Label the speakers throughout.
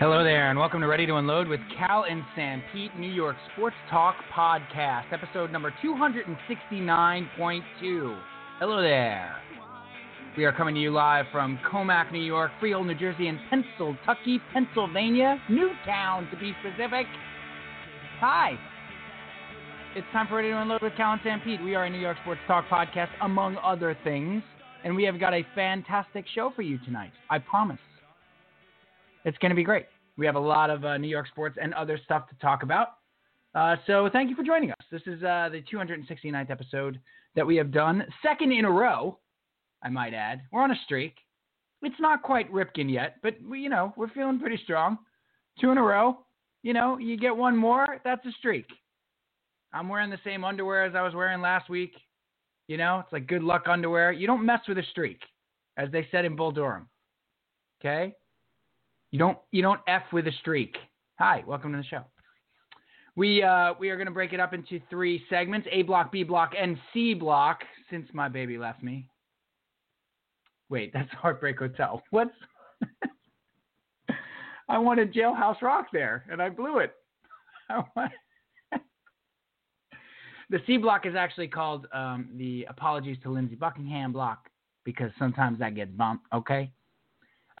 Speaker 1: there, and welcome to Ready to Unload with Cal and Sam Pete, New York Sports Talk Podcast, episode number 269.2. Hello there. We are coming to you live from Comac, New York, Freehold, New Jersey, and Pennsylvania, Pennsylvania, Newtown to be specific. Hi. It's time for Ready to Unload with Cal and Sam Pete. We are a New York Sports Talk Podcast, among other things, and we have got a fantastic show for you tonight. I promise. It's going to be great. We have a lot of uh, New York sports and other stuff to talk about. Uh, so thank you for joining us. This is uh, the 269th episode that we have done, second in a row, I might add. We're on a streak. It's not quite Ripken yet, but we, you know we're feeling pretty strong. Two in a row. You know, you get one more, that's a streak. I'm wearing the same underwear as I was wearing last week. You know, it's like good luck underwear. You don't mess with a streak, as they said in Bull Durham. Okay, you don't you don't f with a streak. Hi, welcome to the show. We uh, we are going to break it up into three segments: A block, B block, and C block. Since my baby left me. Wait, that's Heartbreak Hotel. What's? I wanted Jailhouse Rock there, and I blew it. I want- the C block is actually called um, the Apologies to Lindsey Buckingham block because sometimes that gets bumped. Okay.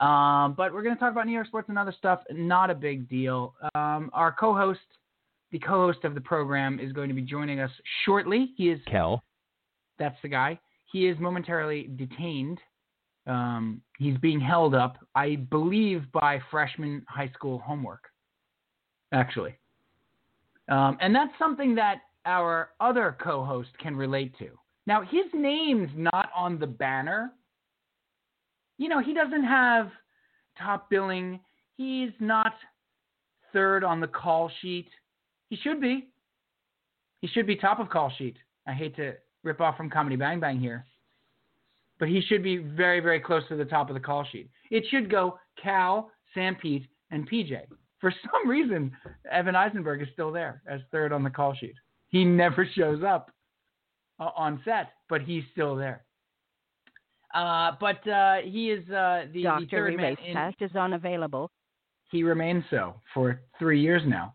Speaker 1: Um, but we're going to talk about New York sports and other stuff. Not a big deal. Um, our co-host, the co-host of the program, is going to be joining us shortly. He is
Speaker 2: Kel.
Speaker 1: that's the guy. He is momentarily detained. Um, he's being held up, I believe, by freshman high school homework, actually. Um, and that's something that our other co host can relate to. Now, his name's not on the banner. You know, he doesn't have top billing, he's not third on the call sheet. He should be. He should be top of call sheet. I hate to rip off from Comedy Bang Bang here, but he should be very, very close to the top of the call sheet. It should go Cal, Sam Pete, and PJ. For some reason, Evan Eisenberg is still there as third on the call sheet. He never shows up uh, on set, but he's still there. Uh, but uh, he is uh, the, the
Speaker 3: Dr.
Speaker 1: third man
Speaker 3: Erase
Speaker 1: in-
Speaker 3: Test is unavailable.
Speaker 1: he remains so for three years now.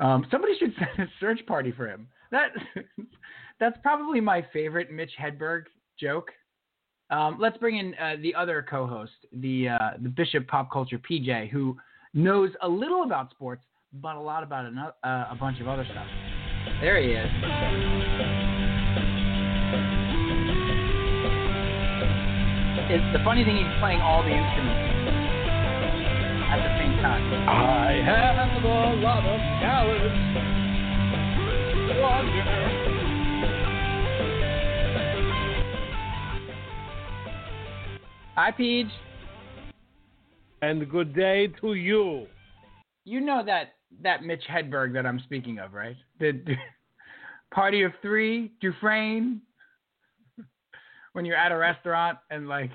Speaker 1: Um, somebody should send a search party for him. That that's probably my favorite Mitch Hedberg joke. Um, let's bring in uh, the other co-host, the uh, the Bishop Pop Culture PJ, who knows a little about sports, but a lot about ano- uh, a bunch of other stuff. There he is. It's the funny thing he's playing all the instruments at the same time.
Speaker 2: I have a lot of talent.
Speaker 1: Hi, Peach.
Speaker 2: And good day to you.
Speaker 1: You know that that Mitch Hedberg that I'm speaking of, right? The, the party of three, Dufresne. When you're at a restaurant and like,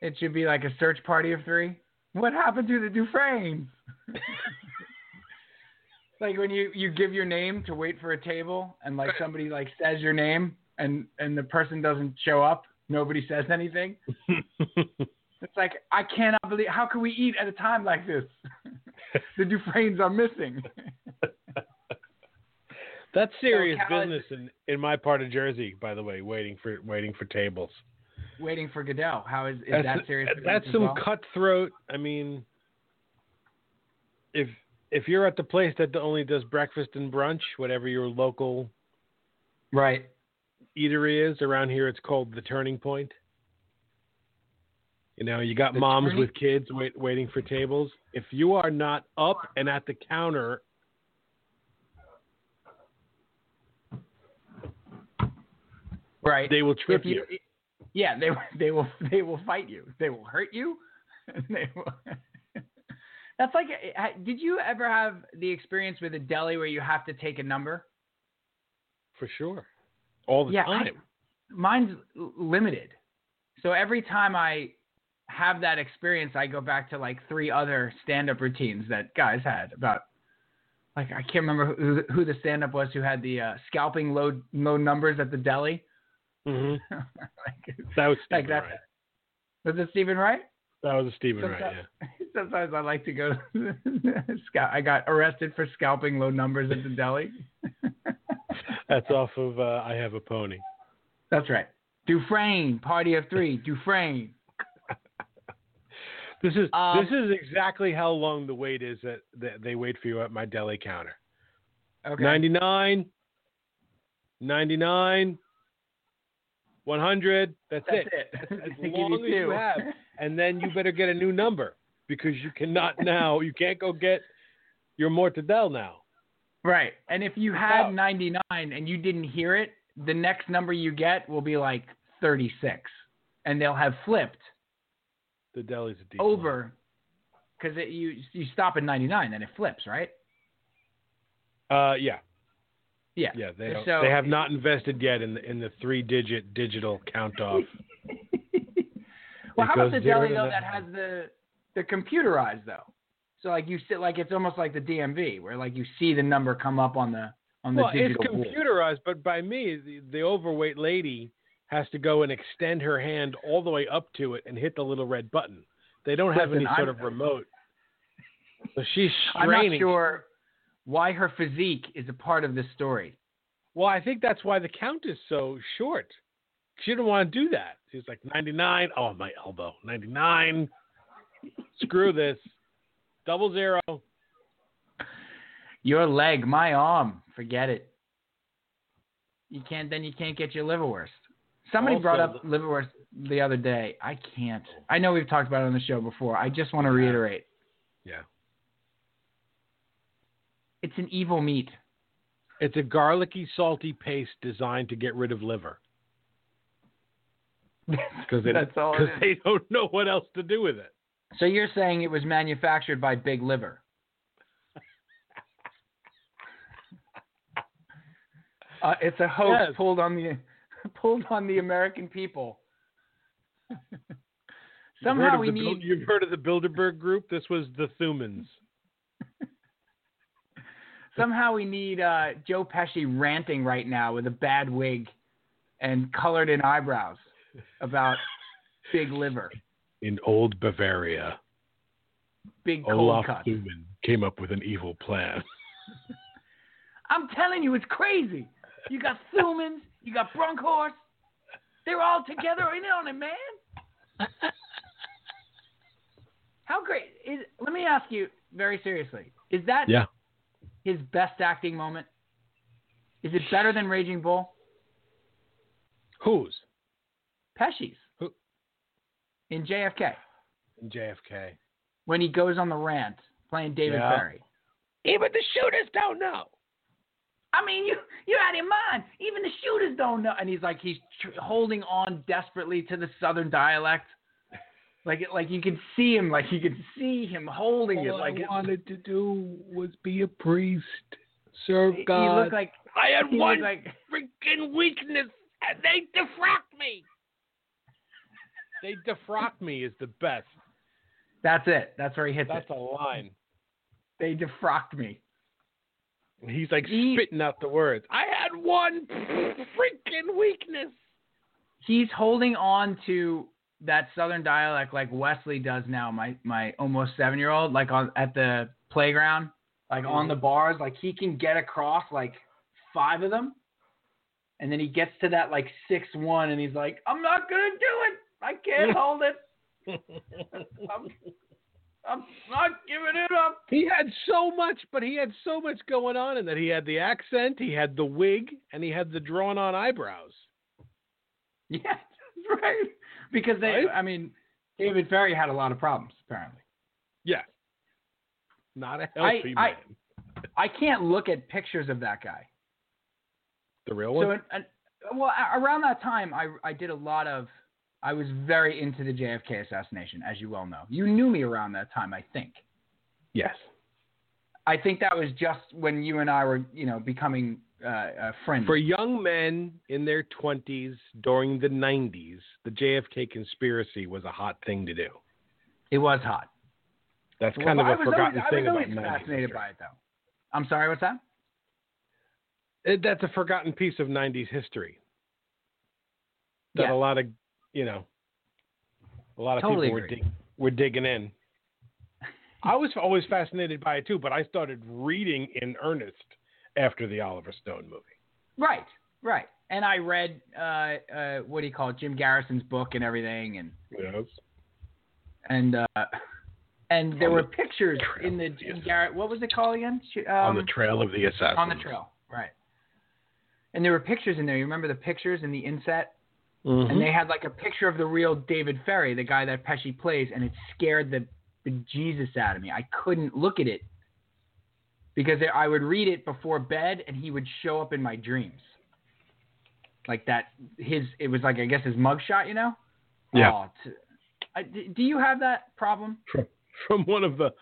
Speaker 1: it should be like a search party of three. What happened to the Dufresne? like when you you give your name to wait for a table and like somebody like says your name and and the person doesn't show up, nobody says anything. It's like I cannot believe how can we eat at a time like this? the Dufresnes are missing.
Speaker 2: That's serious
Speaker 1: Cal is-
Speaker 2: business in, in my part of Jersey, by the way, waiting for waiting for tables.
Speaker 1: Waiting for Goodell. How is, is that serious? business
Speaker 2: That's
Speaker 1: as
Speaker 2: some
Speaker 1: well?
Speaker 2: cutthroat. I mean, if if you're at the place that only does breakfast and brunch, whatever your local
Speaker 1: right.
Speaker 2: eatery is around here, it's called the Turning Point. You know, you got
Speaker 1: The
Speaker 2: moms
Speaker 1: Turning-
Speaker 2: with kids wait, waiting for tables. If you are not up and at the counter
Speaker 1: Right.
Speaker 2: They will trip
Speaker 1: If you- Yeah, they they will they will fight you. They will hurt you. they will. That's like ha- did you ever have the experience with a deli where you have to take a number?
Speaker 2: for sure, all the
Speaker 1: Yeah, I-
Speaker 2: time.
Speaker 1: mine's l- limited. So every time I have that experience, I go back to like three other stand up routines that guys had about like I can't remember who, who the stand up was who had the uh, scalping low low numbers at the deli.
Speaker 2: Mhm.
Speaker 1: like,
Speaker 2: That was
Speaker 1: like
Speaker 2: stupid,
Speaker 1: that's
Speaker 2: right?
Speaker 1: was it Stephen Wright?
Speaker 2: That was a Stephen Wright,
Speaker 1: Sometimes-
Speaker 2: yeah.
Speaker 1: Sometimes I like to go to scout. I got arrested for scalping low numbers at the deli.
Speaker 2: That's off of uh, I Have a Pony.
Speaker 1: That's right. Dufresne, party of three. Dufresne.
Speaker 2: This is
Speaker 1: Um,
Speaker 2: this is exactly how long the wait is that, that they wait for you at my deli counter.
Speaker 1: Okay.
Speaker 2: Ninety nine, ninety nine, one hundred. That's,
Speaker 1: That's
Speaker 2: it.
Speaker 1: it.
Speaker 2: As
Speaker 1: They give
Speaker 2: long as you
Speaker 1: two.
Speaker 2: have, and then you better get a new number because you cannot now. You can't go get your mortadel now.
Speaker 1: Right. And if you had
Speaker 2: Oh.
Speaker 1: 99 and you didn't hear it, the next number you get will be like 36. And they'll have flipped
Speaker 2: The deli's a deep line.
Speaker 1: over because you, you stop at 99, then it flips, right?
Speaker 2: Uh, yeah,
Speaker 1: Yeah.
Speaker 2: yeah. They don't,
Speaker 1: So-
Speaker 2: they have not invested yet in the in the three digit digital count off.
Speaker 1: Well,
Speaker 2: It
Speaker 1: how
Speaker 2: goes
Speaker 1: about the
Speaker 2: zero
Speaker 1: deli
Speaker 2: to
Speaker 1: though
Speaker 2: nine.
Speaker 1: that has the the computerized though? So like you sit like it's almost like the DMV where like you see the number come up on the on the
Speaker 2: Well, it's
Speaker 1: digital board.
Speaker 2: computerized, but by me, the, the overweight lady has to go and extend her hand all the way up to it and hit the little red button. They don't have any
Speaker 1: Listen,
Speaker 2: sort
Speaker 1: I'm-
Speaker 2: of remote. So she's
Speaker 1: I'm
Speaker 2: straining.
Speaker 1: not sure why her physique is a part of this story.
Speaker 2: Well, I think that's why the count is so short. She didn't want to do that. She's like 99. Oh, my elbow. 99. Screw this. Double zero.
Speaker 1: Your leg, my arm, forget it. You can't then you can't get your liverwurst. Somebody
Speaker 2: Also
Speaker 1: brought up liverwurst the other day. I can't. I know we've talked about it on the show before. I just want to reiterate.
Speaker 2: Yeah.
Speaker 1: It's an evil meat.
Speaker 2: It's a garlicky, salty paste designed to get rid of liver because they,
Speaker 1: That's all it
Speaker 2: 'cause
Speaker 1: is.
Speaker 2: they don't know what else to do with it.
Speaker 1: So you're saying it was manufactured by Big Liver? uh, it's a hoax
Speaker 2: Yes.
Speaker 1: pulled on the pulled on the American people.
Speaker 2: You've heard
Speaker 1: Somehow
Speaker 2: of
Speaker 1: we
Speaker 2: the Bil-
Speaker 1: need-
Speaker 2: You've heard of the Bilderberg Group? This was the Thumans.
Speaker 1: Somehow we need uh, Joe Pesci ranting right now with a bad wig and colored in eyebrows about Big Liver,
Speaker 2: In old Bavaria,
Speaker 1: Big Cold
Speaker 2: Olaf
Speaker 1: Cut.
Speaker 2: Thuman came up with an evil plan.
Speaker 1: I'm telling you, it's crazy. You got Thumans, you got Brunkhorst. They're all together in on it, man. How great is? Let me ask you very seriously: Is that
Speaker 2: Yeah.
Speaker 1: his best acting moment? Is it better than Raging Bull?
Speaker 2: Who's?
Speaker 1: Pesci's
Speaker 2: Who-
Speaker 1: in JFK
Speaker 2: JFK.
Speaker 1: when he goes on the rant playing David
Speaker 2: Yeah.
Speaker 1: Ferry.
Speaker 2: Even the shooters don't know.
Speaker 1: I mean, you you had in mind. Even the shooters don't know. And he's like, he's tr- holding on desperately to the southern dialect. Like, like you could see him. Like you could see him holding it. Like it-
Speaker 2: wanted to do was be a priest, serve
Speaker 1: he looked like
Speaker 2: I had
Speaker 1: he looked like
Speaker 2: freaking weakness, and they defrocked me. They defrocked me is the best.
Speaker 1: that's it. That's where he hits
Speaker 2: That's
Speaker 1: it.
Speaker 2: a line.
Speaker 1: They defrocked me.
Speaker 2: And He's like
Speaker 1: He-
Speaker 2: spitting out the words. I had one freaking weakness.
Speaker 1: He's holding on to that southern dialect like Wesley does now. My my almost seven year old like on at the playground, like on the bars. Like he can get across like five of them. And then he gets to that like six one, and he's like, "I'm not gonna do it. I can't hold it. I'm, I'm not giving it up."
Speaker 2: he had so much, but he had so much going on in that he had the accent, he had the wig, and he had the drawn on eyebrows.
Speaker 1: Yeah, that's right. Because they,
Speaker 2: Right?
Speaker 1: I mean, David Ferry had a lot of problems apparently.
Speaker 2: Yeah. Not a
Speaker 1: I-
Speaker 2: healthy
Speaker 1: I-
Speaker 2: man.
Speaker 1: I can't look at pictures of that guy.
Speaker 2: the real one?
Speaker 1: So, an, an, well, a- around that time, I I did a lot of. I was very into the JFK assassination, as you well know. You knew me around that time, I think.
Speaker 2: yes.
Speaker 1: I think that was just when you and I were, you know, becoming uh, uh, friends.
Speaker 2: For young men in their 20s during the 90s, the JFK conspiracy was a hot thing to do.
Speaker 1: it was hot.
Speaker 2: That's kind
Speaker 1: Well,
Speaker 2: of
Speaker 1: I was
Speaker 2: a forgotten
Speaker 1: always,
Speaker 2: thing
Speaker 1: I was
Speaker 2: about
Speaker 1: always
Speaker 2: 90s
Speaker 1: fascinated
Speaker 2: history.
Speaker 1: by it, though. I'm sorry, what's that?
Speaker 2: It- That's a forgotten piece of 90s history that
Speaker 1: Yeah.
Speaker 2: a lot of, you know, a lot of
Speaker 1: Totally
Speaker 2: people were
Speaker 1: agree.
Speaker 2: dig- we're digging in. I was always fascinated by it too, but I started reading in earnest after the Oliver Stone movie.
Speaker 1: Right, right. And I read uh, uh, what do you call it, Jim Garrison's book and everything, and
Speaker 2: Yes.
Speaker 1: and uh, and there
Speaker 2: On
Speaker 1: were
Speaker 2: the
Speaker 1: pictures
Speaker 2: trail,
Speaker 1: in the Jim
Speaker 2: yes.
Speaker 1: Garrett. What was it called again? Sh- Um,
Speaker 2: on the trail of the assassin.
Speaker 1: on the trail, right? And there were pictures in there. You remember the pictures in the inset?
Speaker 2: Mm-hmm.
Speaker 1: and they had like a picture of the real David Ferry, the guy that Pesci plays, and it scared the bejesus out of me. I couldn't look at it because I would read it before bed, and he would show up in my dreams. Like that, his it was like I guess his mugshot, you know?
Speaker 2: Yeah.
Speaker 1: Oh, t- I- d- do you have that problem?
Speaker 2: from one of the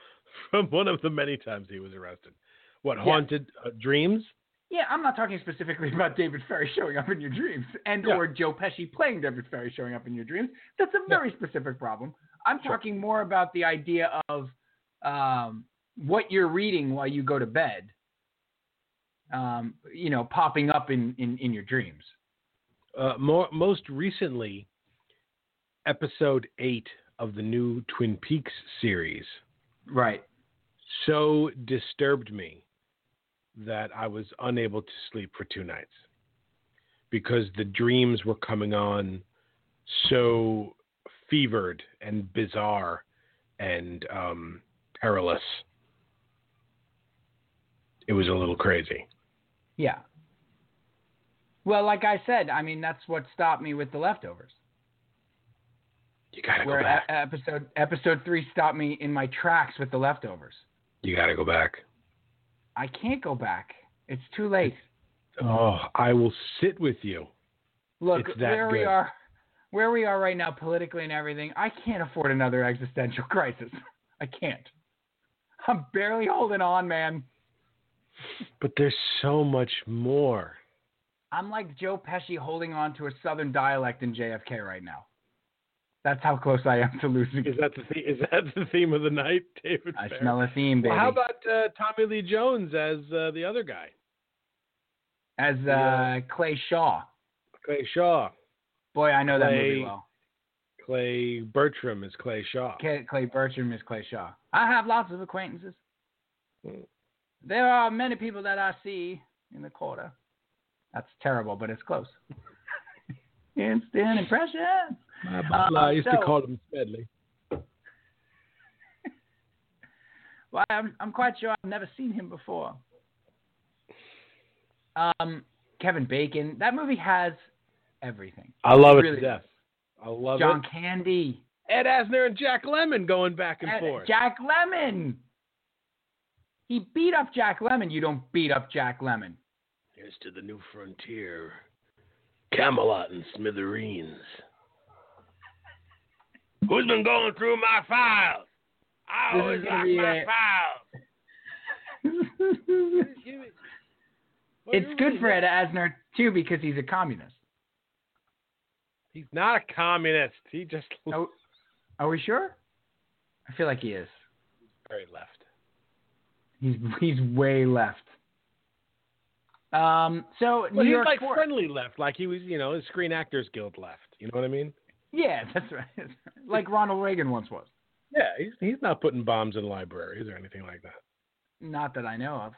Speaker 2: from one of the many times he was arrested. What
Speaker 1: Yeah.
Speaker 2: haunted uh, dreams?
Speaker 1: Yeah, I'm not talking specifically about David Ferry showing up in your dreams and
Speaker 2: Yeah.
Speaker 1: or Joe Pesci playing David Ferry showing up in your dreams. That's a very specific problem. I'm
Speaker 2: Sure.
Speaker 1: talking more about the idea of um, what you're reading while you go to bed. Um, you know, popping up in, in, in your dreams.
Speaker 2: Uh, more, most recently, episode eight of the new Twin Peaks series
Speaker 1: Right.
Speaker 2: so disturbed me that I was unable to sleep for two nights because the dreams were coming on so fevered and bizarre and um, perilous. It was a little crazy.
Speaker 1: Yeah. Well, like I said, I mean that's what stopped me with the leftovers.
Speaker 2: You gotta
Speaker 1: Where
Speaker 2: go back.
Speaker 1: e- episode episode three stopped me in my tracks with the leftovers.
Speaker 2: You gotta go back.
Speaker 1: I can't go back. It's too late.
Speaker 2: Oh, I will sit with you.
Speaker 1: Look,
Speaker 2: It's that
Speaker 1: where we
Speaker 2: good.
Speaker 1: are, where we are right now politically and everything, I can't afford another existential crisis. I can't. I'm barely holding on, man.
Speaker 2: But there's so much more.
Speaker 1: I'm like Joe Pesci holding on to a southern dialect in JFK right now. That's how close I am to losing.
Speaker 2: Is that the theme, is that the theme of the night, David?
Speaker 1: I
Speaker 2: Fair?
Speaker 1: smell a theme, baby.
Speaker 2: Well, how about uh, Tommy Lee Jones as uh, the other guy,
Speaker 1: As uh,
Speaker 2: Yeah.
Speaker 1: Clay Shaw.
Speaker 2: Clay Shaw?
Speaker 1: Boy, I know that movie
Speaker 2: Clay-
Speaker 1: well.
Speaker 2: Clay Bertram is Clay Shaw.
Speaker 1: Clay, Clay Bertram is Clay Shaw. I have lots of acquaintances.
Speaker 2: Mm.
Speaker 1: There are many people that I see in the quarter. That's terrible, but it's close. Instant impression.
Speaker 2: My
Speaker 1: Uh,
Speaker 2: blah, I used
Speaker 1: so-
Speaker 2: to call him Smedley.
Speaker 1: Well, I'm, I'm quite sure I've never seen him before. Um, Kevin Bacon. That movie has everything.
Speaker 2: I love
Speaker 1: Really.
Speaker 2: it to death. I love
Speaker 1: John Candy,
Speaker 2: it. Ed Asner and Jack Lemon going back and
Speaker 1: Ed-
Speaker 2: forth.
Speaker 1: Jack Lemon. He beat up Jack Lemon. You don't beat up Jack Lemon.
Speaker 2: Here's to the new frontier, Camelot and Smithereens. Who's been going through my files? I
Speaker 1: This is always gonna lock be my a-
Speaker 2: files.
Speaker 1: it's good for Ed Asner too because he's a communist.
Speaker 2: He's not a communist. He just looks
Speaker 1: Oh, are we sure? I feel like he is.
Speaker 2: very left.
Speaker 1: He's he's way left. Um. So
Speaker 2: Well,
Speaker 1: New
Speaker 2: he's
Speaker 1: York
Speaker 2: like
Speaker 1: Fort-
Speaker 2: friendly left, like he was, you know, his Screen Actors Guild left. You know what I mean?
Speaker 1: Yeah, that's right. that's right. Like Ronald Reagan once was.
Speaker 2: Yeah, he's he's not putting bombs in libraries or anything like that.
Speaker 1: Not that I know of.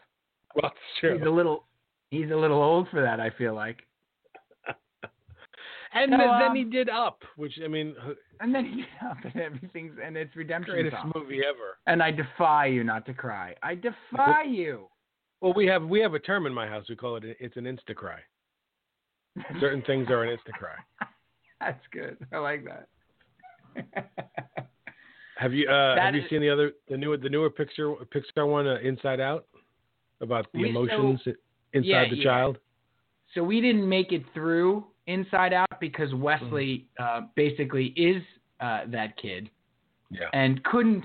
Speaker 2: Well, it's true.
Speaker 1: He's a little he's a little old for that. I feel like.
Speaker 2: and
Speaker 1: So,
Speaker 2: then,
Speaker 1: um,
Speaker 2: then he did Up, which I mean,
Speaker 1: And then he got up and everything's and it's redemption
Speaker 2: greatest
Speaker 1: song.
Speaker 2: movie ever.
Speaker 1: And I defy you not to cry. I defy you.
Speaker 2: Well, we have we have a term in my house. We call it it's an instacry. Certain things are an instacry.
Speaker 1: That's good. I like that.
Speaker 2: Have you uh,
Speaker 1: That
Speaker 2: have you
Speaker 1: is-
Speaker 2: seen the other the newer the newer Pixar Pixar one uh, Inside Out about the
Speaker 1: We- so-
Speaker 2: emotions inside
Speaker 1: yeah,
Speaker 2: the
Speaker 1: yeah.
Speaker 2: child?
Speaker 1: so we didn't make it through Inside Out because Wesley
Speaker 2: Mm-hmm.
Speaker 1: uh, basically is uh, that kid
Speaker 2: Yeah.
Speaker 1: and couldn't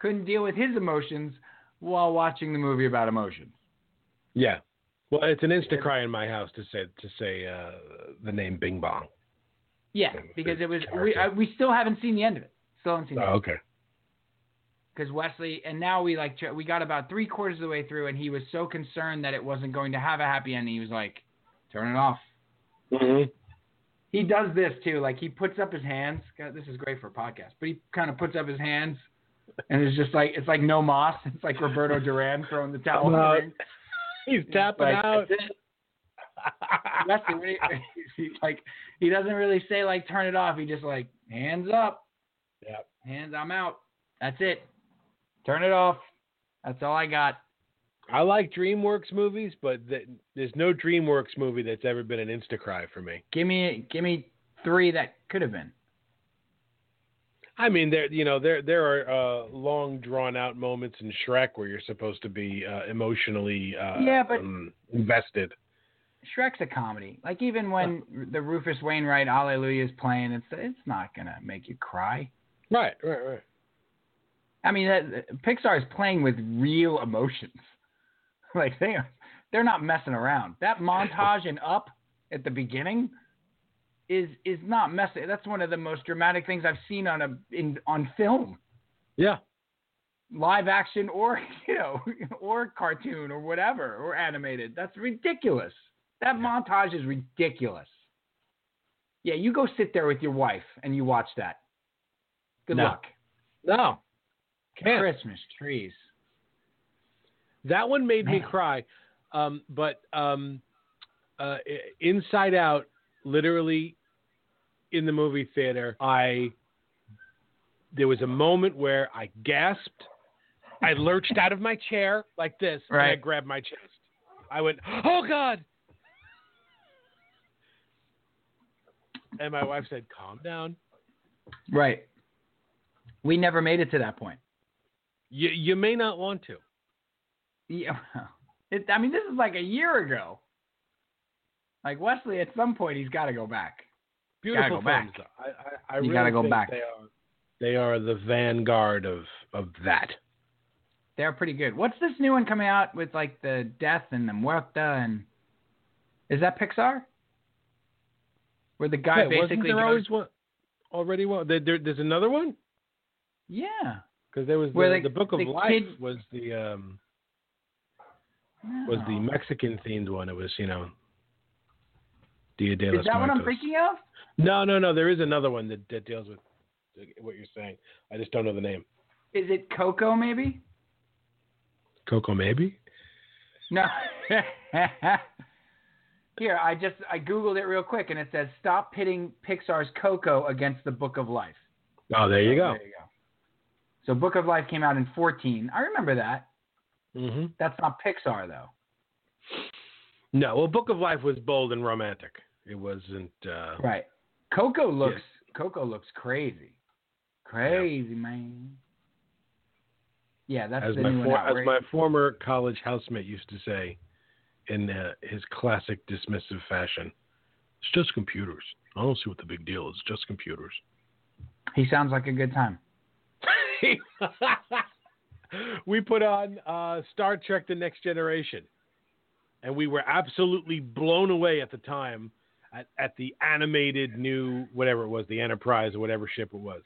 Speaker 1: couldn't deal with his emotions while watching the movie about emotions.
Speaker 2: Yeah. Well, it's an instacry in my house to say to say uh, the name Bing Bong.
Speaker 1: Yeah,
Speaker 2: Yeah,
Speaker 1: because
Speaker 2: the
Speaker 1: it was we, I,
Speaker 2: character.
Speaker 1: we still haven't seen the end of it. Still haven't seen the
Speaker 2: Oh, okay.
Speaker 1: because Wesley and now we like tr- we got about three quarters of the way through and he was so concerned that it wasn't going to have a happy ending. He was like, "Turn it off."
Speaker 2: Mm-hmm.
Speaker 4: he does this too. Like he puts up his hands. God, this is great for a podcast, but he kind of puts up his hands, and it's just like it's like no moss. It's like Roberto Duran throwing the towel. in the
Speaker 2: Uh,
Speaker 4: ring.
Speaker 2: He's
Speaker 4: He's
Speaker 2: tapping
Speaker 4: like,
Speaker 2: out.
Speaker 4: "That's it." That's the way- he's like he doesn't really say like turn it off. He just like hands up.
Speaker 2: Yep.
Speaker 4: Hands, I'm out. That's it. Turn it off. That's all I got.
Speaker 2: I like DreamWorks movies, but th- there's no DreamWorks movie that's ever been an Instacry for me.
Speaker 1: Give me give me three that could have been.
Speaker 2: I mean, there you know there there are uh, long drawn out moments in Shrek where you're supposed to be uh, emotionally uh,
Speaker 1: Yeah, but-
Speaker 2: um, invested.
Speaker 1: Shrek's a comedy. Like even when the Rufus Wainwright Hallelujah is playing, it's it's not gonna make you cry.
Speaker 2: Right, right, right.
Speaker 1: I mean, that, Pixar is playing with real emotions. Like they are, they're not messing around. That montage and up at the beginning is is not messing. That's one of the most dramatic things I've seen on a in on film,
Speaker 2: Yeah,
Speaker 1: live action or you know or cartoon or whatever or animated. That's ridiculous. That montage is ridiculous. Yeah, you go sit there with your wife and you watch that. Good
Speaker 2: No.
Speaker 1: luck.
Speaker 2: no, can't.
Speaker 1: Christmas trees.
Speaker 2: That one made me
Speaker 1: Man.
Speaker 2: cry. Um, but um, uh, I- Inside Out, literally in the movie theater, I there was a moment where I gasped. I lurched out of my chair like this, and I
Speaker 1: Right.
Speaker 2: grabbed my chest. I went, "Oh God!" And my wife said, "Calm down.
Speaker 1: Right. We never made it to that point.
Speaker 2: You you may not want to."
Speaker 1: Yeah. It, I mean, this is like a year ago. Like Wesley, at some point, he's got to go back.
Speaker 2: Beautiful
Speaker 1: go back.
Speaker 2: films, though. I, I, I
Speaker 1: You
Speaker 2: really
Speaker 1: gotta go
Speaker 2: think
Speaker 1: back.
Speaker 2: They are, they are the vanguard of of that.
Speaker 1: They're pretty good. What's this new one coming out with like the death and the muerta and is that Pixar? Where the guy
Speaker 2: Wait, wasn't
Speaker 1: basically
Speaker 2: there
Speaker 1: goes-
Speaker 2: always one already one? There, there- there's another one
Speaker 1: yeah.
Speaker 2: because there was
Speaker 1: Where
Speaker 2: the,
Speaker 1: the-
Speaker 2: the Book of
Speaker 1: the
Speaker 2: Life
Speaker 1: kid-
Speaker 2: was the um, was the
Speaker 1: No.
Speaker 2: Mexican themed one. It was you know Dia de los
Speaker 1: is that what I'm
Speaker 2: Muertos.
Speaker 1: thinking of?
Speaker 2: No, no, no. There is another one that, that deals with what you're saying. I just don't know the name.
Speaker 1: Is it Coco maybe?
Speaker 2: Coco, maybe.
Speaker 1: No. Here, I just I googled it real quick and it says stop pitting Pixar's Coco against the Book of Life.
Speaker 2: Oh, there you go.
Speaker 1: There you go. So Book of Life came out in 14. I remember that.
Speaker 2: hmm
Speaker 1: That's not Pixar though.
Speaker 2: No, well, Book of Life was bold and romantic. It wasn't. Uh,
Speaker 1: Right. Coco looks Coco looks crazy. Crazy, man. Yeah, that's
Speaker 2: as
Speaker 1: the
Speaker 2: my
Speaker 1: new
Speaker 2: for-
Speaker 1: one. out,
Speaker 2: as
Speaker 1: right?
Speaker 2: my former college housemate used to say, in uh, his classic dismissive fashion, "It's just computers. I don't see what the big deal is. It's just computers."
Speaker 1: He sounds like a good time.
Speaker 2: we put on uh, Star Trek: The Next Generation, and we were absolutely blown away at the time at, at the animated new whatever it was, the Enterprise or whatever ship it was.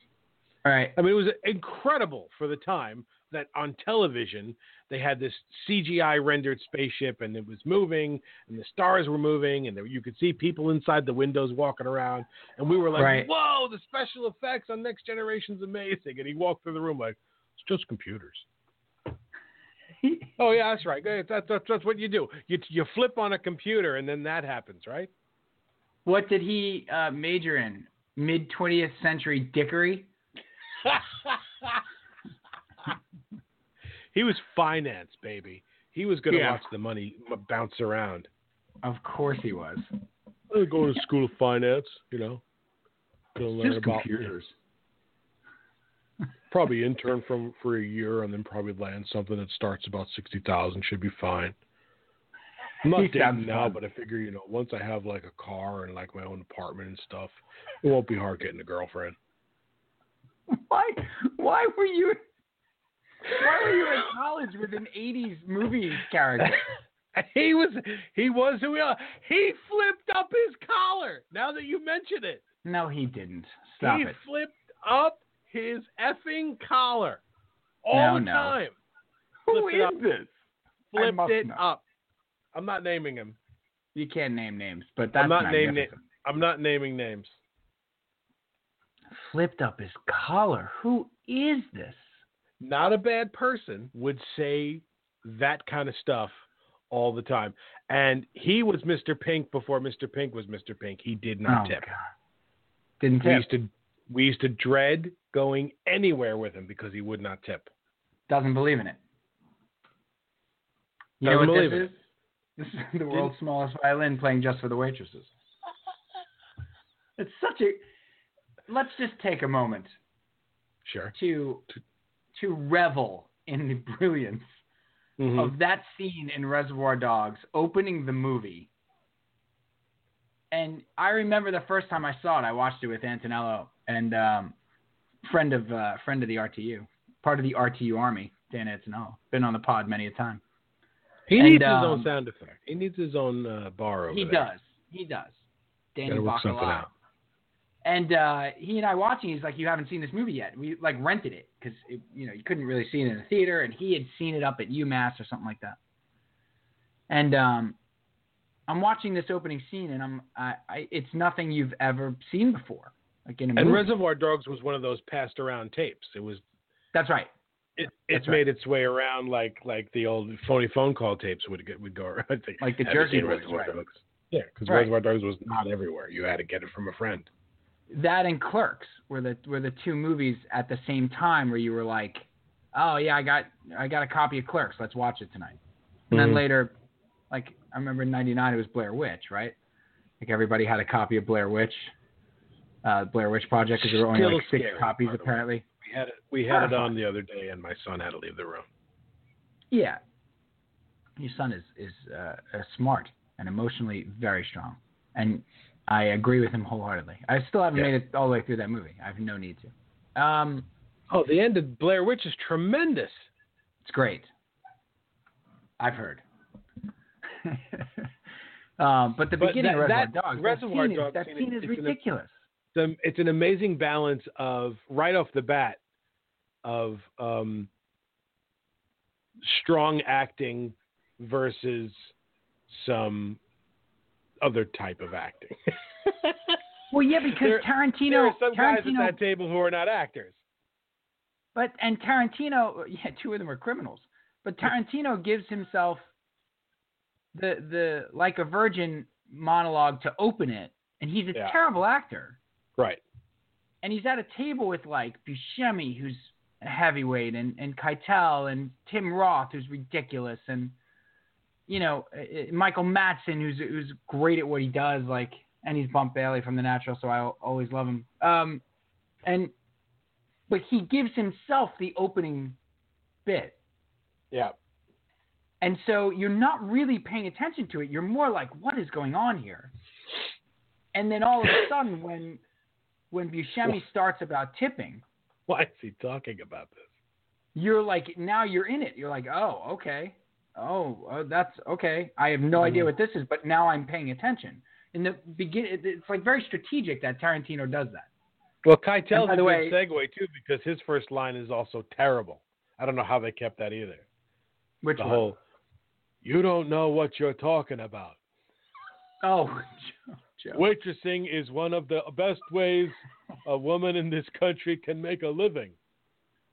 Speaker 1: All right.
Speaker 2: I mean, it was incredible for the time that on television they had this CGI rendered spaceship and it was moving and the stars were moving and there, you could see people inside the windows walking around. And we were like,
Speaker 1: Right.
Speaker 2: whoa, the special effects on Next Generation's amazing. And he walked through the room like, it's just computers. Oh, yeah, that's right. That- that- that's, that's what you do. You, you flip on a computer and then that happens, right?
Speaker 1: What did he uh, major in? Mid 20th century dickery?
Speaker 2: he was finance, baby. He was going to
Speaker 1: Yeah.
Speaker 2: watch the money m- bounce around.
Speaker 1: Of course he was.
Speaker 2: i going to school of finance, you know. Gonna learn
Speaker 1: Just
Speaker 2: about
Speaker 1: computers.
Speaker 2: probably intern from for a year and then probably land something that starts about sixty thousand should be fine. I'm not
Speaker 1: He sounds
Speaker 2: dating now,
Speaker 1: fun.
Speaker 2: but I figure you know once I have like a car and like my own apartment and stuff, it won't be hard getting a girlfriend.
Speaker 1: Why? Why were you? Why were you in college with an '80s movie character?
Speaker 2: he was he was who he was. He flipped up his collar. Now that you mention it,
Speaker 1: No, he didn't. Stop
Speaker 2: he
Speaker 1: it.
Speaker 2: flipped up his effing collar
Speaker 1: No,
Speaker 2: all the
Speaker 1: no.
Speaker 2: time.
Speaker 1: Who
Speaker 2: flipped it
Speaker 1: is
Speaker 2: up.
Speaker 1: this? I
Speaker 2: Flipped
Speaker 1: must
Speaker 2: it
Speaker 1: know.
Speaker 2: up. I'm not naming him.
Speaker 1: You can't name names, but that's
Speaker 2: I'm not naming
Speaker 1: magnificent.
Speaker 2: I'm not naming names.
Speaker 5: Flipped up his collar. Who is this?
Speaker 2: Not a bad person would say that kind of stuff all the time. And he was Mr. Pink before Mr. Pink was Mr. Pink. He did not
Speaker 5: oh,
Speaker 2: tip.
Speaker 5: God. Didn't
Speaker 2: We
Speaker 5: tip.
Speaker 2: used to we used to dread going anywhere with him because he would not tip.
Speaker 1: Doesn't believe in it. You
Speaker 2: Doesn't
Speaker 1: know what
Speaker 2: believe
Speaker 1: this
Speaker 2: in
Speaker 1: is? This is the world's smallest violin playing just for the waitresses. It's such a. Let's just take a moment
Speaker 2: Sure.
Speaker 1: to to revel in the brilliance
Speaker 2: Mhm.
Speaker 1: of that scene in Reservoir Dogs opening the movie. And I remember the first time I saw it, I watched it with Antonello and um, friend of uh, friend of the RTU, part of the RTU Army, Dan Antonello, been on the pod many a time.
Speaker 2: He
Speaker 1: And,
Speaker 2: needs his
Speaker 1: um,
Speaker 2: own sound effect. He needs his own uh, bar over
Speaker 1: He
Speaker 2: there.
Speaker 1: does, he does. Danny
Speaker 2: Gotta work something
Speaker 1: Bacala.
Speaker 2: out.
Speaker 1: And uh, he and I watching, he's like, "You haven't seen this movie yet." We like rented it because you know you couldn't really see it in the theater, and he had seen it up at UMass or something like that. And um, I'm watching this opening scene, and I'm I, I it's nothing you've ever seen before, like in a
Speaker 2: And
Speaker 1: movie.
Speaker 2: Reservoir Dogs was one of those passed around tapes. It was
Speaker 1: That's right.
Speaker 2: it,
Speaker 1: That's
Speaker 2: it's
Speaker 1: right.
Speaker 2: made its way around like like the old phony phone call tapes would get, would go around.
Speaker 1: Like the
Speaker 2: Have you
Speaker 1: Jersey
Speaker 2: seen
Speaker 1: Boys,
Speaker 2: Reservoir
Speaker 1: right.
Speaker 2: Dogs. Yeah, because
Speaker 1: Right.
Speaker 2: Reservoir Dogs was not everywhere. You had to get it from a friend.
Speaker 1: That and Clerks were the were the two movies at the same time where you were like, "Oh yeah, I got I got a copy of Clerks. Let's watch it tonight." And then
Speaker 2: Mhm.
Speaker 1: later, like I remember in '99, it was Blair Witch, right? Like everybody had a copy of Blair Witch, uh, Blair Witch Project, because there were only
Speaker 2: Still
Speaker 1: like six
Speaker 2: scary,
Speaker 1: copies
Speaker 2: by the way.
Speaker 1: apparently.
Speaker 2: We had it we had it on the other day, and my son had to leave the room.
Speaker 1: Yeah, your son is is uh, uh, smart and emotionally very strong, and I agree with him wholeheartedly. I still haven't
Speaker 2: Yeah.
Speaker 1: made it all the way through that movie. I have no need to. Um,
Speaker 2: Oh, the end of Blair Witch is tremendous.
Speaker 1: It's great. I've heard. um, but the
Speaker 2: But
Speaker 1: beginning of
Speaker 2: that-
Speaker 1: Reservoir
Speaker 2: that
Speaker 1: Dogs,
Speaker 2: Reservoir
Speaker 1: that scene,
Speaker 2: Dogs
Speaker 1: is, that
Speaker 2: scene
Speaker 1: scene
Speaker 2: is-
Speaker 1: is
Speaker 2: is an-
Speaker 1: ridiculous.
Speaker 2: It's, a- it's an amazing balance of right off the bat of um, strong acting versus some other type of acting.
Speaker 1: Well, yeah, because
Speaker 2: There-
Speaker 1: Tarantino,
Speaker 2: there are some guys
Speaker 1: Tarantino,
Speaker 2: at that table who are not actors.
Speaker 1: but and Tarantino, yeah, two of them are criminals. But Tarantino gives himself the the like a virgin monologue to open it, and he's a
Speaker 2: Yeah.
Speaker 1: terrible actor.
Speaker 2: Right.
Speaker 1: and he's at a table with like Buscemi, who's a heavyweight, and and Keitel and Tim Roth, who's ridiculous, and you know uh, uh, Michael Madsen, who's who's great at what he does, like, and he's Bump Bailey from The Natural, so I al- always love him. Um, and but he gives himself the opening bit,
Speaker 2: Yeah.
Speaker 1: and so you're not really paying attention to it. You're more like, what is going on here? And then all of a sudden, when when Buscemi starts about tipping,
Speaker 2: Why is he talking about this?
Speaker 1: you're like now you're in it. You're like, oh, okay, oh, oh that's okay. I have no idea
Speaker 2: Mm-hmm.
Speaker 1: what this is, but now I'm paying attention. In the begin, it- it's like very strategic that Tarantino does that.
Speaker 2: Well, Keitel's
Speaker 1: by
Speaker 2: a
Speaker 1: the
Speaker 2: good
Speaker 1: way-
Speaker 2: segue too because his first line is also terrible. I don't know how they kept that either.
Speaker 1: Which
Speaker 2: The
Speaker 1: one?
Speaker 2: whole, you don't know what you're talking about.
Speaker 1: oh, Joe.
Speaker 2: Waitressing is one of the best ways a woman in this country can make a living.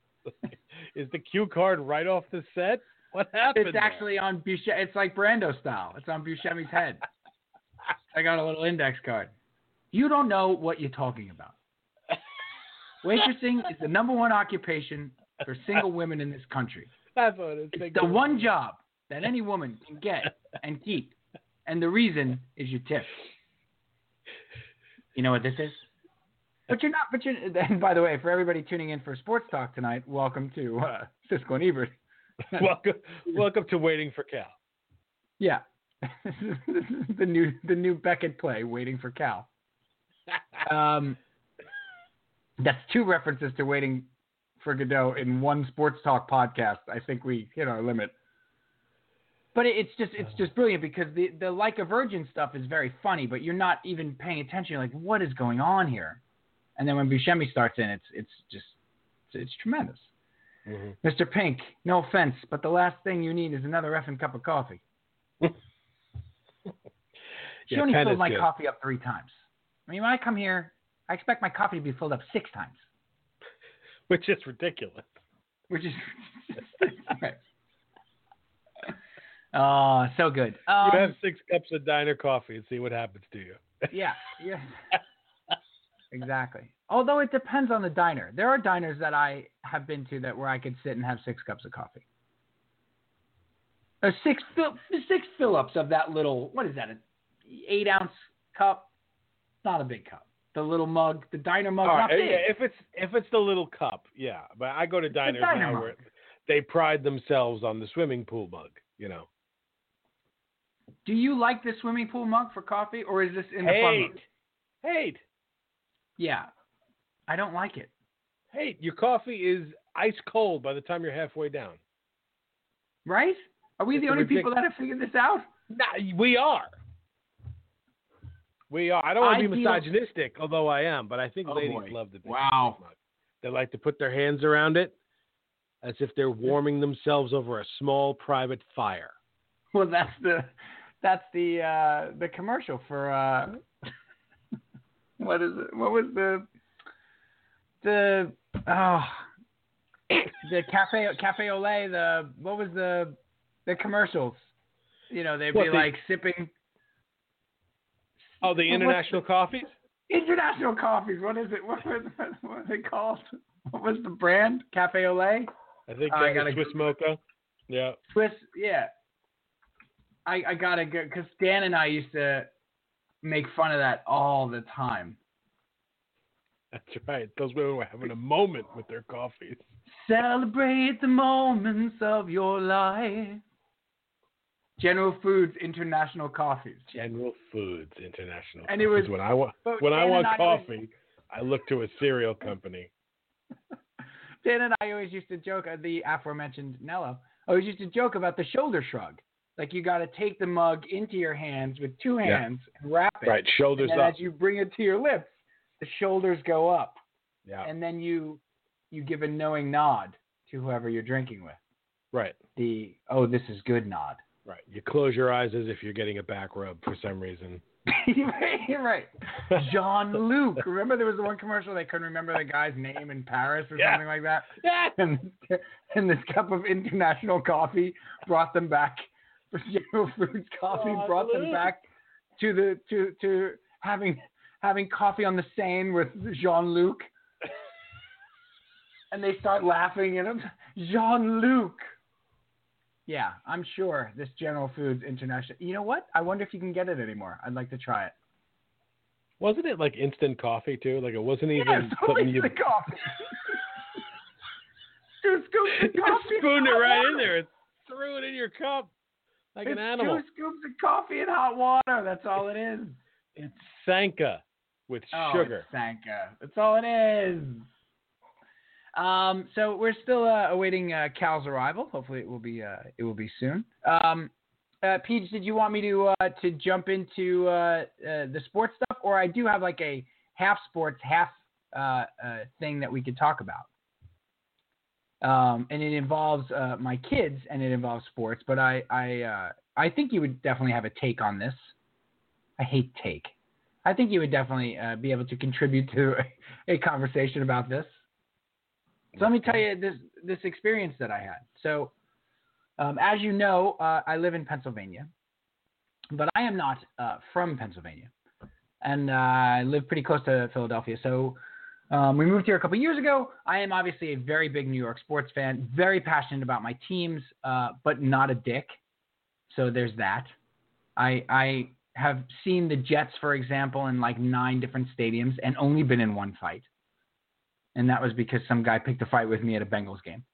Speaker 2: is the cue card right off the set? What happened?
Speaker 1: it's
Speaker 2: there?
Speaker 1: actually on Buscemi. It's like Brando style. It's on Buscemi's head. I got a little index card. You don't know what you're talking about. Waitressing is the number one occupation for single women in this country.
Speaker 2: That's what it's
Speaker 1: It's
Speaker 2: thinking.
Speaker 1: the one job that any woman can get and keep, and the reason is your tip. You know what this is? But you're not. But you. And by the way, for everybody tuning in for sports talk tonight, welcome to uh, Cisco and Ebert.
Speaker 2: welcome, welcome to waiting for Cal.
Speaker 1: Yeah. the new the new Beckett play, Waiting for Cal. Um, that's two references to Waiting for Godot in one sports talk podcast. I think we hit our limit. But it- it's just it's just brilliant because the the like a virgin stuff is very funny, but you're not even paying attention. You're like, what is going on here? And then when Buscemi starts in, it's it's just it's, it's tremendous.
Speaker 2: Mhm.
Speaker 1: Mr. Pink, no offense, but the last thing you need is another effing cup of coffee. She
Speaker 2: Yeah,
Speaker 1: only
Speaker 2: Penn
Speaker 1: filled
Speaker 2: is
Speaker 1: my
Speaker 2: good.
Speaker 1: coffee up three times. I mean, when I come here, I expect my coffee to be filled up six times,
Speaker 2: which is ridiculous.
Speaker 1: which is oh, so good. Um,
Speaker 2: you have six cups of diner coffee and see what happens to you.
Speaker 1: yeah, yeah, exactly. Although it depends on the diner. There are diners that I have been to that where I could sit and have six cups of coffee. Or six fill, six fill ups of that little what is that an eight ounce cup? Not a big cup. The little mug, the diner mug.
Speaker 2: All
Speaker 1: not
Speaker 2: right,
Speaker 1: big.
Speaker 2: yeah, if it's if it's the little cup, yeah. But I go to diners
Speaker 1: diner
Speaker 2: now
Speaker 1: mug.
Speaker 2: where they pride themselves on the swimming pool mug. You know,
Speaker 1: Do you like the swimming pool mug for coffee, or is this in the fun
Speaker 2: hate,
Speaker 1: mug?
Speaker 2: hate,
Speaker 1: Yeah, I don't like it.
Speaker 2: hate. Your coffee is ice cold by the time you're halfway down.
Speaker 1: Right? Are we
Speaker 2: It's
Speaker 1: the only
Speaker 2: ridic-
Speaker 1: people that have figured this out?
Speaker 2: Nah, we are. We are. I don't want
Speaker 1: I
Speaker 2: to be
Speaker 1: feel-
Speaker 2: misogynistic, although I am, but I think
Speaker 1: Oh,
Speaker 2: ladies
Speaker 1: boy.
Speaker 2: love the big
Speaker 1: Wow.
Speaker 2: mug. They like to put their hands around it as if they're warming themselves over a small private fire.
Speaker 1: Well, that's the that's the uh, the commercial for uh, what is it? What was the the oh the cafe cafe au lait? The what was the the commercials? You know, they'd
Speaker 2: What,
Speaker 1: be
Speaker 2: the-
Speaker 1: like sipping
Speaker 2: Oh, the
Speaker 1: Well, what's
Speaker 2: international coffees?
Speaker 1: international coffees. What is it? What was what are they called? What was the brand? Cafe au lait.
Speaker 2: I think
Speaker 1: Oh, I
Speaker 2: that
Speaker 1: gotta
Speaker 2: was Swiss mocha. Yeah.
Speaker 1: Swiss, yeah. I I gotta go because Dan and I used to make fun of that all the time.
Speaker 2: That's right. Those women were having a moment with their coffees.
Speaker 1: Celebrate the moments of your life. General Foods International Coffees.
Speaker 2: General Foods International.
Speaker 1: And it
Speaker 2: Coffees.
Speaker 1: was-
Speaker 2: when I want
Speaker 1: but
Speaker 2: when I
Speaker 1: Dan and
Speaker 2: want
Speaker 1: I was-
Speaker 2: coffee, I look to a cereal company.
Speaker 1: Dan and I always used to joke uh, the aforementioned Nello. Always used to joke about the shoulder shrug. Like you got to take the mug into your hands with two
Speaker 2: Yeah.
Speaker 1: hands and wrap it.
Speaker 2: Right, shoulders
Speaker 1: And then
Speaker 2: up.
Speaker 1: as you bring it to your lips, the shoulders go up.
Speaker 2: yeah.
Speaker 1: and then you you give a knowing nod to whoever you're drinking with.
Speaker 2: Right.
Speaker 1: The oh, this is good nod.
Speaker 2: Right. You close your eyes as if you're getting a back rub for some reason.
Speaker 1: you're right. John Luke. Remember there was the one commercial they couldn't remember the guy's name in Paris or
Speaker 2: Yeah.
Speaker 1: something like that. Yeah. And, and this cup of international coffee brought them back. General Foods coffee
Speaker 2: John
Speaker 1: brought them
Speaker 2: Luke.
Speaker 1: back to the to to having having coffee on the Seine with Jean Luc. and they start laughing and I'm Jean Luc. Yeah, I'm sure this General Foods International. You know what? I wonder if you can get it anymore. I'd like to try it.
Speaker 2: Wasn't it like instant coffee too? Like it wasn't even
Speaker 1: Yeah, it's
Speaker 2: something
Speaker 1: always
Speaker 2: you
Speaker 1: the coffee. Two scoops
Speaker 2: You
Speaker 1: of coffee.
Speaker 2: spooned it
Speaker 1: and hot
Speaker 2: right in
Speaker 1: water.
Speaker 2: there and threw it in your cup like an
Speaker 1: It's
Speaker 2: animal.
Speaker 1: Two scoops of coffee and hot water. That's all it is.
Speaker 2: It's Sanka with
Speaker 1: Oh,
Speaker 2: sugar.
Speaker 1: it's Sanka. That's all it is. Um, so we're still uh, awaiting uh, Cal's arrival. Hopefully, it will be uh, it will be soon. Um, uh, Peach, did you want me to uh, to jump into uh, uh, the sports stuff, or I do have like a half sports, half uh, uh, thing that we could talk about. Um, and it involves uh, my kids and it involves sports, but I I uh, I think you would definitely have a take on this. I hate take. I think you would definitely uh, be able to contribute to a, a conversation about this. So let me tell you this this experience that I had. So, um, as you know, uh, I live in Pennsylvania, but I am not uh, from Pennsylvania, and uh, I live pretty close to Philadelphia. So. Um, we moved here a couple years ago. I am obviously a very big New York sports fan, very passionate about my teams, uh, but not a dick. So there's that. I I have seen the Jets, for example, in like nine different stadiums and only been in one fight. And that was because some guy picked a fight with me at a Bengals game.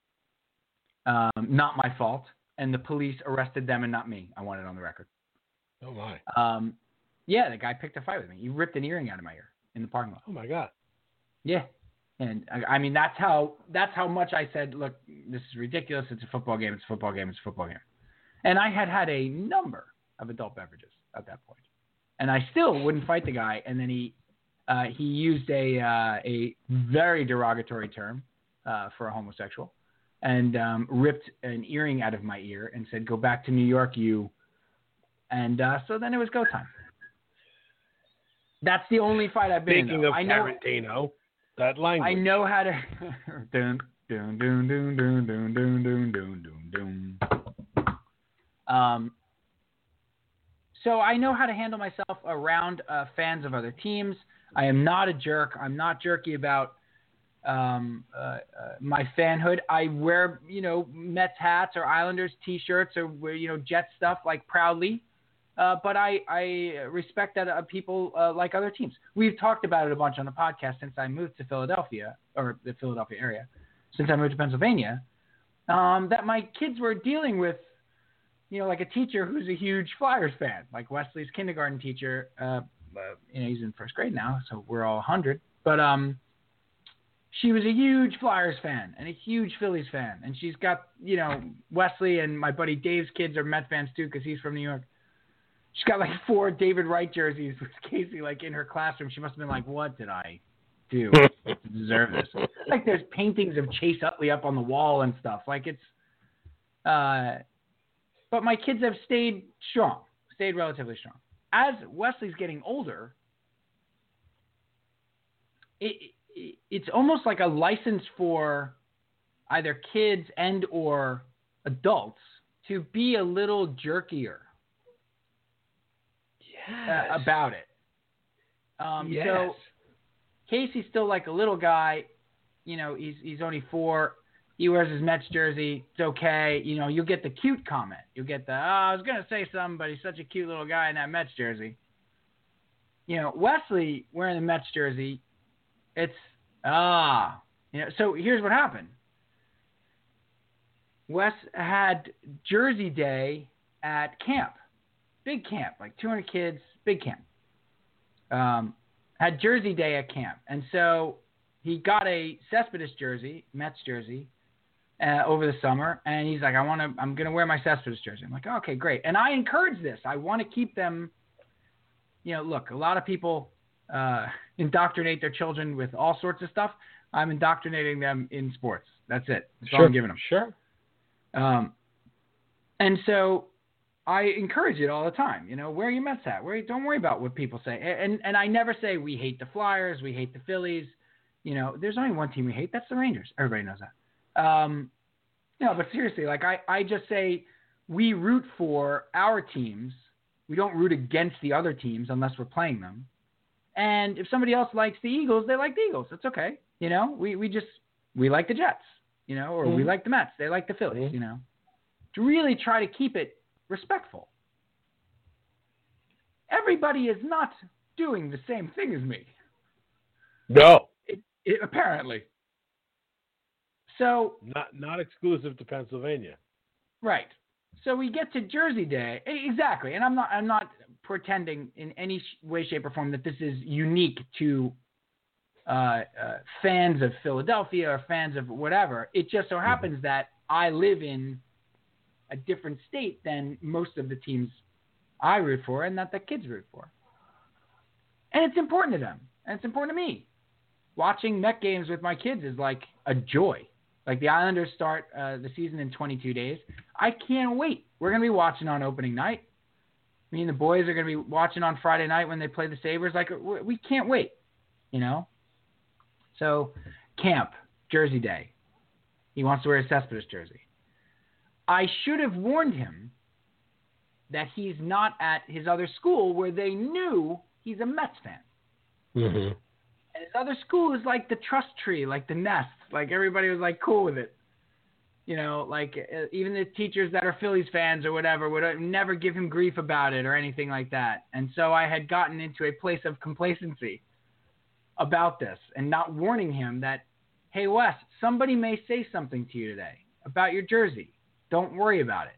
Speaker 1: Um, not my fault. And the police arrested them and not me. I want it on the record.
Speaker 2: Oh my.
Speaker 1: Um, yeah, the guy picked a fight with me. He ripped an earring out of my ear in the parking lot.
Speaker 2: Oh my god.
Speaker 1: Yeah, and I, I mean that's how that's how much I said. Look, this is ridiculous. It's a football game. It's a football game. It's a football game. And I had had a number of adult beverages at that point, and I still wouldn't fight the guy. And then he uh, he used a uh, a very derogatory term uh, for a homosexual, and um, ripped an earring out of my ear and said, "Go back to New York, you." And uh, so then it was go time. That's the only fight I've been in.
Speaker 2: Speaking
Speaker 1: though.
Speaker 2: of
Speaker 1: I know,
Speaker 2: Tarantino, that
Speaker 1: I
Speaker 2: language.
Speaker 1: know how to. dun, dun, dun, dun, dun, dun, dun, dun, dun, dun, dun. Um, so I know how to handle myself around uh, fans of other teams. I am not a jerk. I'm not jerky about um, uh, uh, my fanhood. I wear, you know, Mets hats or Islanders T-shirts or wear, you know, Jet stuff like proudly. Uh, but I, I respect that uh, people uh, like other teams. We've talked about it a bunch on the podcast since I moved to Philadelphia or the Philadelphia area, since I moved to Pennsylvania, um, that my kids were dealing with, you know, like a teacher who's a huge Flyers fan, like Wesley's kindergarten teacher. Uh, uh, you know, he's in first grade now, so we're all 100. But um, she was a huge Flyers fan and a huge Phillies fan, and she's got, you know, Wesley and my buddy Dave's kids are Mets fans too because he's from New York. She's got like four David Wright jerseys with Casey like in her classroom. She must have been like, "What did I do to deserve this?" Like there's paintings of Chase Utley up on the wall and stuff. Like it's, uh, but my kids have stayed strong, stayed relatively strong. As Wesley's getting older, it, it it's almost like a license for either kids and or adults to be a little jerkier uh, about it. Um,
Speaker 2: yes.
Speaker 1: So Casey's still like a little guy. You know, he's he's only four. He wears his Mets jersey. It's okay. You know, you'll get the cute comment. You'll get the oh, I was gonna say something, but he's such a cute little guy in that Mets jersey. You know, Wesley wearing the Mets jersey, it's ah. You know, so here's what happened. Wes had Jersey Day at camp big camp, like 200 kids, big camp. Um, had Jersey Day at camp, and so he got a Cespedes jersey, Mets jersey, uh, over the summer, and he's like, I want to, I'm gonna wear my Cespedes jersey. I'm like, okay, great, and I encourage this. I want to keep them. You know, look, a lot of people uh, indoctrinate their children with all sorts of stuff. I'm indoctrinating them in sports. That's it. That's all
Speaker 2: Sure.
Speaker 1: I'm giving them.
Speaker 2: Sure.
Speaker 1: Um, and so I encourage it all the time. You know, where you Mets at? Where don't worry about what people say. A- And and I never say we hate the Flyers, we hate the Phillies. You know, there's only one team we hate. That's the Rangers. Everybody knows that. Um, no, but seriously, like I I just say we root for our teams. We don't root against the other teams unless we're playing them. And if somebody else likes the Eagles, they like the Eagles. That's okay. You know, we we just we like the Jets. You know, or we
Speaker 2: Mhm.
Speaker 1: like the Mets. They like the Phillies.
Speaker 2: Mhm.
Speaker 1: You know, to really try to keep it respectful. Everybody is not doing the same thing as me,
Speaker 2: No,
Speaker 1: i apparently. So,
Speaker 2: not not exclusive to Pennsylvania.
Speaker 1: right. So we get to Jersey Day. E- Exactly. And I'm not I'm not pretending in any sh- way shape or form that this is unique to uh, uh, fans of Philadelphia or fans of whatever. It just so happens that I live in a different state than most of the teams I root for and that the kids root for. And it's important to them. And it's important to me. Watching Met games with my kids is like a joy. Like the Islanders start uh, the season in 22 days. I can't wait. We're going to be watching on opening night. Me and the boys are going to be watching on Friday night when they play the Sabres. Like, we we can't wait, you know? So, camp, Jersey Day. He wants to wear a Cespedes jersey. I should have warned him that he's not at his other school where they knew he's a Mets fan.
Speaker 2: Mm-hmm.
Speaker 1: And his other school is like the trust tree, like the nest. Like everybody was like cool with it. You know, like uh, even the teachers that are Phillies fans or whatever would uh, never give him grief about it or anything like that. And so I had gotten into a place of complacency about this and not warning him that, hey, Wes, somebody may say something to you today about your jersey. Don't worry about it.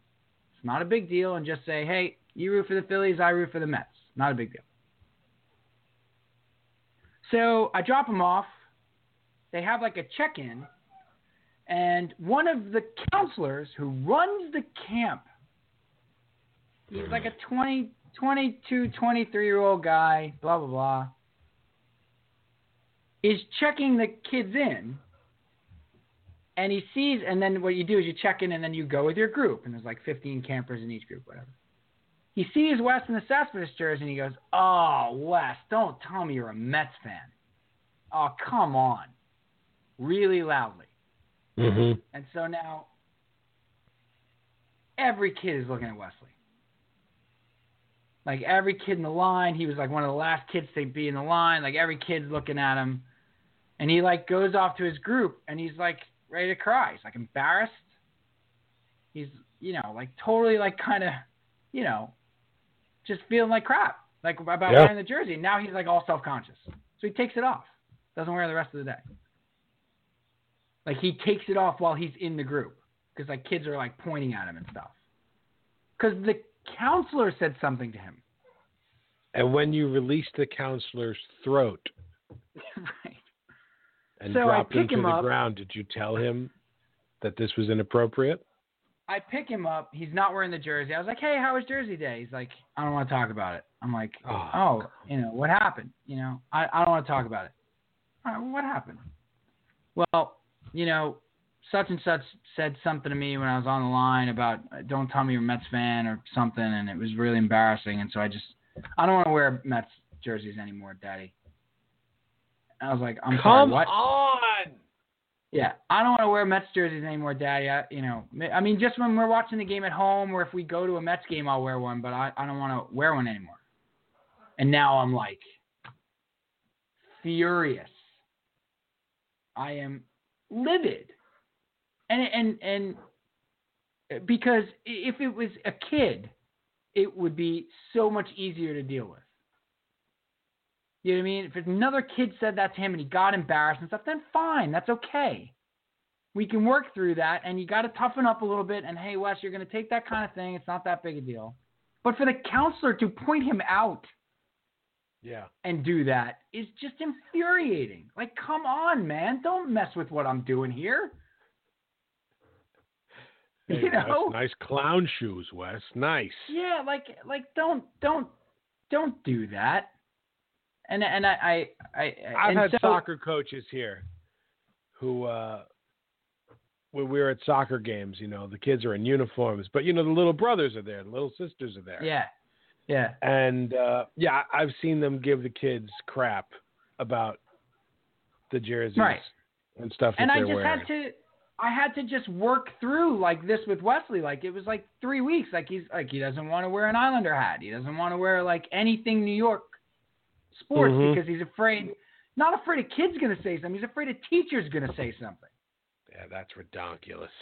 Speaker 1: It's not a big deal. And just say, hey, you root for the Phillies, I root for the Mets. Not a big deal. So I drop them off. They have like a check in. And one of the counselors who runs the camp, he's like a 20, 22, 23 year old guy, blah, blah, blah, is checking the kids in. And he sees, and then what you do is you check in and then you go with your group. And there's like 15 campers in each group, whatever. He sees West in the Cespedes jersey and he goes, Oh, West, don't tell me you're a Mets fan. Oh, come on. Really loudly.
Speaker 2: Mm-hmm.
Speaker 1: And so now every kid is looking at Wesley. Like every kid in the line, he was like one of the last kids to be in the line. Like every kid's looking at him. And he like goes off to his group and he's like ready to cry. He's like embarrassed. He's, you know, like totally like kind of, you know, just feeling like crap. Like about
Speaker 2: Yeah.
Speaker 1: wearing the jersey. Now he's like all self conscious. So he takes it off. Doesn't wear it the rest of the day. Like he takes it off while he's in the group because like kids are like pointing at him and stuff. Because the counselor said something to him.
Speaker 2: And when you release the counselor's throat
Speaker 1: right.
Speaker 2: and
Speaker 1: So I
Speaker 2: dropped him
Speaker 1: pick
Speaker 2: to
Speaker 1: him
Speaker 2: the
Speaker 1: up.
Speaker 2: ground, did you tell him that this was inappropriate?
Speaker 1: I pick him up. He's not wearing the jersey. I was like, "Hey, how was Jersey Day?" He's like, "I don't want to talk about it." I'm like,
Speaker 2: Oh,
Speaker 1: "Oh, you know what happened? You know, I, I don't want to talk about it." All right, well, what happened? Well, you know, such and such said something to me when I was on the line about uh, don't tell me you're a Mets fan or something, and it was really embarrassing. And so I just I don't want to wear Mets jerseys anymore, Daddy. And I was like, "I'm sorry,
Speaker 2: Come
Speaker 1: what?"
Speaker 2: on.
Speaker 1: Yeah, I don't want to wear Mets jerseys anymore, Daddy. I, you know, ma- I mean, just when we're watching the game at home, or if we go to a Mets game, I'll wear one. But I, I don't want to wear one anymore. And now I'm like furious. I am livid, and and and because i- if it was a kid, it would be so much easier to deal with. You know what I mean? If another kid said that to him and he got embarrassed and stuff, then fine, that's okay. We can work through that, and you got to toughen up a little bit. And hey, Wes, you're going to take that kind of thing. It's not that big a deal. But for the counselor to point him out
Speaker 2: Yeah.
Speaker 1: and do that is just infuriating. Like, come on, man, don't mess with what I'm doing here.
Speaker 2: Hey,
Speaker 1: you
Speaker 2: Wes,
Speaker 1: know?
Speaker 2: nice clown shoes, Wes. Nice.
Speaker 1: Yeah, like like don't don't don't do that. And and I I, I
Speaker 2: I've
Speaker 1: and
Speaker 2: had
Speaker 1: so-
Speaker 2: soccer coaches here who, uh, when we were at soccer games, you know, the kids are in uniforms, but you know, the little brothers are there, the little sisters are there.
Speaker 1: Yeah, yeah.
Speaker 2: And uh, yeah, I- I've seen them give the kids crap about the jerseys
Speaker 1: Right.
Speaker 2: and stuff
Speaker 1: and
Speaker 2: that
Speaker 1: I
Speaker 2: they're
Speaker 1: just
Speaker 2: wearing.
Speaker 1: had to I had to just work through like this with Wesley. Like it was like three weeks. Like he's like he doesn't want to wear an Islander hat. He doesn't want to wear like anything New York sports
Speaker 2: Mhm.
Speaker 1: because he's afraid not afraid a kid's gonna say something, he's afraid a teacher's gonna say something.
Speaker 2: yeah, that's redonkulous.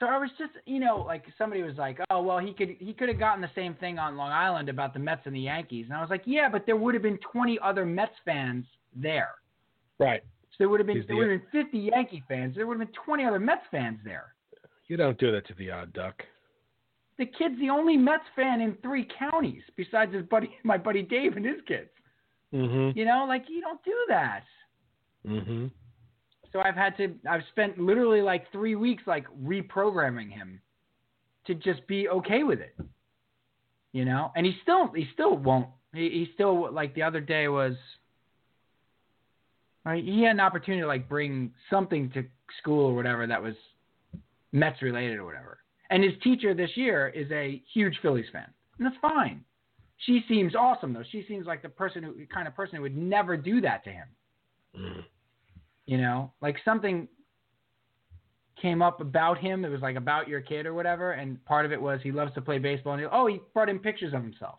Speaker 1: So I was just you know, like somebody was like, Oh well he could he could have gotten the same thing on Long Island about the Mets and the Yankees and I was like, Yeah, but there would have been twenty other Mets fans there.
Speaker 2: Right.
Speaker 1: So there would have been
Speaker 2: He's
Speaker 1: there
Speaker 2: the-
Speaker 1: would have been fifty Yankee fans, there would have been twenty other Mets fans there.
Speaker 2: You don't do that to the odd duck.
Speaker 1: the kid's the only Mets fan in three counties besides his buddy, my buddy Dave and his kids.
Speaker 2: Mm-hmm.
Speaker 1: You know, like you don't do that.
Speaker 2: Mm-hmm.
Speaker 1: So I've had to, I've spent literally like three weeks like reprogramming him to just be okay with it. You know, and he still, he still won't. He, he still like the other day was. Right, he had an opportunity to like bring something to school or whatever that was Mets related or whatever. And his teacher this year is a huge Phillies fan, and that's fine. She seems awesome though. She seems like the person who kind of person who would never do that to him
Speaker 2: Mm-hmm.
Speaker 1: you know like something came up about him it was like about your kid or whatever and part of it was he loves to play baseball and he, oh he brought in pictures of himself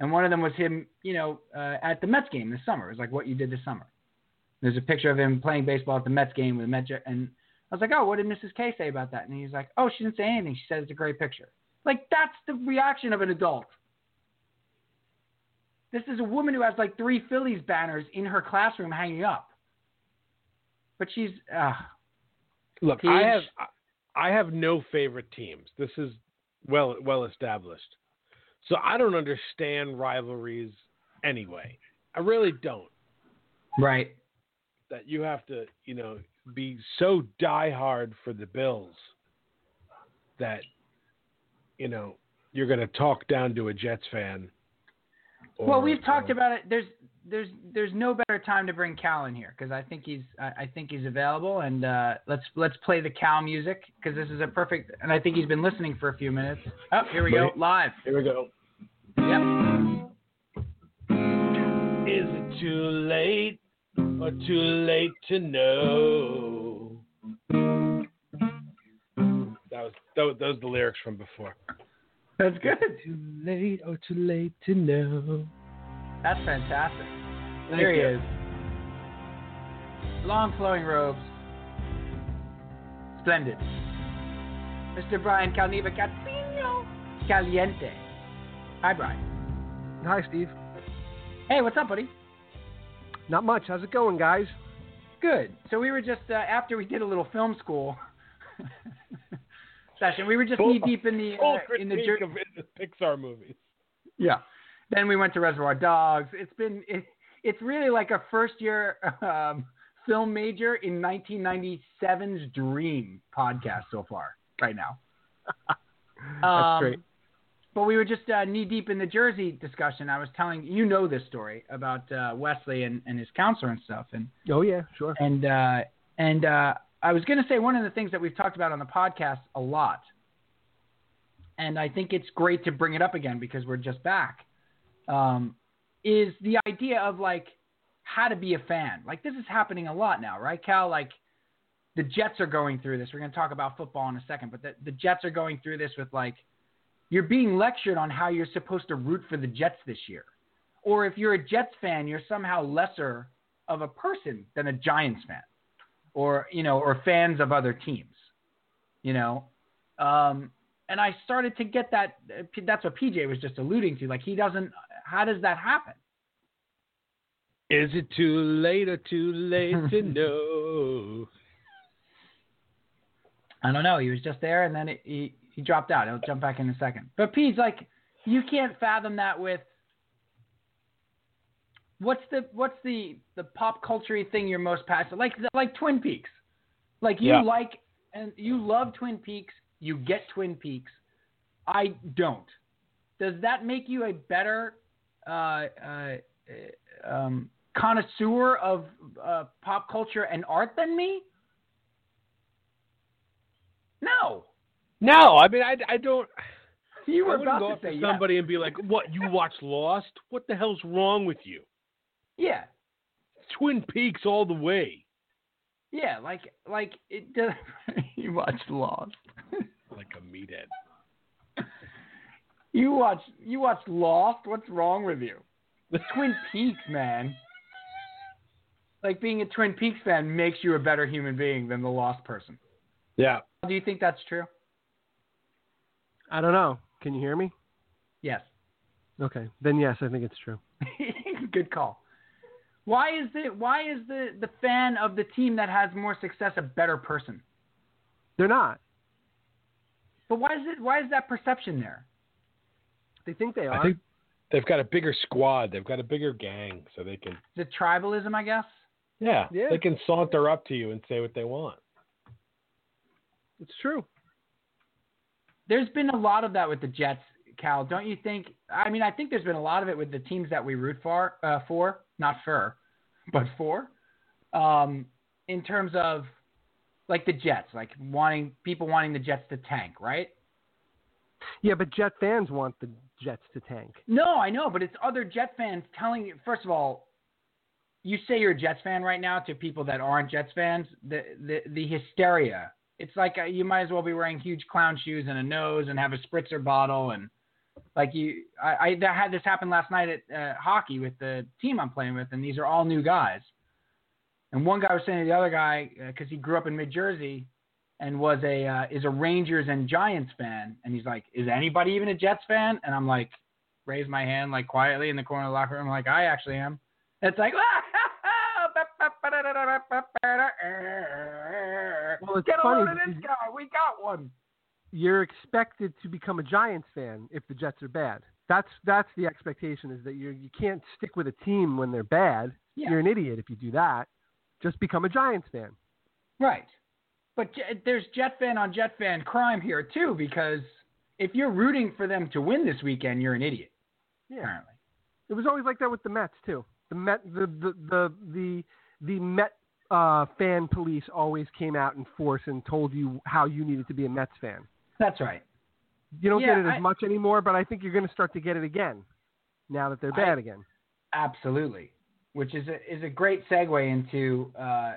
Speaker 1: and one of them was him you know uh, at the mets game this summer it was like what you did this summer there's a picture of him playing baseball at the mets game with a Met, jer- and i was like oh what did mrs k say about that and he's like oh she didn't say anything she said it's a great picture like that's the reaction of an adult this is a woman who has like three phillies banners in her classroom hanging up but she's uh,
Speaker 2: Look,
Speaker 1: Teams?
Speaker 2: I have I have no favorite teams. This is well well established. So I don't understand rivalries anyway. I really don't.
Speaker 1: right.
Speaker 2: That you have to, you know, be so diehard for the Bills that you know, you're going to talk down to a Jets fan.
Speaker 1: well,
Speaker 2: or- uh,
Speaker 1: we've talked
Speaker 2: or-
Speaker 1: about it. There's there's there's no better time to bring Cal in here because I think he's I, I think he's available and uh, let's let's play the Cal music because this is a perfect and I think he's been listening for a few minutes. Oh, here we go
Speaker 2: Right.
Speaker 1: live.
Speaker 2: Here we go. Is it too late or too late to know? That was that was, that was the lyrics from before.
Speaker 1: That's good.
Speaker 2: Too late or too late to know.
Speaker 1: That's fantastic.
Speaker 2: Thank
Speaker 1: there
Speaker 2: you.
Speaker 1: he is. Long flowing robes. Splendid. Mr. Brian Calneva Catino Caliente. Hi, Brian.
Speaker 6: Hi, Steve.
Speaker 1: Hey, what's up, buddy?
Speaker 6: Not much. How's it going, guys?
Speaker 1: Good. So we were just uh, after we did a little film school session. We were just
Speaker 2: Full-
Speaker 1: knee deep in the
Speaker 2: Full
Speaker 1: uh, in
Speaker 2: critique
Speaker 1: the Jer-
Speaker 2: of the Pixar movies.
Speaker 1: Yeah. Then we went to Reservoir Dogs. It's been it, it's really like a first year um, film major in 1997's Dream podcast so far right now. Um,
Speaker 6: great.
Speaker 1: But we were just uh, knee deep in the Jersey discussion. I was telling you know this story about uh, Wesley and, and his counselor and stuff, and
Speaker 6: Oh yeah, sure.
Speaker 1: and uh, and uh, I was going to say one of the things that we've talked about on the podcast a lot, and I think it's great to bring it up again because we're just back, um, is the idea of like how to be a fan. Like this is happening a lot now, right, Cal? Like the Jets are going through this. We're going to talk about football in a second, but the, the Jets are going through this with like you're being lectured on how you're supposed to root for the Jets this year. Or if you're a Jets fan, you're somehow lesser of a person than a Giants fan, or you know, or fans of other teams, you know. Um, and I started to get that. That's what PJ was just alluding to. Like he doesn't. How does that happen?
Speaker 2: Is it too late or too late to know?
Speaker 1: I don't know. He was just there, and then it, he he dropped out. He'll jump back in a second. But P's like, you can't fathom that with. What's the what's the the pop culture thing you're most passionate like like Twin Peaks, like you
Speaker 2: Yeah.
Speaker 1: like and you love Twin Peaks. You get Twin Peaks. I don't. Does that make you a better uh, uh, uh, um, connoisseur of uh, pop culture and art than me? No.
Speaker 2: No, I mean I, I don't.
Speaker 1: You
Speaker 2: I
Speaker 1: were
Speaker 2: wouldn't
Speaker 1: about
Speaker 2: go
Speaker 1: to
Speaker 2: up
Speaker 1: say
Speaker 2: to
Speaker 1: yes.
Speaker 2: somebody and be like, "What you watch Lost? What the hell's wrong with you?"
Speaker 1: Yeah,
Speaker 2: Twin Peaks all the way.
Speaker 1: yeah, like like it does. you watched Lost.
Speaker 2: Like a meathead.
Speaker 1: You watch you watched Lost. What's wrong with you? The Twin Peaks, man. Like being a Twin Peaks fan makes you a better human being than the Lost person.
Speaker 2: Yeah.
Speaker 1: Do you think that's true?
Speaker 6: I don't know. Can you hear me?
Speaker 1: Yes.
Speaker 6: Okay. Then yes, I think it's true.
Speaker 1: Good call. Why is the why is the the fan of the team that has more success a better person?
Speaker 6: They're not.
Speaker 1: But why is it why is that perception there?
Speaker 6: They think they
Speaker 2: I
Speaker 6: are.
Speaker 2: think they've got a bigger squad. They've got a bigger gang, so they can
Speaker 1: Is it tribalism, I guess?
Speaker 2: yeah,
Speaker 6: Yeah.
Speaker 2: they can saunter up to you and say what they want.
Speaker 6: It's true.
Speaker 1: there's been a lot of that with the Jets, Cal. Don't you think? I mean, I think there's been a lot of it with the teams that we root for, uh, for not for, but for, um, in terms of like the Jets, like wanting people wanting the Jets to tank, right?
Speaker 6: Yeah, but Jet fans want the Jets to tank.
Speaker 1: No, I know, but it's other Jet fans telling you. First of all, you say you're a Jets fan right now to people that aren't Jets fans. The the the hysteria. It's like uh, you might as well be wearing huge clown shoes and a nose and have a spritzer bottle and like you. I, I that had this happen last night at uh, hockey with the team I'm playing with, and these are all new guys. And one guy was saying to the other guy because he grew up in mid Jersey and was a uh, is a Rangers and Giants fan, and he's like, is anybody even a Jets fan? And I'm like raise my hand like quietly in the corner of the locker room, like I actually am. It's like
Speaker 6: Well, it's
Speaker 1: get a
Speaker 6: funny
Speaker 1: load of
Speaker 6: because
Speaker 1: this guy. We got one.
Speaker 6: You're expected to become a Giants fan if the Jets are bad. That's that's the expectation is that you you can't stick with a team when they're bad.
Speaker 1: Yeah.
Speaker 6: You're an idiot if you do that. Just become a Giants fan.
Speaker 1: Right. But J- there's Jet fan on Jet fan crime here too, because if you're rooting for them to win this weekend, you're an idiot.
Speaker 6: Yeah.
Speaker 1: Apparently.
Speaker 6: It was always like that with the Mets too. The Met, the the the the, the Met uh, fan police always came out in force and told you how you needed to be a Mets fan.
Speaker 1: That's right.
Speaker 6: You don't
Speaker 1: Yeah,
Speaker 6: get it as
Speaker 1: I-
Speaker 6: much anymore, but I think you're going to start to get it again now that they're
Speaker 1: I-
Speaker 6: bad again.
Speaker 1: Absolutely, which is a, is a great segue into uh, uh,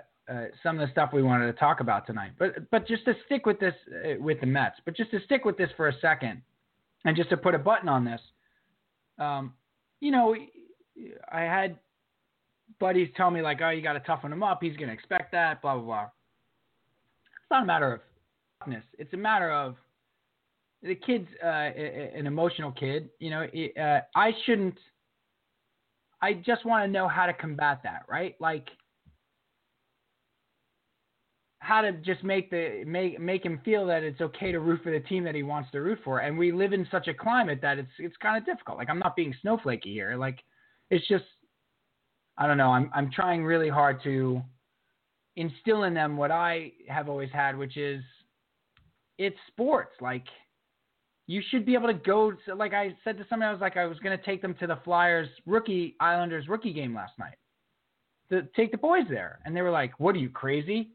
Speaker 1: some of the stuff we wanted to talk about tonight. But but just to stick with this uh, with the Mets, but just to stick with this for a second, and just to put a button on this, um, you know, I had buddies tell me like, oh, you got to toughen him up. He's going to expect that. Blah blah blah. It's not a matter of toughness. It's a matter of the kid's uh, a- a- an emotional kid. You know, it, uh, I shouldn't. I just want to know how to combat that, right? Like how to just make the make make him feel that it's okay to root for the team that he wants to root for. And we live in such a climate that it's it's kind of difficult. Like I'm not being snowflakey here. Like it's just I don't know. I'm I'm trying really hard to instill in them what I have always had, which is it's sports. Like you should be able to go. so, Like I said to somebody, I was like, I was going to take them to the Flyers rookie Islanders rookie game last night to take the boys there, and they were like, "What are you crazy?"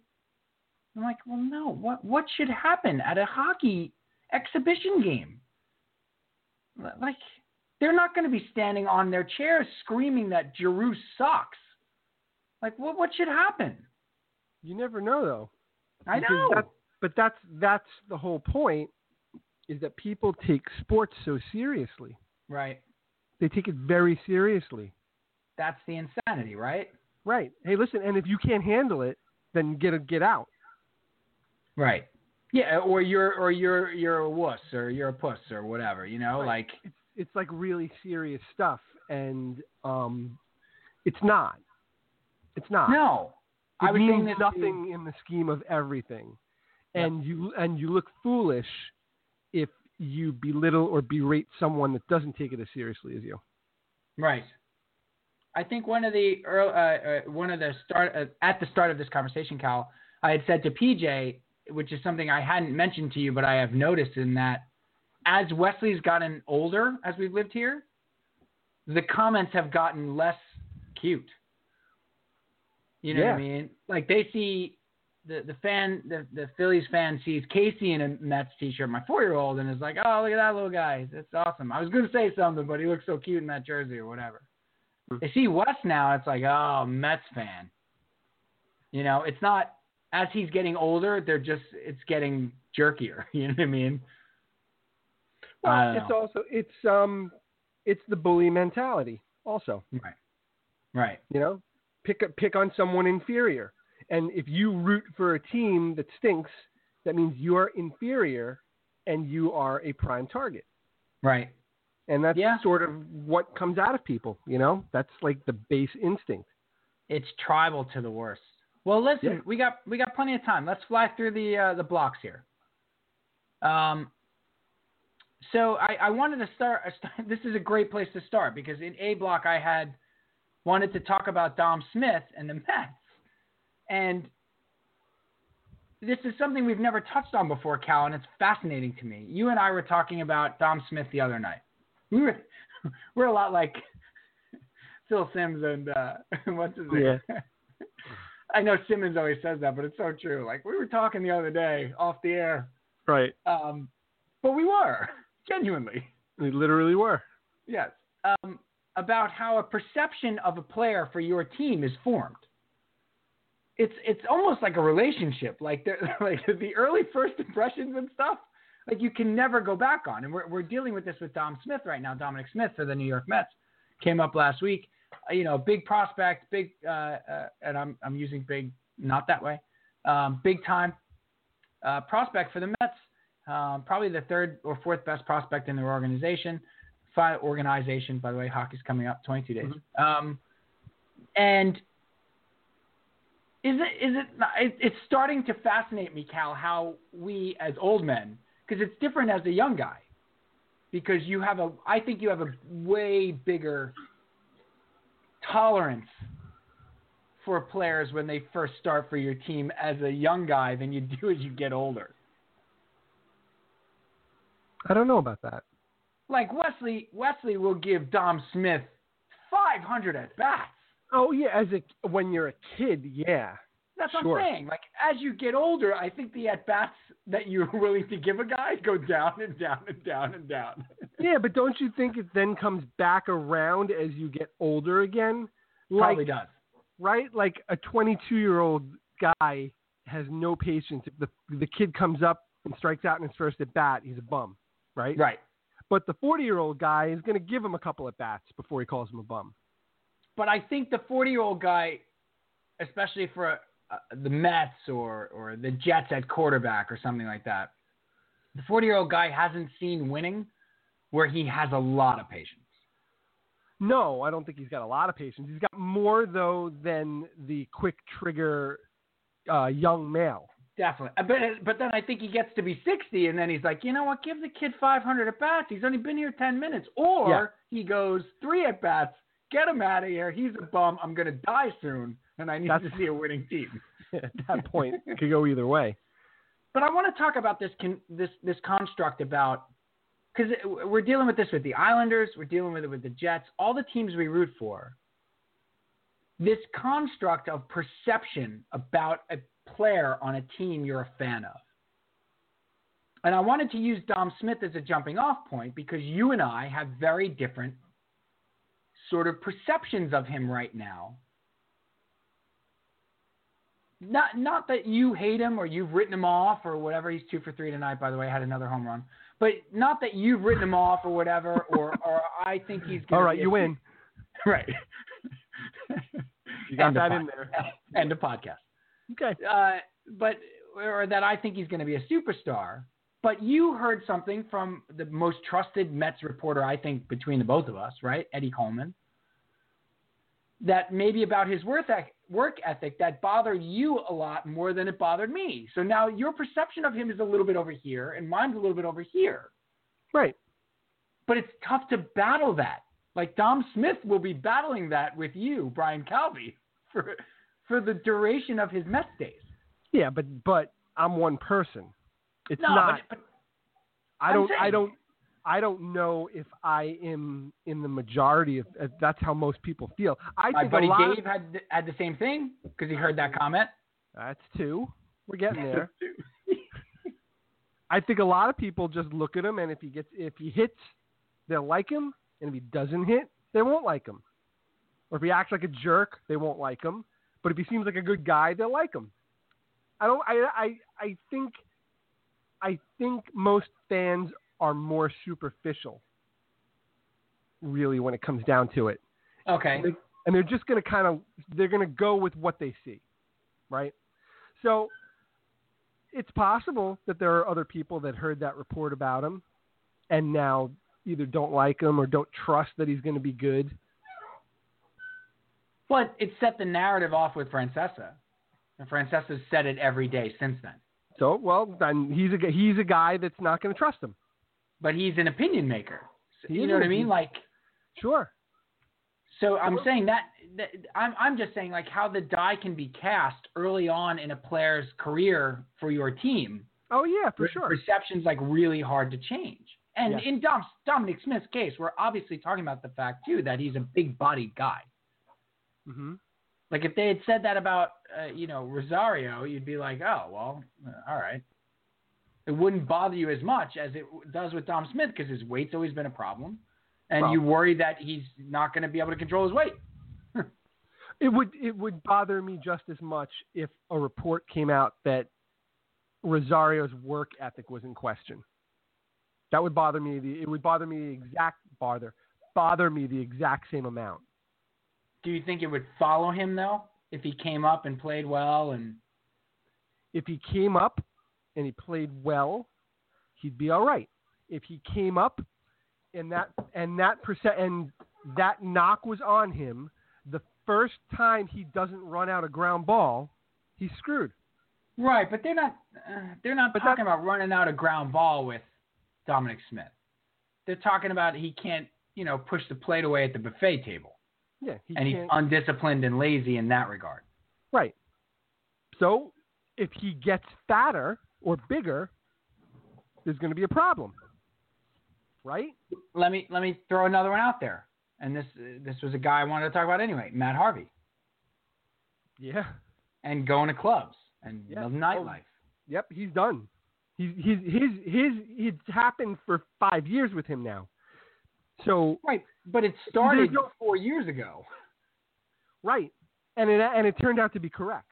Speaker 1: I'm like, "Well, no. What what should happen at a hockey exhibition game? Li- Like, they're not going to be standing on their chairs screaming that Giroux sucks. Like, what what should happen?
Speaker 6: You never know though.
Speaker 1: I
Speaker 6: Because
Speaker 1: know."
Speaker 6: that's- but that's that's the whole point is that people take sports so seriously.
Speaker 1: Right.
Speaker 6: They take it very seriously.
Speaker 1: That's the insanity, right?
Speaker 6: Right. Hey, listen, and if you can't handle it, then get a, get out.
Speaker 1: Right. Yeah, or you're or you're you're a wuss or you're a puss or whatever, you know,
Speaker 6: Right.
Speaker 1: like
Speaker 6: It's it's like really serious stuff and um it's not. It's not.
Speaker 1: no.
Speaker 6: It
Speaker 1: I was saying
Speaker 6: means
Speaker 1: this to-
Speaker 6: nothing in the scheme of everything, and you and you look foolish if you belittle or berate someone that doesn't take it as seriously as you.
Speaker 1: Right. I think one of the earl- uh, uh, one of the start uh, at the start of this conversation, Cal, I had said to PJ, which is something I hadn't mentioned to you, but I have noticed in that as Wesley's gotten older, as we've lived here, the comments have gotten less cute. You know what I mean? Like they see the the fan the, the Phillies fan sees Casey in a Mets t-shirt, my four year old, and is like, oh look at that little guy, that's awesome. I was gonna say something, but he looks so cute in that jersey or whatever. They see Wes now, it's like, oh Mets fan. You know, it's not as he's getting older, they're just it's getting jerkier. You know what I mean? I
Speaker 6: Well,
Speaker 1: don't
Speaker 6: it's
Speaker 1: know.
Speaker 6: also it's um it's the bully mentality also.
Speaker 1: Right.
Speaker 6: You know, pick up pick on someone inferior, and if you root for a team that stinks, that means you are inferior, and you are a prime target.
Speaker 1: Right.
Speaker 6: And that's
Speaker 1: Yeah.
Speaker 6: sort of what comes out of people. You know, that's like the base instinct.
Speaker 1: It's tribal to the worst. Well, listen,
Speaker 6: Yeah.
Speaker 1: we got we got plenty of time. Let's fly through the uh, the blocks here. Um, so I, I wanted to start, start. This is a great place to start because in A block I had wanted to talk about Dom Smith and the Mets, and this is something we've never touched on before, Cal, and it's fascinating to me. You and I were talking about Dom Smith the other night. We were we're a lot like Phil Sims and uh, what's his name? I know Simmons always says that, but it's so true. Like we were talking the other day off the air,
Speaker 6: Right.
Speaker 1: um, but we were genuinely,
Speaker 6: They literally were.
Speaker 1: yes, um, about how a perception of a player for your team is formed. It's it's almost like a relationship, like the like the early first impressions and stuff. Like you can never go back on, and we're we're dealing with this with Dom Smith right now. Dominic Smith for the New York Mets came up last week. Uh, You know, big prospect, big, uh, uh, and I'm I'm using big not that way, um, big time uh, prospect for the Mets. Um, probably the third or fourth best prospect in their organization. Five organization, by the way, hockey's coming up 22 days. Um, and is it is it, not- it it's starting to fascinate me, Cal, how we as old men, because it's different as a young guy, because you have a I think you have a way bigger tolerance for players when they first start for your team as a young guy than you do as you get older.
Speaker 6: I don't know about that.
Speaker 1: Like Wesley, Wesley will give Dom Smith 500 at bats.
Speaker 6: Oh yeah, as a when you're a kid, yeah,
Speaker 1: That's what
Speaker 6: Sure.
Speaker 1: I'm saying. Like as you get older, I think the at bats that you're willing to give a guy go down and down and down and down.
Speaker 6: Yeah, but don't you think it then comes back around as you get older again? Like,
Speaker 1: Probably does.
Speaker 6: right? Like a 22 year old guy has no patience. If the, the kid comes up and strikes out in his first at bat, he's a bum, right?
Speaker 1: Right.
Speaker 6: But the 40 year old guy is going to give him a couple at bats before he calls him a bum.
Speaker 1: But I think the 40 year old guy, especially for uh, the Mets or, or the Jets at quarterback or something like that, the 40 year old guy hasn't seen winning where he has a lot of patience.
Speaker 6: No, I don't think he's got a lot of patience. He's got more, though, than the quick trigger uh, young male.
Speaker 1: Definitely. Uh, But, but then I think he gets to be 60 and then he's like, you know what? Give the kid 500 at bats. He's only been here 10 minutes. Or
Speaker 6: Yeah.
Speaker 1: he goes, three at bats, get him out of here. He's a bum. I'm going to die soon. And I need
Speaker 6: That's-
Speaker 1: to see a winning team.
Speaker 6: at that point, it could go either way.
Speaker 1: but I want to talk about this con- this this construct about because we're dealing with this with the Islanders, we're dealing with it with the Jets, all the teams we root for. This construct of perception about a player on a team you're a fan of. And I wanted to use Dom Smith as a jumping off point because you and I have very different sort of perceptions of him right now not not that you hate him or you've written him off or whatever. He's two for three tonight, by the way. Had another home run, but not that you've written him off or whatever. Or, or I think he's gonna
Speaker 6: All right,
Speaker 1: be a-
Speaker 6: you win.
Speaker 1: Right.
Speaker 6: You got
Speaker 1: End of
Speaker 6: that
Speaker 1: pod-
Speaker 6: in there.
Speaker 1: End of podcast.
Speaker 6: Okay.
Speaker 1: Uh, but or that I think he's going to be a superstar. But you heard something from the most trusted Mets reporter, I think, between the both of us, right, Eddie Coleman, that maybe about his work ec- work ethic that bothered you a lot more than it bothered me. So now your perception of him is a little bit over here, and mine's a little bit over here.
Speaker 6: Right.
Speaker 1: But it's tough to battle that. Like Dom Smith will be battling that with you, Brian Calvi, for for the duration of his Mets days.
Speaker 6: Yeah, but but I'm one person. It's
Speaker 1: No,
Speaker 6: not.
Speaker 1: but,
Speaker 6: I
Speaker 1: I'm
Speaker 6: don't. I
Speaker 1: saying-
Speaker 6: don't. I don't know if I am in the majority of. Uh, that's how most people feel. I
Speaker 1: but my
Speaker 6: think a
Speaker 1: buddy
Speaker 6: lot.
Speaker 1: Dave had th- had the same thing because he heard that comment.
Speaker 6: Of, that's two. We're getting there. I think a lot of people just look at him, and if he gets, if he hits, they'll like him, and if he doesn't hit, they won't like him. Or if he acts like a jerk, they won't like him. But if he seems like a good guy, they'll like him. I don't. I I I think. I think most fans are more superficial. Really, when it comes down to it,
Speaker 1: Okay,
Speaker 6: Like- and they're just going to kind of they're going to go with what they see, right? So it's possible that there are other people that heard that report about him and now either don't like him or don't trust that he's going to be good.
Speaker 1: but it set the narrative off with Francesa, and Francesa's said it every day since then.
Speaker 6: So well, then he's a gu- he's a guy that's not going to trust him.
Speaker 1: But he's an opinion maker. So,
Speaker 6: He
Speaker 1: you know what I
Speaker 6: is.
Speaker 1: mean? Like,
Speaker 6: Sure.
Speaker 1: so I'm saying that, that I'm I'm just saying like how the die can be cast early on in a player's career for your team.
Speaker 6: Oh yeah, for sure.
Speaker 1: Perception's like really hard to change. And
Speaker 6: Yeah.
Speaker 1: in Dom, Dominic Smith's case, we're obviously talking about the fact too that he's a big bodied guy.
Speaker 6: hmm
Speaker 1: Like if they had said that about uh, you know Rosario, you'd be like, oh well, uh, all right. It wouldn't bother you as much as it w- does with Dom Smith because his weight's always been a problem, and
Speaker 6: Well-
Speaker 1: you worry that he's not going to be able to control his weight.
Speaker 6: It would it would bother me just as much if a report came out that Rosario's work ethic was in question. That would bother me. The, it would bother me the exact bother bother me the exact same amount.
Speaker 1: Do you think it would follow him though if he came up and played well and
Speaker 6: If he came up and he played well, he'd be all right. If he came up and that and that percent and that knock was on him, the first time he doesn't run out a ground ball, he's screwed.
Speaker 1: right? But they're not uh, they're not
Speaker 6: But that-
Speaker 1: talking about running out a ground ball with Dominic Smith. They're talking about he can't you know push the plate away at the buffet table,
Speaker 6: Yeah, he
Speaker 1: and he's
Speaker 6: can't.
Speaker 1: undisciplined and lazy in that regard.
Speaker 6: Right. So if he gets fatter or bigger, there's going to be a problem. Right?
Speaker 1: let me let me throw another one out there. And this this was a guy I wanted to talk about anyway, Matt Harvey.
Speaker 6: Yeah.
Speaker 1: and going to clubs and
Speaker 6: Yeah. Oh,
Speaker 1: love nightlife.
Speaker 6: Yep, he's done. He's he's his his it's happened for five years with him now. So
Speaker 1: Right, but it started
Speaker 6: There's no-
Speaker 1: four years ago.
Speaker 6: right, and it and it turned out to be correct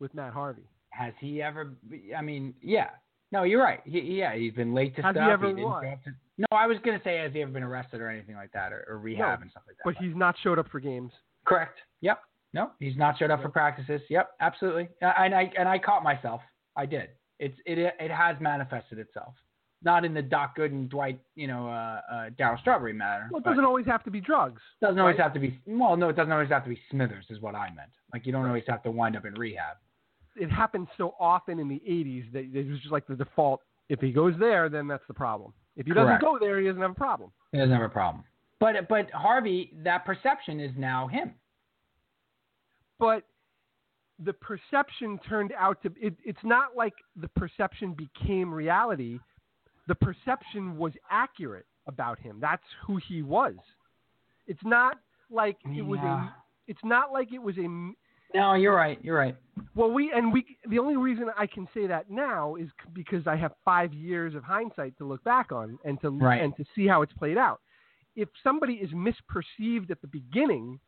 Speaker 6: with Matt Harvey.
Speaker 1: Has he ever? be- I mean, yeah. No, you're right. He, yeah, he's been late to
Speaker 6: Has he
Speaker 1: stuff.
Speaker 6: ever
Speaker 1: didn't
Speaker 6: what?
Speaker 1: go up to- no, I was gonna say has he ever been arrested or anything like that, or, or rehab and stuff like that.
Speaker 6: But he's not showed up for games.
Speaker 1: Correct. Yep. No, he's not showed up for practices. Yep, absolutely. Uh, And I and I caught myself. I did. It's it it has manifested itself. Not in the Doc Good and Dwight, you know, uh, uh, Darryl Strawberry manner.
Speaker 6: Well, it
Speaker 1: but
Speaker 6: doesn't always have to be drugs.
Speaker 1: doesn't always
Speaker 6: right?
Speaker 1: have to be. Well, no, it doesn't always have to be Smithers, is what I meant. Like you don't always have to wind up in rehab.
Speaker 6: It happened so often in the '80s that it was just like the default. If he goes there, then that's the problem. If he doesn't
Speaker 1: Correct.
Speaker 6: go there, he doesn't have a problem.
Speaker 1: He doesn't have a problem. But but Harvey, that perception is now him.
Speaker 6: but the perception turned out to it, it's not like the perception became reality the perception was accurate about him that's who he was it's not like it was
Speaker 1: Yeah.
Speaker 6: a it's not like it was a
Speaker 1: No, you're right. You're right.
Speaker 6: well we and we the only reason i can say that now is c- because i have 5 years of hindsight to look back on and to
Speaker 1: Right.
Speaker 6: and to see how it's played out if somebody is misperceived at the beginning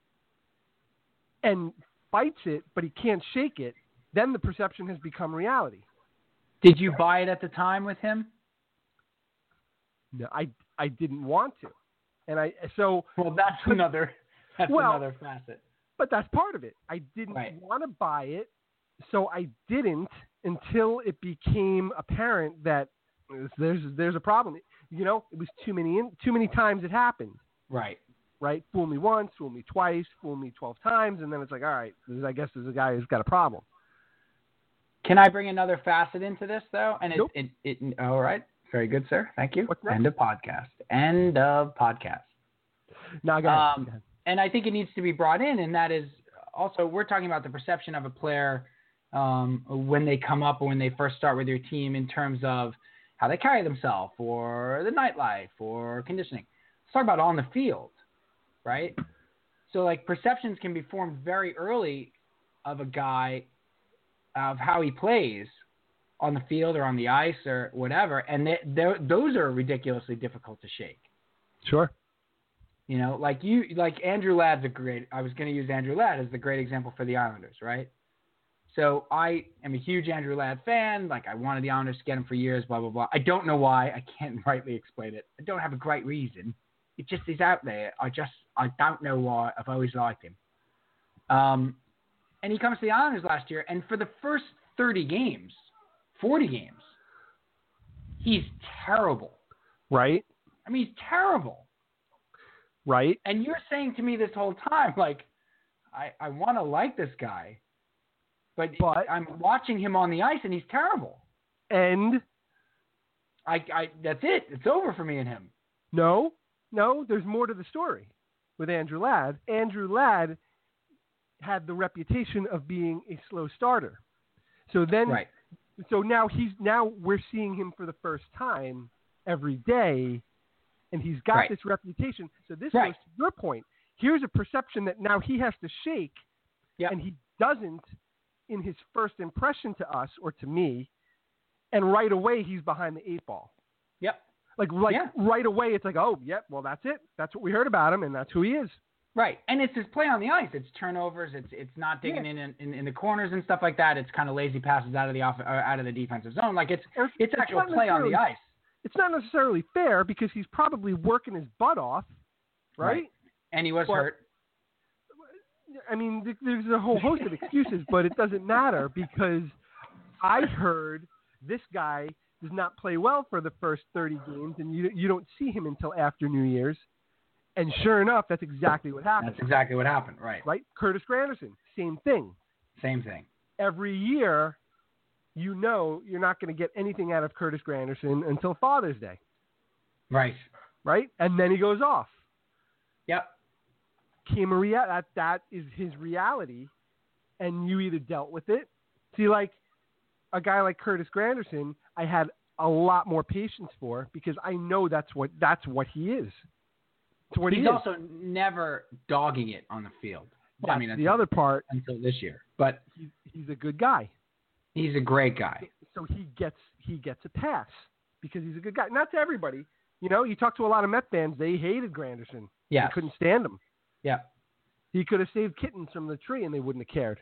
Speaker 6: and fights it, but he can't shake it, then the perception has become reality.
Speaker 1: Did you buy it at the time with him?
Speaker 6: No, I I didn't want to, and I so
Speaker 1: Well, that's another. That's
Speaker 6: Well-
Speaker 1: another facet.
Speaker 6: but that's part of it. I didn't
Speaker 1: Right.
Speaker 6: want to buy it, so I didn't until it became apparent that there's there's a problem. You know, it was too many in- too many times it happened.
Speaker 1: Right.
Speaker 6: Right, fool me once, fool me twice, fool me twelve times, and then it's like, all right, this is- I guess there's a guy who's got a problem.
Speaker 1: Can I bring another facet into this though? And it,
Speaker 6: Nope.
Speaker 1: it, it, all right, very good, sir. Thank you.
Speaker 6: What's next?
Speaker 1: End of podcast. End of podcast.
Speaker 6: Now, guys,
Speaker 1: Um, and I think it needs to be brought in, and that is also we're talking about the perception of a player um, when they come up or when they first start with your team in terms of how they carry themselves or the nightlife or conditioning. Let's talk about on the field, right? So like perceptions can be formed very early of a guy of how he plays on the field or on the ice or whatever, and they, they're- those are ridiculously difficult to shake.
Speaker 6: sure.
Speaker 1: You know, like you, like Andrew Ladd's a great. I was going to use Andrew Ladd as the great example for the Islanders, right? So I am a huge Andrew Ladd fan. Like I wanted the Islanders to get him for years, blah blah blah. I don't know why. I can't rightly explain it. I don't have a great reason. It just is out there. I just I don't know why. I've always liked him. Um, and he comes to the Islanders last year, and for the first thirty games, forty games, he's terrible.
Speaker 6: Right,
Speaker 1: I mean, he's terrible.
Speaker 6: right.
Speaker 1: And you're saying to me this whole time, like, I, I want to like this guy, but,
Speaker 6: But-
Speaker 1: I'm watching him on the ice and he's terrible.
Speaker 6: And
Speaker 1: I, I that's it. It's over for me and him.
Speaker 6: no, no, there's more to the story with Andrew Ladd. Andrew Ladd had the reputation of being a slow starter. So then,
Speaker 1: Right.
Speaker 6: so now he's now we're seeing him for the first time every day, and he's got
Speaker 1: Right.
Speaker 6: this reputation. So this
Speaker 1: Right.
Speaker 6: goes to your point. Here's a perception that now he has to shake,
Speaker 1: Yep.
Speaker 6: and he doesn't in his first impression to us or to me, and right away he's behind the eight ball.
Speaker 1: Yep.
Speaker 6: Like like
Speaker 1: Yeah.
Speaker 6: right away, it's like, oh, yep, well that's it. That's what we heard about him, and that's who he is.
Speaker 1: Right. And it's his play on the ice. It's turnovers. It's it's not digging in, in in the corners and stuff like that. It's kind of lazy passes out of the off, or out of the defensive zone. Like it's
Speaker 6: And
Speaker 1: it's actual
Speaker 6: not
Speaker 1: play on
Speaker 6: necessarily-
Speaker 1: the ice.
Speaker 6: It's not necessarily fair because he's probably working his butt off, right?
Speaker 1: Right. And he was
Speaker 6: Well,
Speaker 1: hurt.
Speaker 6: I mean, th- there's a whole host of excuses, but it doesn't matter because I heard this guy does not play well for the first 30 games, and you you don't see him until after New Year's. And sure enough, that's exactly what happened,
Speaker 1: That's exactly what happened. Right.
Speaker 6: right? Curtis Granderson, same thing.
Speaker 1: Same thing.
Speaker 6: every year, you know you're not going to get anything out of Curtis Granderson until Father's Day,
Speaker 1: Right.
Speaker 6: right? And then he goes off.
Speaker 1: Yep.
Speaker 6: Came a rea- that that is his reality, and you either dealt with it. See, like a guy like Curtis Granderson, I had a lot more patience for because I know that's what that's what he is. It's what
Speaker 1: He's
Speaker 6: he is.
Speaker 1: also never dogging it on the field. Well, I mean,
Speaker 6: That's
Speaker 1: that's
Speaker 6: the other part.
Speaker 1: until this year. But
Speaker 6: He's, he's a good guy,
Speaker 1: he's a great guy.
Speaker 6: so he gets he gets a pass because he's a good guy. Not to everybody, you know. You talk to a lot of Met fans; they hated Granderson.
Speaker 1: Yeah.
Speaker 6: They couldn't stand him.
Speaker 1: Yeah.
Speaker 6: He could have saved kittens from the tree, and they wouldn't have cared.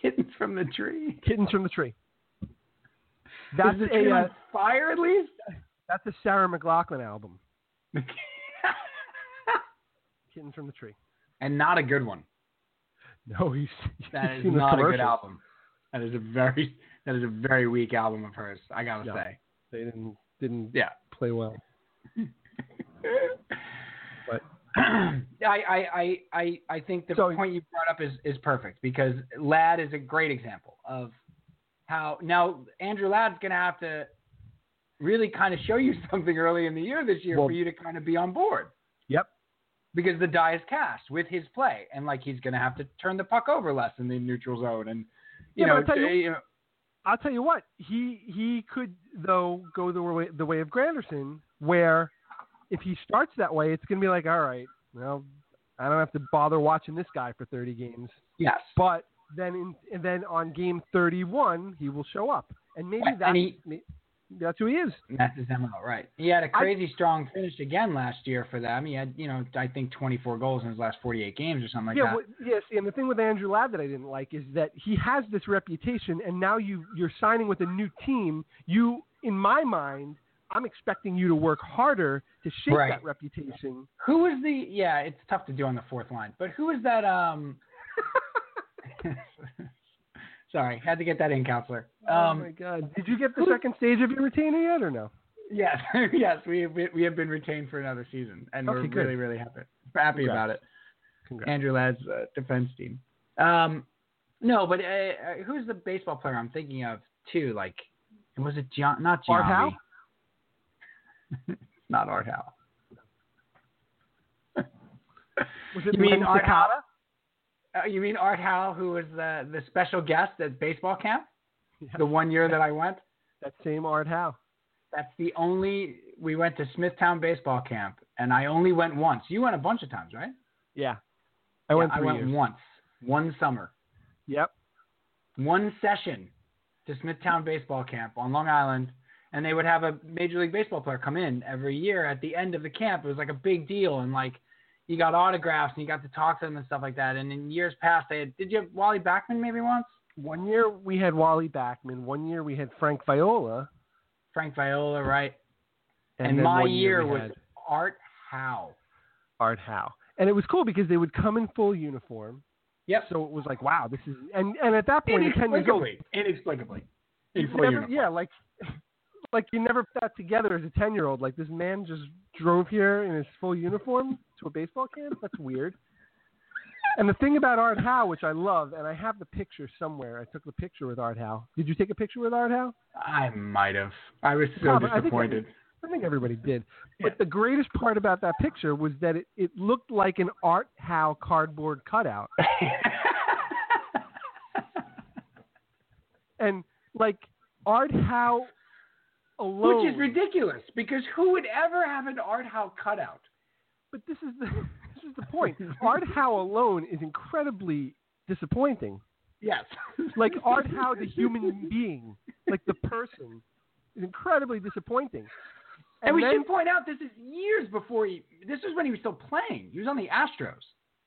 Speaker 1: Kittens from the tree.
Speaker 6: Kittens from the tree. That's
Speaker 1: Is the tree
Speaker 6: a uh,
Speaker 1: on fire at least?
Speaker 6: that's a Sarah McLaughlin album. Kittens from the tree.
Speaker 1: and not a good one.
Speaker 6: No, he's
Speaker 1: That is
Speaker 6: seen the
Speaker 1: not a good
Speaker 6: commercials.
Speaker 1: album. That is a very that is a very weak album of hers. I gotta
Speaker 6: No.
Speaker 1: say.
Speaker 6: They didn't didn't
Speaker 1: Yeah.
Speaker 6: play well. But-
Speaker 1: I, I, I, I, I think the
Speaker 6: So-
Speaker 1: point you brought up is, is perfect because Ladd is a great example of how now Andrew Ladd's going to have to really kind of show you something early in the year this year
Speaker 6: Well-
Speaker 1: for you to kind of be on board.
Speaker 6: Yep.
Speaker 1: Because the die is cast with his play, and like he's going to have to turn the puck over less in the neutral zone, and you know,
Speaker 6: Yeah, but I'll tell you-
Speaker 1: they- you know,
Speaker 6: I'll tell you what, he he could though go the way the way of Granderson, where if he starts that way, it's gonna be like, all right, well, I don't have to bother watching this guy for 30 games.
Speaker 1: yes,
Speaker 6: But then in, and then on game 31, he will show up, and maybe
Speaker 1: Right, and
Speaker 6: that's
Speaker 1: he-
Speaker 6: may- that's who he is.
Speaker 1: That's his MO, right? He had a crazy strong finish again last year for them. He had, you know, I think 24 goals in his last 48 games or something like
Speaker 6: yeah,
Speaker 1: that.
Speaker 6: well, yes, and the thing with Andrew Ladd that I didn't like is that he has this reputation, and now you you're signing with a new team. You, in my mind, I'm expecting you to work harder to shape
Speaker 1: Right.
Speaker 6: that reputation.
Speaker 1: Who was the? Yeah, it's tough to do on the fourth line, but who was that? Um, sorry, had to get that in, counselor.
Speaker 6: oh
Speaker 1: Um,
Speaker 6: my God! Did you get the
Speaker 1: who-
Speaker 6: second stage of your retainer yet, or no?
Speaker 1: yes, yes, we have, we have been retained for another season, and
Speaker 6: Okay,
Speaker 1: we're
Speaker 6: good.
Speaker 1: really, really happy happy
Speaker 6: Congrats.
Speaker 1: about it.
Speaker 6: Congrats.
Speaker 1: Andrew Ladd's uh, defense team. Um, no, but uh, uh, who's the baseball player I'm thinking of too? Like, was it John? Not John.
Speaker 6: Art Howe?
Speaker 1: not Art Howe.
Speaker 6: Was it
Speaker 1: You mean
Speaker 6: Len
Speaker 1: Art Howe?
Speaker 6: Cicada?
Speaker 1: Uh, you mean Art Howe, who was the the special guest at baseball camp?
Speaker 6: Yeah.
Speaker 1: The one year that I went.
Speaker 6: That same Art Howe.
Speaker 1: That's the only we went to Smithtown baseball camp, and I only went once. You went a bunch of times, right?
Speaker 6: Yeah, I
Speaker 1: Yeah,
Speaker 6: went
Speaker 1: I
Speaker 6: three
Speaker 1: went
Speaker 6: years.
Speaker 1: once, one summer.
Speaker 6: Yep.
Speaker 1: one session to Smithtown Baseball Camp on Long Island, and they would have a Major League Baseball player come in every year at the end of the camp. It was like a big deal, and like you got autographs and you got to talk to them and stuff like that. And in years past, they had, did you have Wally Backman maybe once?
Speaker 6: One year we had Wally Backman. One year we had Frank Viola.
Speaker 1: Frank Viola, right? And,
Speaker 6: then
Speaker 1: my
Speaker 6: one year,
Speaker 1: year,
Speaker 6: we
Speaker 1: was
Speaker 6: had-
Speaker 1: Art Howe.
Speaker 6: Art Howe. And it was cool because they would come in full uniform.
Speaker 1: Yep.
Speaker 6: So it was like, wow, this is and and at that point, you're ten years old.
Speaker 1: Inexplicably, inexplicably.
Speaker 6: you
Speaker 1: In full
Speaker 6: never-
Speaker 1: uniform.
Speaker 6: yeah, like like you never put that together as a ten year old. Like this man just drove here in his full uniform to a baseball camp. That's weird. And the thing about Art Howe, which I love, and I have the picture somewhere. I took the picture with Art Howe. Did you take a picture with Art Howe?
Speaker 1: I might have. I was so
Speaker 6: No, but I think
Speaker 1: disappointed.
Speaker 6: I think everybody did. But the greatest part about that picture was that it, it looked like an Art Howe cardboard cutout. and like Art Howe alone.
Speaker 1: Which is ridiculous because who would ever have an Art Howe cutout?
Speaker 6: But this is the this is the point. Art Howe alone is incredibly disappointing.
Speaker 1: Yes.
Speaker 6: Like Art Howe, the human being, like the person, is incredibly disappointing.
Speaker 1: And, we
Speaker 6: then
Speaker 1: should point out this is years before he. This is when he was still playing. He was on the Astros.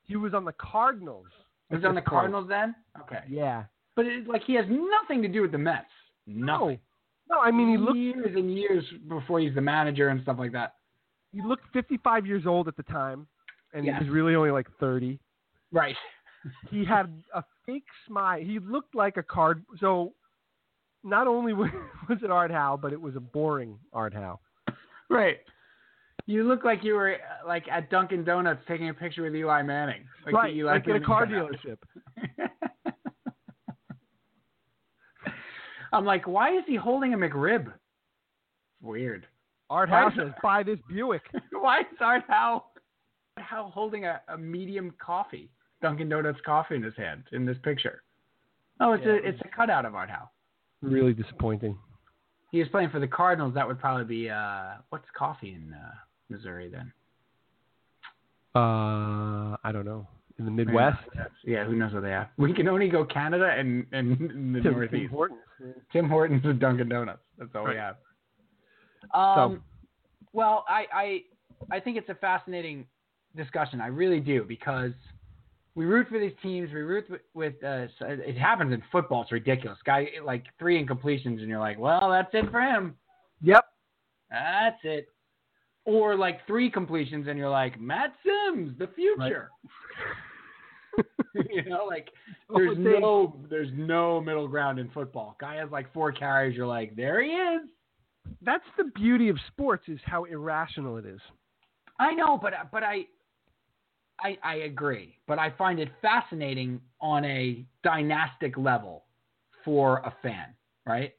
Speaker 6: he was on the Cardinals.
Speaker 1: He was
Speaker 6: at
Speaker 1: on the
Speaker 6: this point.
Speaker 1: Cardinals then. Okay.
Speaker 6: Yeah.
Speaker 1: But it's like he has nothing to do with the Mets. Nothing.
Speaker 6: No, I mean he looked
Speaker 1: years and years before he's the manager and stuff like that.
Speaker 6: he looked 55 years old at the time, and
Speaker 1: Yes.
Speaker 6: he was really only like 30.
Speaker 1: Right.
Speaker 6: he had a fake smile. He looked like a card. So not only was was it Art Howe, but it was a boring Art Howe.
Speaker 1: Right. You look like you were uh, like at Dunkin' Donuts taking a picture with Eli Manning. Like
Speaker 6: right,
Speaker 1: the Eli
Speaker 6: like in a
Speaker 1: Manning
Speaker 6: car
Speaker 1: cutout.
Speaker 6: dealership.
Speaker 1: I'm like, why is he holding a McRib? Weird.
Speaker 6: Art
Speaker 1: Why
Speaker 6: Howe
Speaker 1: is
Speaker 6: says,
Speaker 1: it-
Speaker 6: buy this Buick.
Speaker 1: why is Art Howe, Art Howe holding a, a medium coffee, Dunkin' Donuts coffee in his hand in this picture? Oh, it's
Speaker 6: Yeah,
Speaker 1: a
Speaker 6: it was-
Speaker 1: it's a cutout of Art Howe.
Speaker 6: Really disappointing.
Speaker 1: He was playing for the Cardinals. That would probably be uh, what's coffee in uh, Missouri then?
Speaker 6: Uh, I don't know. in the Midwest.
Speaker 1: Yeah, who knows where they are? We can only go Canada and and the
Speaker 6: Tim- Tim
Speaker 1: Northeast.
Speaker 6: Hortons.
Speaker 1: Tim Hortons and Dunkin' Donuts. That's all we have.
Speaker 5: Um, Well, I, I I think it's a fascinating discussion. I really do because
Speaker 1: we root for these teams. We root with, with uh, so- it happens in football. It's ridiculous. Guy like three incompletions, and you're like, well, that's it for him.
Speaker 6: Yep.
Speaker 1: That's it. Or like three completions, and you're like, Matt Sims, the future. you know, like there's
Speaker 6: Oh, they-
Speaker 1: no there's no middle ground in football. Guy has like four carries. You're like, there he is.
Speaker 6: That's the beauty of sports is how irrational it is.
Speaker 1: I know, but uh, but I, I I agree, but I find it fascinating on a dynastic level for a fan, right?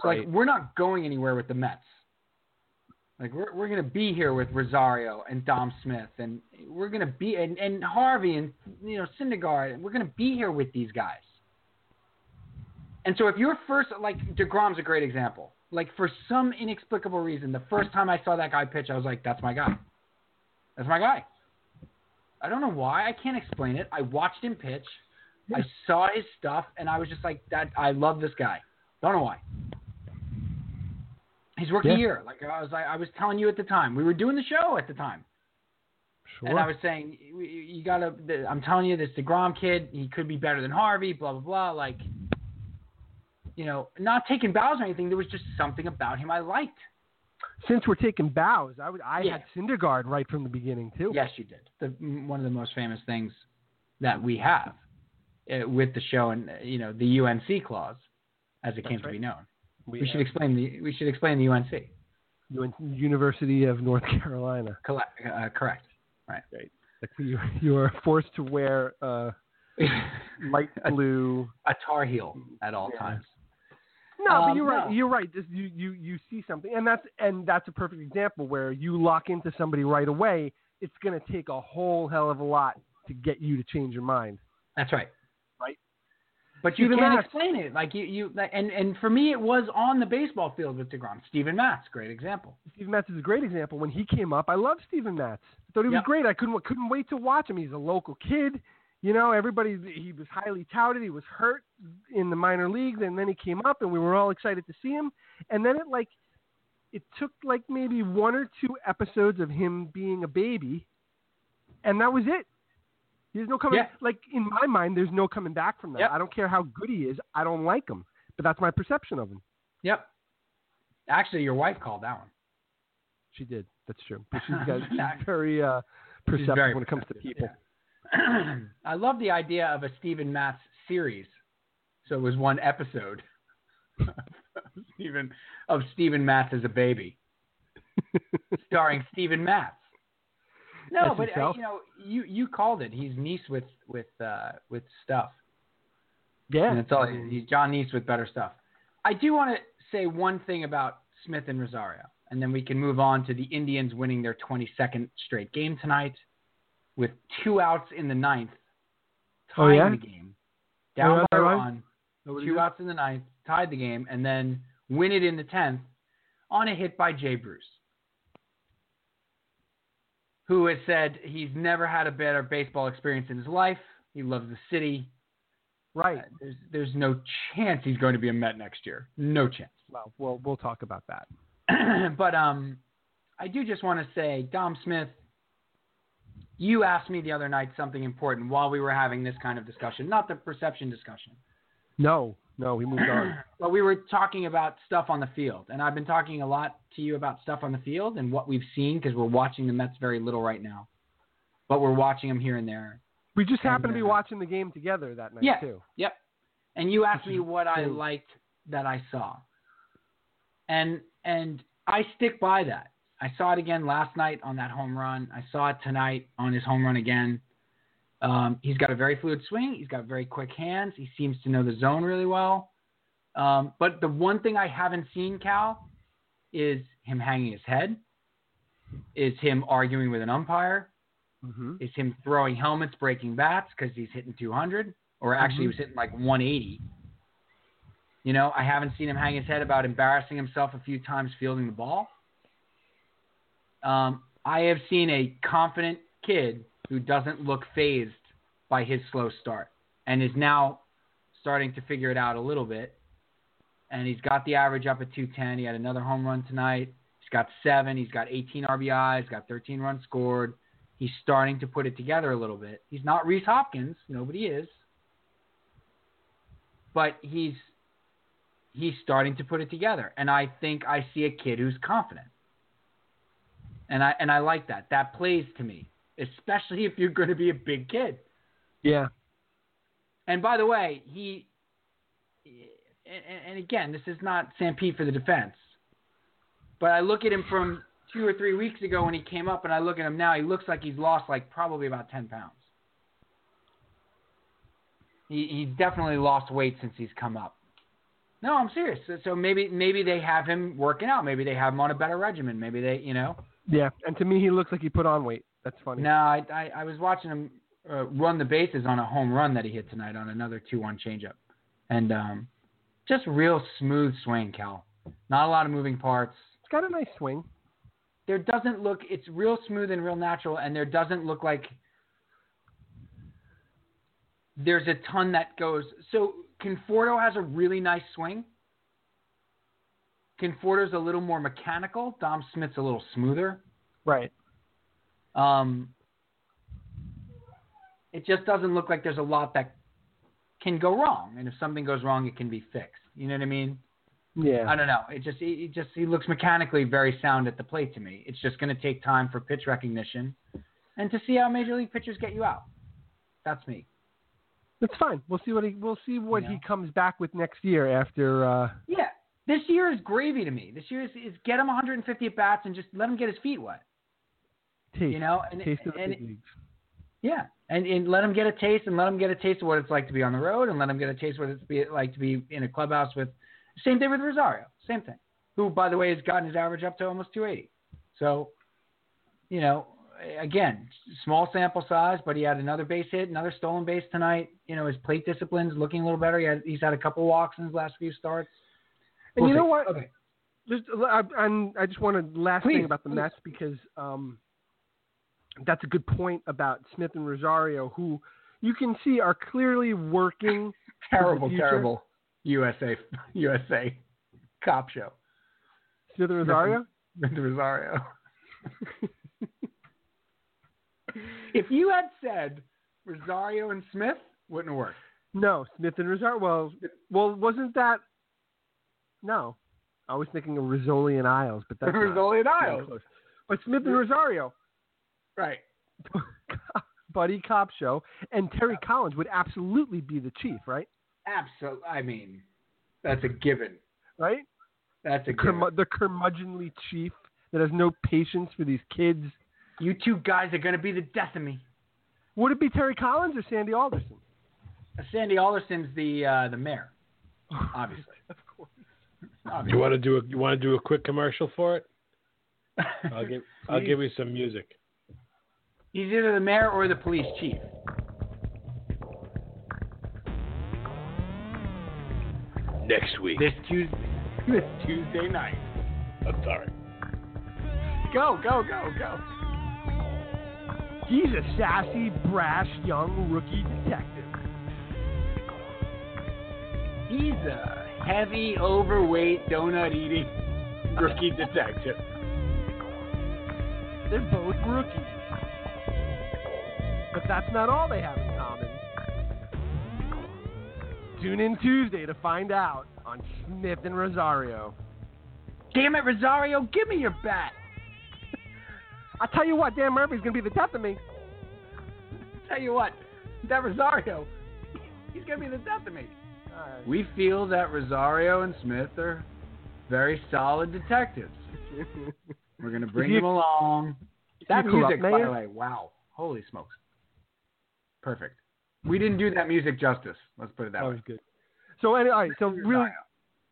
Speaker 1: So
Speaker 6: Right.
Speaker 1: like we're not going anywhere with the Mets. Like we're we're gonna be here with Rosario and Dom Smith, and we're gonna be and, and Harvey and you know Syndergaard. We're gonna be here with these guys. And so if your first like Degrom's a great example. Like for some inexplicable reason, the first time I saw that guy pitch, I was like, "That's my guy." That's my guy. I don't know why. I can't explain it. I watched him pitch. I saw his stuff, and I was just like, "That I love this guy." Don't know why. His rookie
Speaker 6: Yeah.
Speaker 1: year, like I was, like, I was telling you at the time. We were doing the show at the time,
Speaker 6: Sure.
Speaker 1: and I was saying, "You- "You gotta." th- I'm telling you, this Degrom kid, he could be better than Harvey. Blah blah blah. Like, you know, not taking bows or anything. There was just something about him I liked.
Speaker 6: Since we're taking bows, I would I
Speaker 1: Yeah.
Speaker 6: had Syndergaard right from the beginning too.
Speaker 1: Yes, you did. The, m- one of the most famous things that we have uh, with the show, and uh, you know the UNC clause, as it came
Speaker 6: That's
Speaker 1: to be
Speaker 6: right.
Speaker 1: known.
Speaker 6: We,
Speaker 1: We should explain the we should explain the UNC.
Speaker 6: should University of North Carolina.
Speaker 1: Collect, uh, correct.
Speaker 6: Like you, you are forced to wear uh, light
Speaker 1: a,
Speaker 6: blue.
Speaker 1: a Tar Heel at all
Speaker 6: Yeah.
Speaker 1: times.
Speaker 6: No, but
Speaker 1: Um,
Speaker 6: you're right.
Speaker 1: no.
Speaker 6: You're right. This, you, you you see something, and that's and that's a perfect example where you lock into somebody right away. It's going to take a whole hell of a lot to get you to change your mind.
Speaker 1: That's right.
Speaker 6: Right.
Speaker 1: But you
Speaker 6: Steven
Speaker 1: can't
Speaker 6: Matz.
Speaker 1: explain it. Like you, you like, and and for me, it was on the baseball field with Degrom. Steven Matz, great example.
Speaker 6: Steven Matz is a great example. When he came up, I loved Steven Matz. I thought he was
Speaker 1: Yep.
Speaker 6: great. I couldn't couldn't wait to watch him. He's a local kid. You know, everybody he was highly touted. He was hurt in the minor leagues, and then he came up, and we were all excited to see him. And then it like it took like maybe one or two episodes of him being a baby, and that was it. There's no coming
Speaker 1: Yeah.
Speaker 6: like in my mind. There's no coming back from that.
Speaker 1: Yep.
Speaker 6: I don't care how good he is. I don't like him, but that's my perception of him.
Speaker 1: Yep. Actually, your wife called that one.
Speaker 6: She did. That's true. But she's got she's very uh, perceptive
Speaker 1: very
Speaker 6: when it comes to
Speaker 1: perceptive,
Speaker 6: people.
Speaker 1: I love the idea of a Stephen Matz series. So it was one episode of Stephen of Stephen Matz as a baby, starring Stephen Matz. No,
Speaker 6: That's
Speaker 1: but uh,
Speaker 6: himself.
Speaker 1: you know, you you called it. He's niece with with uh, with stuff,
Speaker 6: Yeah.
Speaker 1: and it's all he's John Niece with better stuff. I do want to say one thing about Smith and Rosario, and then we can move on to the Indians winning their 22nd straight game tonight with two outs in the ninth,
Speaker 6: Oh,
Speaker 1: tying
Speaker 6: yeah? Oh,
Speaker 1: the game. Down
Speaker 6: yeah,
Speaker 1: by
Speaker 6: is that right?
Speaker 1: one, two outs in the ninth, tied the game, and then win it in the 10th on a hit by Jay Bruce, who has said he's never had a better baseball experience in his life. He loves the city.
Speaker 6: Right.
Speaker 1: There's, there's no chance he's going to be a Met next year. No chance.
Speaker 6: Well, well, we'll talk about that.
Speaker 1: but um, I do just want to say, Dom Smith, you asked me the other night something important while we were having this kind of discussion, not the perception discussion,
Speaker 6: No, no, we moved on.
Speaker 1: but we were talking about stuff on the field. And I've been talking a lot to you about stuff on the field and what we've seen because we're watching the Mets very little right now, but we're watching them here and there.
Speaker 6: We just happened to be
Speaker 1: And, uh,
Speaker 6: watching the game together that night
Speaker 1: Yeah.
Speaker 6: too.
Speaker 1: and you asked me what I
Speaker 6: Cool.
Speaker 1: liked that I saw. And and I stick by that. I saw it again last night on that home run. I saw it tonight on his home run again. Um, he's got a very fluid swing. He's got very quick hands. He seems to know the zone really well. Um, but the one thing I haven't seen, Cal, is him hanging his head, is him arguing with an umpire,
Speaker 6: Mm-hmm.
Speaker 1: is him throwing helmets, breaking bats because he's hitting 200, or actually he was hitting like 180. You know, I haven't seen him hang his head about embarrassing himself a few times fielding the ball. Um, I have seen a confident kid who doesn't look phased by his slow start and is now starting to figure it out a little bit. And he's got the average up at 210. He had another home run tonight. He's got seven. He's got 18 RBIs. He's got 13 runs scored. He's starting to put it together a little bit. He's not Reese Hopkins. Nobody is. But he's he's starting to put it together. And I think I see a kid who's confident. And I and I like that. That plays to me, especially if you're going to be a big kid.
Speaker 6: Yeah.
Speaker 1: And by the way, he, and, and again, this is not Sampy for the defense, but I look at him from two or three weeks ago when he came up, and I look at him now. He looks like he's lost like probably about ten pounds. He he's definitely lost weight since he's come up. No, I'm serious. So, so maybe maybe they have him working out. Maybe they have him on a better regimen. Maybe they you know.
Speaker 6: Yeah. And to me, he looks like he put on weight. That's funny.
Speaker 1: No, I, I, I was watching him uh, run the bases on a home run that he hit tonight on another 2 1 changeup. And um, just real smooth swing, Cal. Not a lot of moving parts.
Speaker 6: It's got a nice swing.
Speaker 1: There doesn't look, it's real smooth and real natural, and there doesn't look like there's a ton that goes. So Conforto has a really nice swing. Conforto's a little more mechanical. Dom Smith's a little smoother.
Speaker 6: Right.
Speaker 1: Um, it just doesn't look like there's a lot that can go wrong. And if something goes wrong, it can be fixed. You know what I mean?
Speaker 6: Yeah.
Speaker 1: I don't know. It just, it just, he looks mechanically very sound at the plate to me. It's just going to take time for pitch recognition and to see how major league pitchers get you out. That's me.
Speaker 6: That's fine. We'll see what he we'll see what
Speaker 1: Yeah.
Speaker 6: he comes back with next year after uh
Speaker 1: Yeah. This year is gravy to me. This year is, is get him 150 at bats and just let him get his feet wet.
Speaker 6: taste.
Speaker 1: You know, and,
Speaker 6: taste of the
Speaker 1: and
Speaker 6: big leagues.
Speaker 1: Yeah, and, and let them get a taste, and let them get a taste of what it's like to be on the road, and let them get a taste of what it's be, like to be in a clubhouse with. Same thing with Rosario, same thing. Who, by the way, has gotten his average up to almost 280. So, you know, again, small sample size, but he had another base hit, another stolen base tonight. You know, his plate discipline's looking a little better. He had, he's had a couple walks in his last few starts.
Speaker 6: And
Speaker 1: We'll
Speaker 6: you know
Speaker 1: see.
Speaker 6: what?
Speaker 1: Okay.
Speaker 6: Just I, I'm, I just wanted last
Speaker 1: Please,
Speaker 6: thing about the
Speaker 1: please.
Speaker 6: Mets because um, that's a good point about Smith and Rosario, who you can see are clearly working.
Speaker 1: Terrible,
Speaker 6: future.
Speaker 1: terrible USA USA cop show.
Speaker 6: Smith and Rosario.
Speaker 1: Mr. Rosario. if you had said Rosario and Smith, wouldn't have worked.
Speaker 6: No, Smith and Rosario. Well, well, wasn't that? No, I was thinking of Rizzoli and Isles, but that's not
Speaker 1: Rizzoli and
Speaker 6: even
Speaker 1: Isles.
Speaker 6: close. But Smith and Rosario,
Speaker 1: Right.
Speaker 6: Buddy Cop Show, and Terry Collins would absolutely be the chief, right?
Speaker 1: Absolutely. I mean, that's a given.
Speaker 6: Right?
Speaker 1: That's a given.
Speaker 6: Curmu- the curmudgeonly chief that has no patience for these kids.
Speaker 1: you two guys are going to be the death of me.
Speaker 6: Would it be Terry Collins or Sandy Alderson?
Speaker 1: Sandy Alderson's the uh, the mayor, obviously.
Speaker 6: of course.
Speaker 2: You
Speaker 1: obviously.
Speaker 2: want to do a you want to do a quick commercial for it? I'll give I'll
Speaker 6: Please.
Speaker 2: give you some music.
Speaker 1: He's either the mayor or the police chief.
Speaker 2: Next week.
Speaker 1: This Tuesday, this Tuesday night.
Speaker 2: I'm sorry.
Speaker 1: Go, go, go, go.
Speaker 6: He's a sassy, brash, young rookie detective.
Speaker 1: He's a heavy, overweight, donut eating rookie detective.
Speaker 6: They're both rookies. But that's not all they have in common. Tune in Tuesday to find out on Smith and Rosario.
Speaker 1: Damn it, Rosario, give me your bat.
Speaker 6: I tell you what, Dan Murphy's gonna be the death of me.
Speaker 1: Tell you what, that Rosario, he's going to be the death of me.
Speaker 6: Alright.
Speaker 1: We feel that Rosario and Smith are very solid detectives. We're going to bring them along. That
Speaker 6: You corrupt
Speaker 1: music, by the
Speaker 6: mayor.
Speaker 1: way, wow. Holy smokes. Perfect. We didn't do that music justice. Let's put it that
Speaker 6: That
Speaker 1: way.
Speaker 6: was good. So any, all right, Oh, so really,
Speaker 1: Rosario.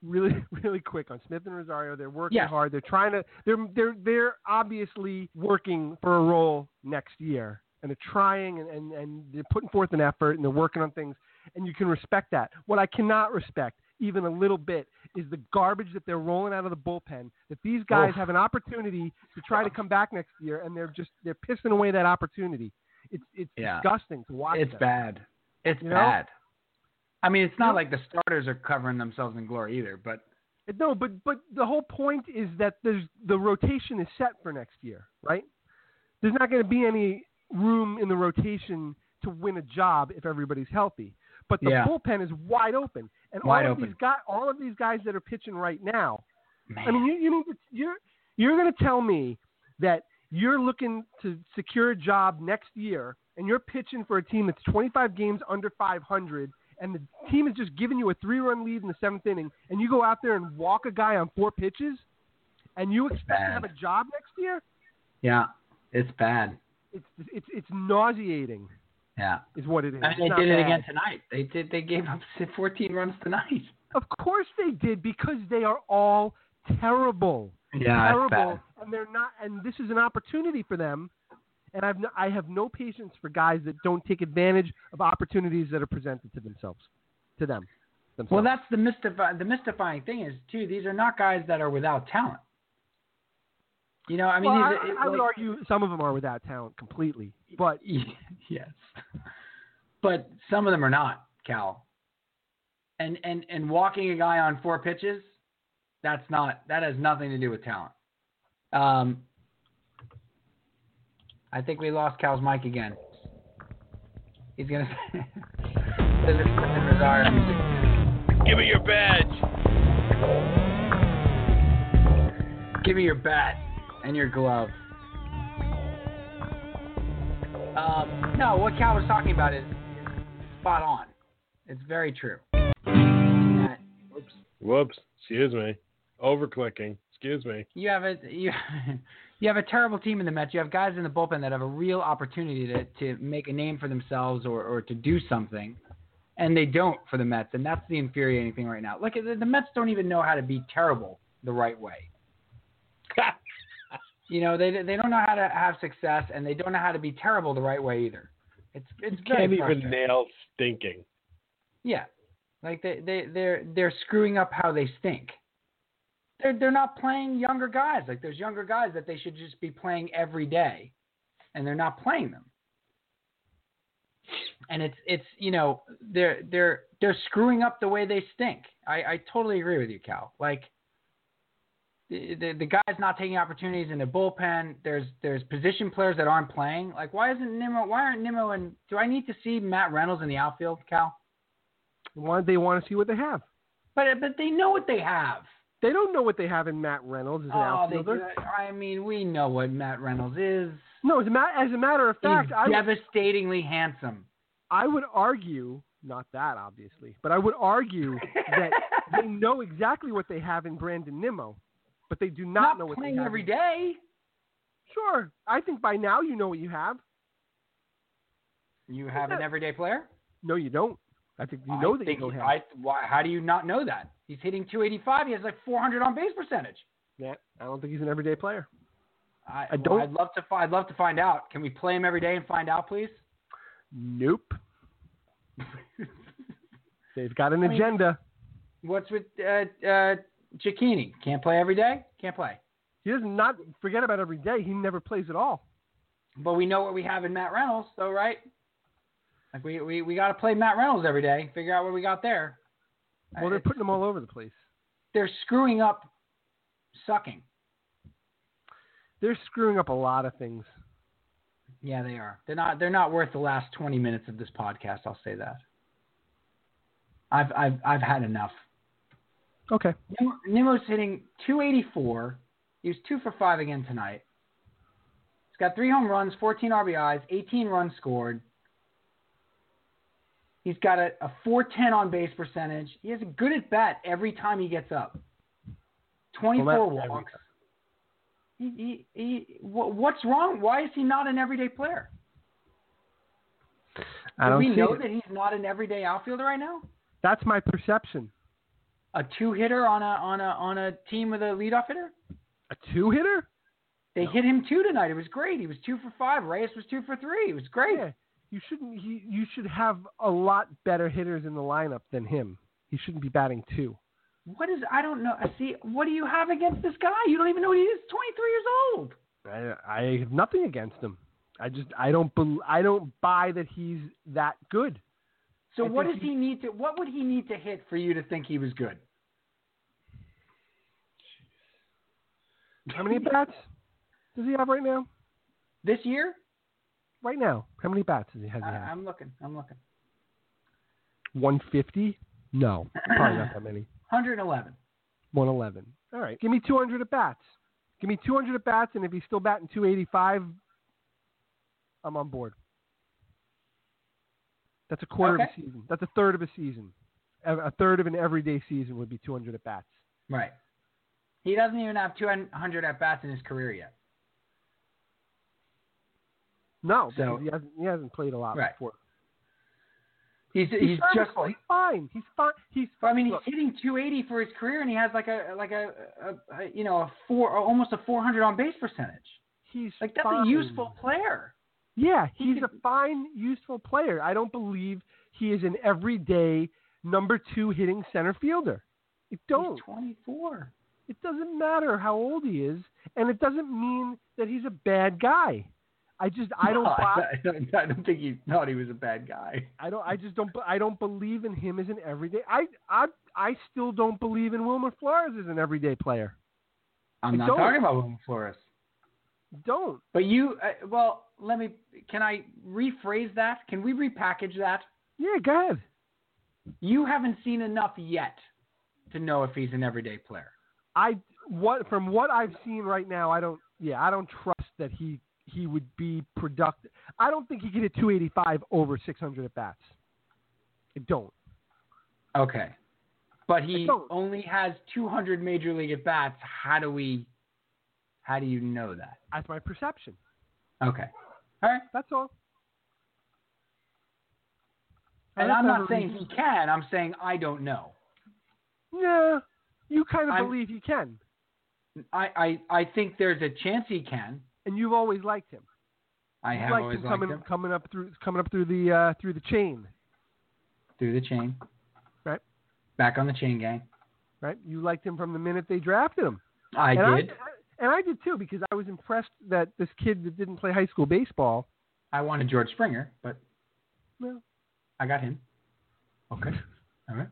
Speaker 6: really, really quick on Smith and Rosario. They're working
Speaker 1: Yes.
Speaker 6: hard. They're trying to. They're they're they're obviously working for a role next year, and they're trying and and, and they're putting forth an effort and they're working on things, and you can respect that. What I cannot respect even a little bit is the garbage that they're rolling out of the bullpen. That these guys
Speaker 1: Oof.
Speaker 6: have an opportunity to try to come back next year, and they're just they're pissing away that opportunity. It's it's
Speaker 1: Yeah.
Speaker 6: disgusting to watch.
Speaker 1: Uh, It's
Speaker 6: that.
Speaker 1: bad. It's
Speaker 6: You know?
Speaker 1: bad. I mean, it's
Speaker 6: You
Speaker 1: not
Speaker 6: know-
Speaker 1: like the starters are covering themselves in glory either, but
Speaker 6: No, but but the whole point is that there's the rotation is set for next year, right? There's not going to be any room in the rotation to win a job if everybody's healthy. But the
Speaker 1: Yeah.
Speaker 6: bullpen is wide open, and
Speaker 1: Wide
Speaker 6: all of
Speaker 1: open.
Speaker 6: these guys, all of these guys that are pitching right now.
Speaker 1: man,
Speaker 6: I mean, you, you need to, you're you're going to tell me that you're looking to secure a job next year, and you're pitching for a team that's 25 games under 500, and the team is just giving you a three-run lead in the seventh inning, and you go out there and walk a guy on four pitches, and you expect to
Speaker 1: bad.
Speaker 6: have a job next year?
Speaker 1: yeah, it's bad.
Speaker 6: It's it's it's nauseating,
Speaker 1: Yeah,
Speaker 6: is what it is.
Speaker 1: I mean,
Speaker 6: It's
Speaker 1: they
Speaker 6: not
Speaker 1: did it
Speaker 6: bad.
Speaker 1: again tonight. They did. They gave up 14 runs tonight.
Speaker 6: Of course they did because they are all terrible.
Speaker 1: Yeah, it's
Speaker 6: terrible,
Speaker 1: bad.
Speaker 6: and they're not. And this is an opportunity for them. And I've no, I have no patience for guys that don't take advantage of opportunities that are presented to themselves, to them. Themselves.
Speaker 1: Well, that's the mystify. The mystifying thing is too. These are not guys that are without talent. You know, I mean,
Speaker 6: Well,
Speaker 1: these,
Speaker 6: I,
Speaker 1: it-
Speaker 6: I would
Speaker 1: like-
Speaker 6: argue some of them are without talent completely, but
Speaker 1: yes, but some of them are not Cal. And and and walking a guy on four pitches, that's not that has nothing to do with talent. Um, I think we lost Cal's mic again. He's gonna. There's a bizarre music.
Speaker 2: Give me your badge.
Speaker 1: Give me your bat and your glove. Um, no, what Cal was talking about is spot on. It's very true. Uh, That- oops,
Speaker 2: Whoops. Excuse me. Over clicking. Excuse me.
Speaker 1: You have a you, you have a terrible team in the Mets. You have guys in the bullpen that have a real opportunity to, to make a name for themselves or, or to do something, and they don't for the Mets, and that's the infuriating thing right now. Look, the, the Mets don't even know how to be terrible the right way. You know, they they don't know how to have success, and they don't know how to be terrible the right way either. It's it's very
Speaker 2: Can't even
Speaker 1: frustrating.
Speaker 2: nail stinking.
Speaker 1: yeah, like they they they're they're screwing up how they stink. They're they're not playing younger guys. Like there's younger guys that they should just be playing every day, and they're not playing them. And it's it's you know they're they're they're screwing up the way they stink. I I totally agree with you, Cal. Like the, the, the guys not taking opportunities in the bullpen. There's there's position players that aren't playing. Like why isn't Nimmo? Why aren't Nimmo and do I need to see Matt Reynolds in the outfield, Cal?
Speaker 6: they want, they want to see what they have.
Speaker 1: But but they know what they have.
Speaker 6: They don't know what they have in Matt Reynolds as an
Speaker 1: Oh, they,
Speaker 6: outfielder.
Speaker 1: I mean, we know what Matt Reynolds is.
Speaker 6: No, as a, ma- as a matter of fact,
Speaker 1: He's
Speaker 6: I would
Speaker 1: devastatingly handsome.
Speaker 6: I would argue, not that obviously, but I would argue that they know exactly what they have in Brandon Nimmo, but they do
Speaker 1: Not,
Speaker 6: not, know what they
Speaker 1: playing
Speaker 6: have.
Speaker 1: every
Speaker 6: in-
Speaker 1: day.
Speaker 6: Sure, I think by now you know what you have.
Speaker 1: You have an everyday player.
Speaker 6: No, you don't. I think you know
Speaker 1: I
Speaker 6: that
Speaker 1: think,
Speaker 6: you don't have.
Speaker 1: I, why, how do you not know that? He's hitting 285. He has like 400 on base percentage.
Speaker 6: Yeah, I don't think he's an everyday player.
Speaker 1: I,
Speaker 6: I
Speaker 1: well,
Speaker 6: don't-
Speaker 1: I'd love to. fi- I'd love to find out. Can we play him every day and find out, please?
Speaker 6: Nope. They've got an
Speaker 1: I mean-
Speaker 6: agenda.
Speaker 1: What's with uh, uh, Cicchini? Can't play every day. Can't play.
Speaker 6: He does not forget about every day. He never plays at all.
Speaker 1: But we know what we have in Matt Reynolds, though, right? Like we we, we got to play Matt Reynolds every day. Figure out what we got there.
Speaker 6: Well, they're
Speaker 1: It's-
Speaker 6: putting him all over the place.
Speaker 1: they're screwing up, sucking.
Speaker 6: They're screwing up a lot of things.
Speaker 1: Yeah, they are. They're not. They're not worth the last twenty minutes of this podcast. I'll say that. I've I've I've had enough.
Speaker 6: Okay.
Speaker 1: Nim- Nimmo's hitting 284. He was two for five again tonight. He's got three home runs, 14 RBIs, 18 runs scored. He's got a, a 410 on base percentage. He has a good at bat every time he gets up. 24
Speaker 6: Well, that's every
Speaker 1: walks. He, he, he, wha- what's wrong? Why is he not an everyday player?
Speaker 6: I
Speaker 1: Do
Speaker 6: don't
Speaker 1: we
Speaker 6: see
Speaker 1: know
Speaker 6: it.
Speaker 1: that he's not an everyday outfielder right now?
Speaker 6: That's my perception.
Speaker 1: A two hitter on a on a on a team with a leadoff hitter?
Speaker 6: A two hitter?
Speaker 1: They hit him two tonight. It was great. He was two for five. Reyes was two for three. It was great.
Speaker 6: Yeah, you shouldn't. He, you should have a lot better hitters in the lineup than him. He shouldn't be batting two.
Speaker 1: What is? I don't know. I see. What do you have against this guy? You don't even know what he is. Twenty three years old.
Speaker 6: I, I have nothing against him. I just I don't bel I don't buy that he's that good.
Speaker 1: So
Speaker 6: I
Speaker 1: what
Speaker 6: think
Speaker 1: does he need to? What would he need to hit for you to think he was good?
Speaker 6: How many bats does he have right now?
Speaker 1: This year?
Speaker 6: Right now, how many bats does he has he
Speaker 1: I,
Speaker 6: had?
Speaker 1: I'm looking. I'm looking.
Speaker 6: One fifty? No, probably not that many.
Speaker 1: 111.
Speaker 6: 111. All right. Give me 200 at bats. Give me 200 at bats, and if he's still batting 285, I'm on board. That's a quarter of
Speaker 1: Okay.
Speaker 6: a season. That's a third of a season. A a third of an everyday season would be 200 at bats.
Speaker 1: Right. He doesn't even have 200 at bats in his career yet.
Speaker 6: No,
Speaker 1: So-
Speaker 6: because he hasn't, he hasn't played a lot
Speaker 1: Right.
Speaker 6: before.
Speaker 1: He's he's, just.
Speaker 6: serviceable. He's fine. He's fine. He's
Speaker 1: I mean, he's
Speaker 6: Look.
Speaker 1: hitting 280 for his career, and he has like a like a, a, a you know a four almost a 400 on base percentage.
Speaker 6: he's
Speaker 1: Like that's
Speaker 6: fine.
Speaker 1: a useful player.
Speaker 6: Yeah,
Speaker 1: He
Speaker 6: he's a
Speaker 1: could-
Speaker 6: fine, useful player. I don't believe he is an everyday number two hitting center fielder. I don't.
Speaker 1: He's 24.
Speaker 6: It doesn't matter how old he is, and it doesn't mean that he's a bad guy. I just I don't
Speaker 1: No,
Speaker 6: buy,
Speaker 1: I don't, I don't think he thought he was a bad guy.
Speaker 6: I don't I just don't I don't believe in him as an everyday. I I I still don't believe in Wilmer Flores as an everyday player.
Speaker 1: I'm
Speaker 6: I
Speaker 1: not
Speaker 6: don't.
Speaker 1: talking about Wilma Flores.
Speaker 6: Don't.
Speaker 1: But you, uh, well, let me. Can I rephrase that? Can we repackage that?
Speaker 6: Yeah, go ahead.
Speaker 1: You haven't seen enough yet to know if he's an everyday player.
Speaker 6: I what from what I've seen right now, I don't yeah, I don't trust that he he would be productive. I don't think he could hit 285 over 600 at bats. I don't.
Speaker 1: Okay. But he
Speaker 6: don't.
Speaker 1: only has 200 major league at bats. How do we? How do you know that?
Speaker 6: That's my perception.
Speaker 1: Okay. All right.
Speaker 6: That's all.
Speaker 1: And
Speaker 6: That's
Speaker 1: I'm
Speaker 6: a
Speaker 1: not saying
Speaker 6: reason-
Speaker 1: he can. I'm saying I don't know.
Speaker 6: Yeah, you kind of
Speaker 1: I'm-
Speaker 6: believe he can,
Speaker 1: I, I, I think there's a chance he can.
Speaker 6: and you've always liked him.
Speaker 1: I
Speaker 6: You've
Speaker 1: have
Speaker 6: liked
Speaker 1: always
Speaker 6: him
Speaker 1: liked
Speaker 6: coming
Speaker 1: him
Speaker 6: coming up through coming up through the uh, through the chain,
Speaker 1: through the chain.
Speaker 6: Right.
Speaker 1: Back on the chain gang.
Speaker 6: right? You liked him from the minute they drafted him.
Speaker 1: I
Speaker 6: and
Speaker 1: did.
Speaker 6: I, and I did too because I was impressed that this kid that didn't play high school baseball.
Speaker 1: I wanted George Springer, but
Speaker 6: Well.
Speaker 1: I got him. Okay. All right.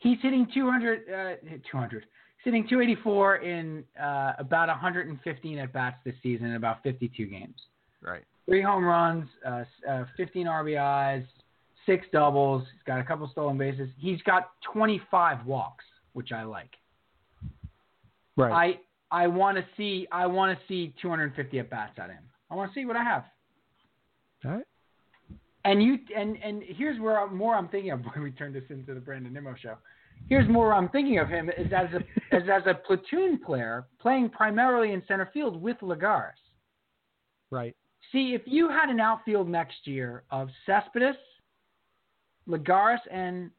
Speaker 1: He's hitting 200, uh, 200. He's hitting 284 in uh, about 115 at bats this season in about 52 games.
Speaker 6: Right.
Speaker 1: Three home runs, uh, s- uh, 15 RBIs, six doubles. He's got a couple stolen bases. He's got 25 walks, which I like.
Speaker 6: Right.
Speaker 1: I I want to see I want to see 250 at bats at him. I want to see what I have.
Speaker 6: All right.
Speaker 1: And you and and here's where I'm, more I'm thinking of when we turn this into the Brandon Nimmo show. Here's more I'm thinking of him is as a as as a platoon player playing primarily in center field with Lagares.
Speaker 6: Right.
Speaker 1: See, if you had an outfield next year of Cespedes, Lagares, and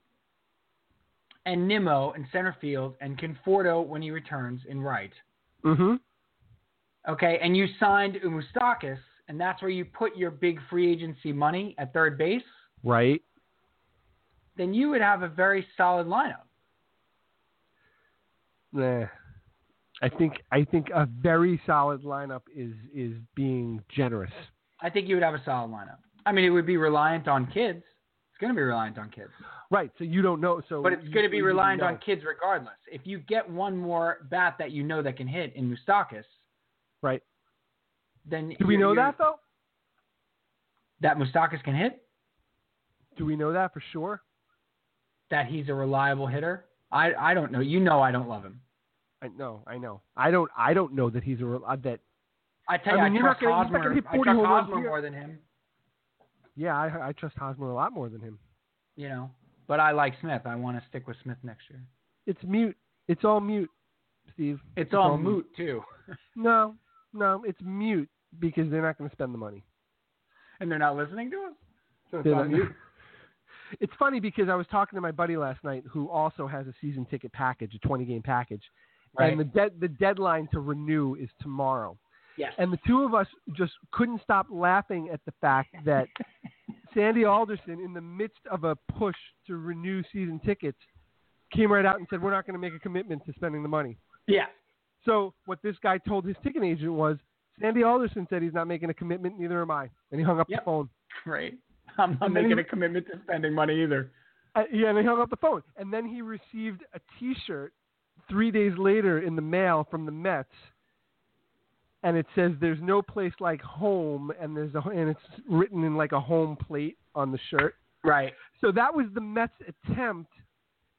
Speaker 1: and Nimmo in center field, and Conforto when he returns in right,
Speaker 6: Mm-hmm.
Speaker 1: Okay, and you signed Umustakis, and that's where you put your big free agency money at third base,
Speaker 6: Right.
Speaker 1: then you would have a very solid lineup.
Speaker 6: Nah. I think I think a very solid lineup is is being generous.
Speaker 1: I think you would have a solid lineup. I mean, it would be reliant on kids. It's going to be reliant on kids,
Speaker 6: Right. So you don't know. So
Speaker 1: but it's
Speaker 6: you-
Speaker 1: going to be
Speaker 6: you wouldn't
Speaker 1: reliant on
Speaker 6: know.
Speaker 1: kids regardless. If you get one more bat that you know that can hit in Mustakis,
Speaker 6: Right.
Speaker 1: Then
Speaker 6: Do we
Speaker 1: you're-
Speaker 6: know
Speaker 1: you're-
Speaker 6: that though?
Speaker 1: that Mustakis can hit,
Speaker 6: Do we know that for sure?
Speaker 1: that he's a reliable hitter. I I don't know. You know I don't love him.
Speaker 6: I know, I know. I don't, I don't know that he's a real- uh, that.
Speaker 1: I tell
Speaker 6: I
Speaker 1: you,
Speaker 6: mean,
Speaker 1: I
Speaker 6: you're not
Speaker 1: trust
Speaker 6: gonna- he's not gonna
Speaker 1: Hosmer.
Speaker 6: hit
Speaker 1: I
Speaker 6: 40
Speaker 1: trust
Speaker 6: home runs
Speaker 1: Hosmer
Speaker 6: here.
Speaker 1: more than him.
Speaker 6: Yeah, I, I trust Hosmer a lot more than him.
Speaker 1: you know. But I like Smith. I want to stick with Smith next year.
Speaker 6: It's mute. It's all mute, Steve.
Speaker 1: It's all moot too,
Speaker 6: No, no, it's mute because they're not going to spend the money.
Speaker 1: and they're not listening to us. So it's
Speaker 6: They're
Speaker 1: all
Speaker 6: not-
Speaker 1: moot.
Speaker 6: It's funny because I was talking to my buddy last night who also has a season ticket package, a 20 game package,
Speaker 1: Right.
Speaker 6: and the de- the deadline to renew is tomorrow.
Speaker 1: Yes.
Speaker 6: And the two of us just couldn't stop laughing at the fact that Sandy Alderson, in the midst of a push to renew season tickets, came right out and said, We're not going to make a commitment to spending the money.
Speaker 1: yeah.
Speaker 6: So, what this guy told his ticket agent was Sandy Alderson said he's not making a commitment, neither am I. And he hung up
Speaker 1: Yep.
Speaker 6: the phone.
Speaker 1: Great. I'm not
Speaker 6: And then
Speaker 1: making
Speaker 6: he-
Speaker 1: a commitment to spending money either.
Speaker 6: Uh, yeah, and he hung up the phone. And then he received a t shirt three days later in the mail from the Mets. And it says, There's no place like home. And, there's a, and it's written in like a home plate on the shirt.
Speaker 1: Right.
Speaker 6: So that was the Mets' attempt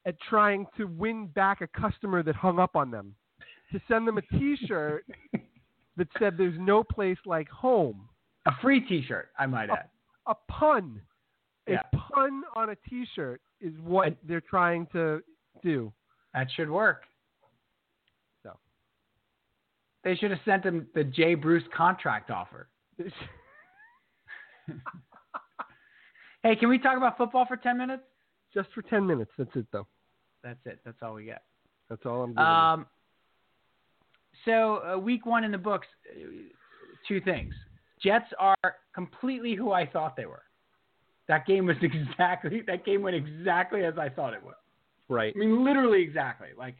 Speaker 6: at trying to win back a customer that hung up on them to send them a T-shirt that said "There's no place like home."
Speaker 1: A free T-shirt, I might add.
Speaker 6: A pun,
Speaker 1: Yeah.
Speaker 6: a pun on a T-shirt is what
Speaker 1: And-
Speaker 6: they're trying to do.
Speaker 1: That should work.
Speaker 6: So.
Speaker 1: They should have sent him the Jay Bruce contract offer. Hey, can we talk about football for ten minutes?
Speaker 6: Just for ten minutes. That's it, though.
Speaker 1: That's it. That's all we get.
Speaker 6: That's all I'm doing.
Speaker 1: Um, so uh, week one in the books, uh, two things. Jets are completely who I thought they were. That game was exactly that game went exactly as I thought it would.
Speaker 6: right.
Speaker 1: I mean, literally exactly. Like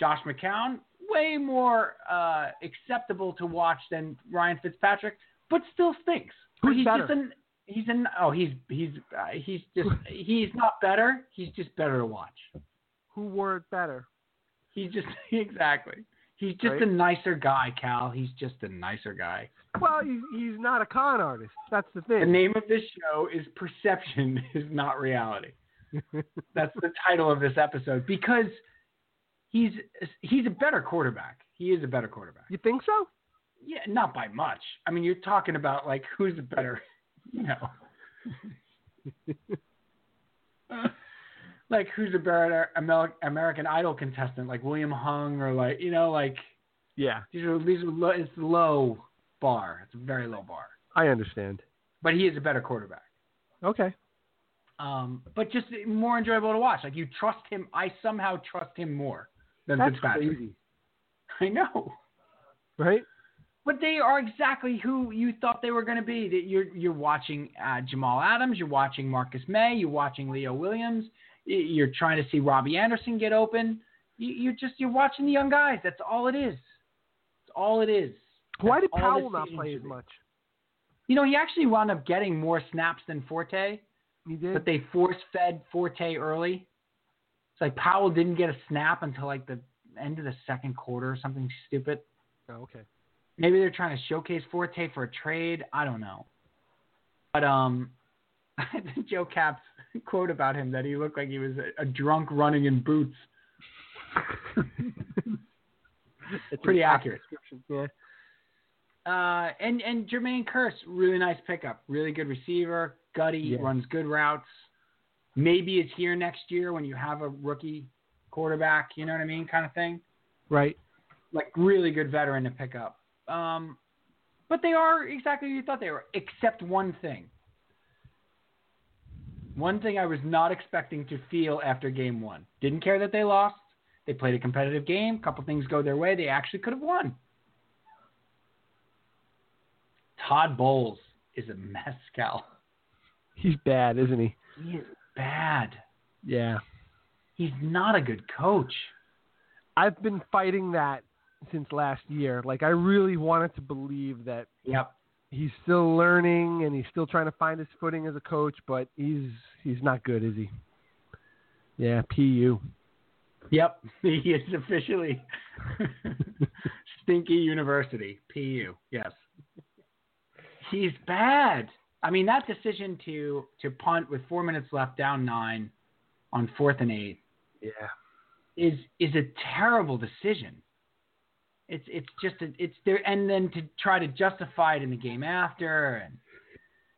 Speaker 1: Josh McCown, way more uh, acceptable to watch than Ryan Fitzpatrick, but still stinks. But
Speaker 6: Who's
Speaker 1: he's
Speaker 6: better?
Speaker 1: just an he's an oh he's he's uh, he's just he's not better. He's just better to watch.
Speaker 6: Who wore it better?
Speaker 1: He's just exactly. He's just
Speaker 6: Right.
Speaker 1: a nicer guy, Cal. He's just a nicer guy.
Speaker 6: Well, he's, he's not a con artist. That's the
Speaker 1: The
Speaker 6: thing.
Speaker 1: name of this show is Perception is Not Reality. That's the title of this episode because he's he's a better quarterback. He is a better quarterback.
Speaker 6: you think so?
Speaker 1: Yeah, not by much. I mean, you're talking about like who's the better, you know, like who's a better Amer- American Idol contestant, like William Hung or like you know, like
Speaker 6: Yeah,
Speaker 1: these are these are low, it's low bar. It's a very low bar.
Speaker 6: I understand.
Speaker 1: But he is a better quarterback.
Speaker 6: Okay.
Speaker 1: Um, but just more enjoyable to watch. Like you trust him. I somehow trust him more than
Speaker 6: That's
Speaker 1: Fitzpatrick.
Speaker 6: crazy,
Speaker 1: I know.
Speaker 6: right?
Speaker 1: But they are exactly who you thought they were going to be. That you're you're watching uh, Jamal Adams, you're watching Marcus May, you're watching Leo Williams, y- you're trying to see Robbie Anderson get open. You, you're just you're watching the young guys. That's all it is. That's all it is.
Speaker 6: Why
Speaker 1: That's
Speaker 6: did
Speaker 1: all this
Speaker 6: Powell not
Speaker 1: season
Speaker 6: play
Speaker 1: should
Speaker 6: as
Speaker 1: be.
Speaker 6: much?
Speaker 1: You know, he actually wound up getting more snaps than Forte,
Speaker 6: He did.
Speaker 1: but they force fed Forte early. It's like Powell didn't get a snap until like the end of the second quarter or something stupid.
Speaker 6: Oh, okay.
Speaker 1: Maybe they're trying to showcase Forte for a trade. I don't know. But um, Joe Cap's quote about him that he looked like he was a, a drunk running in boots.
Speaker 6: It's
Speaker 1: Pretty
Speaker 6: an
Speaker 1: accurate.
Speaker 6: description. Yeah.
Speaker 1: Uh, and and Jermaine Curse, really nice pickup, really good receiver. Gutty
Speaker 6: Yeah.
Speaker 1: runs good routes. Maybe is here next year when you have a rookie quarterback. You know what I mean, kind of thing.
Speaker 6: Right.
Speaker 1: like really good veteran to pick up. Um, but they are exactly who you thought they were, except one thing. One thing I was not expecting to feel after game one. Didn't care that they lost. They played a competitive game. A couple things go their way. They actually could have won. Todd Bowles is a mess, Cal.
Speaker 6: He's bad, isn't he?
Speaker 1: He is bad.
Speaker 6: Yeah.
Speaker 1: He's not a good coach.
Speaker 6: I've been fighting that since last year. Like I really wanted to believe that
Speaker 1: Yep.
Speaker 6: he's still learning and he's still trying to find his footing as a coach, but he's he's not good, is he? Yeah, PU.
Speaker 1: Yep, he is officially Stinky University, PU. Yes, he's bad. I mean, that decision to to punt with four minutes left, down nine, on fourth and eight,
Speaker 6: Yeah.
Speaker 1: is is a terrible decision. It's it's just a, it's there, and then to try to justify it in the game after, and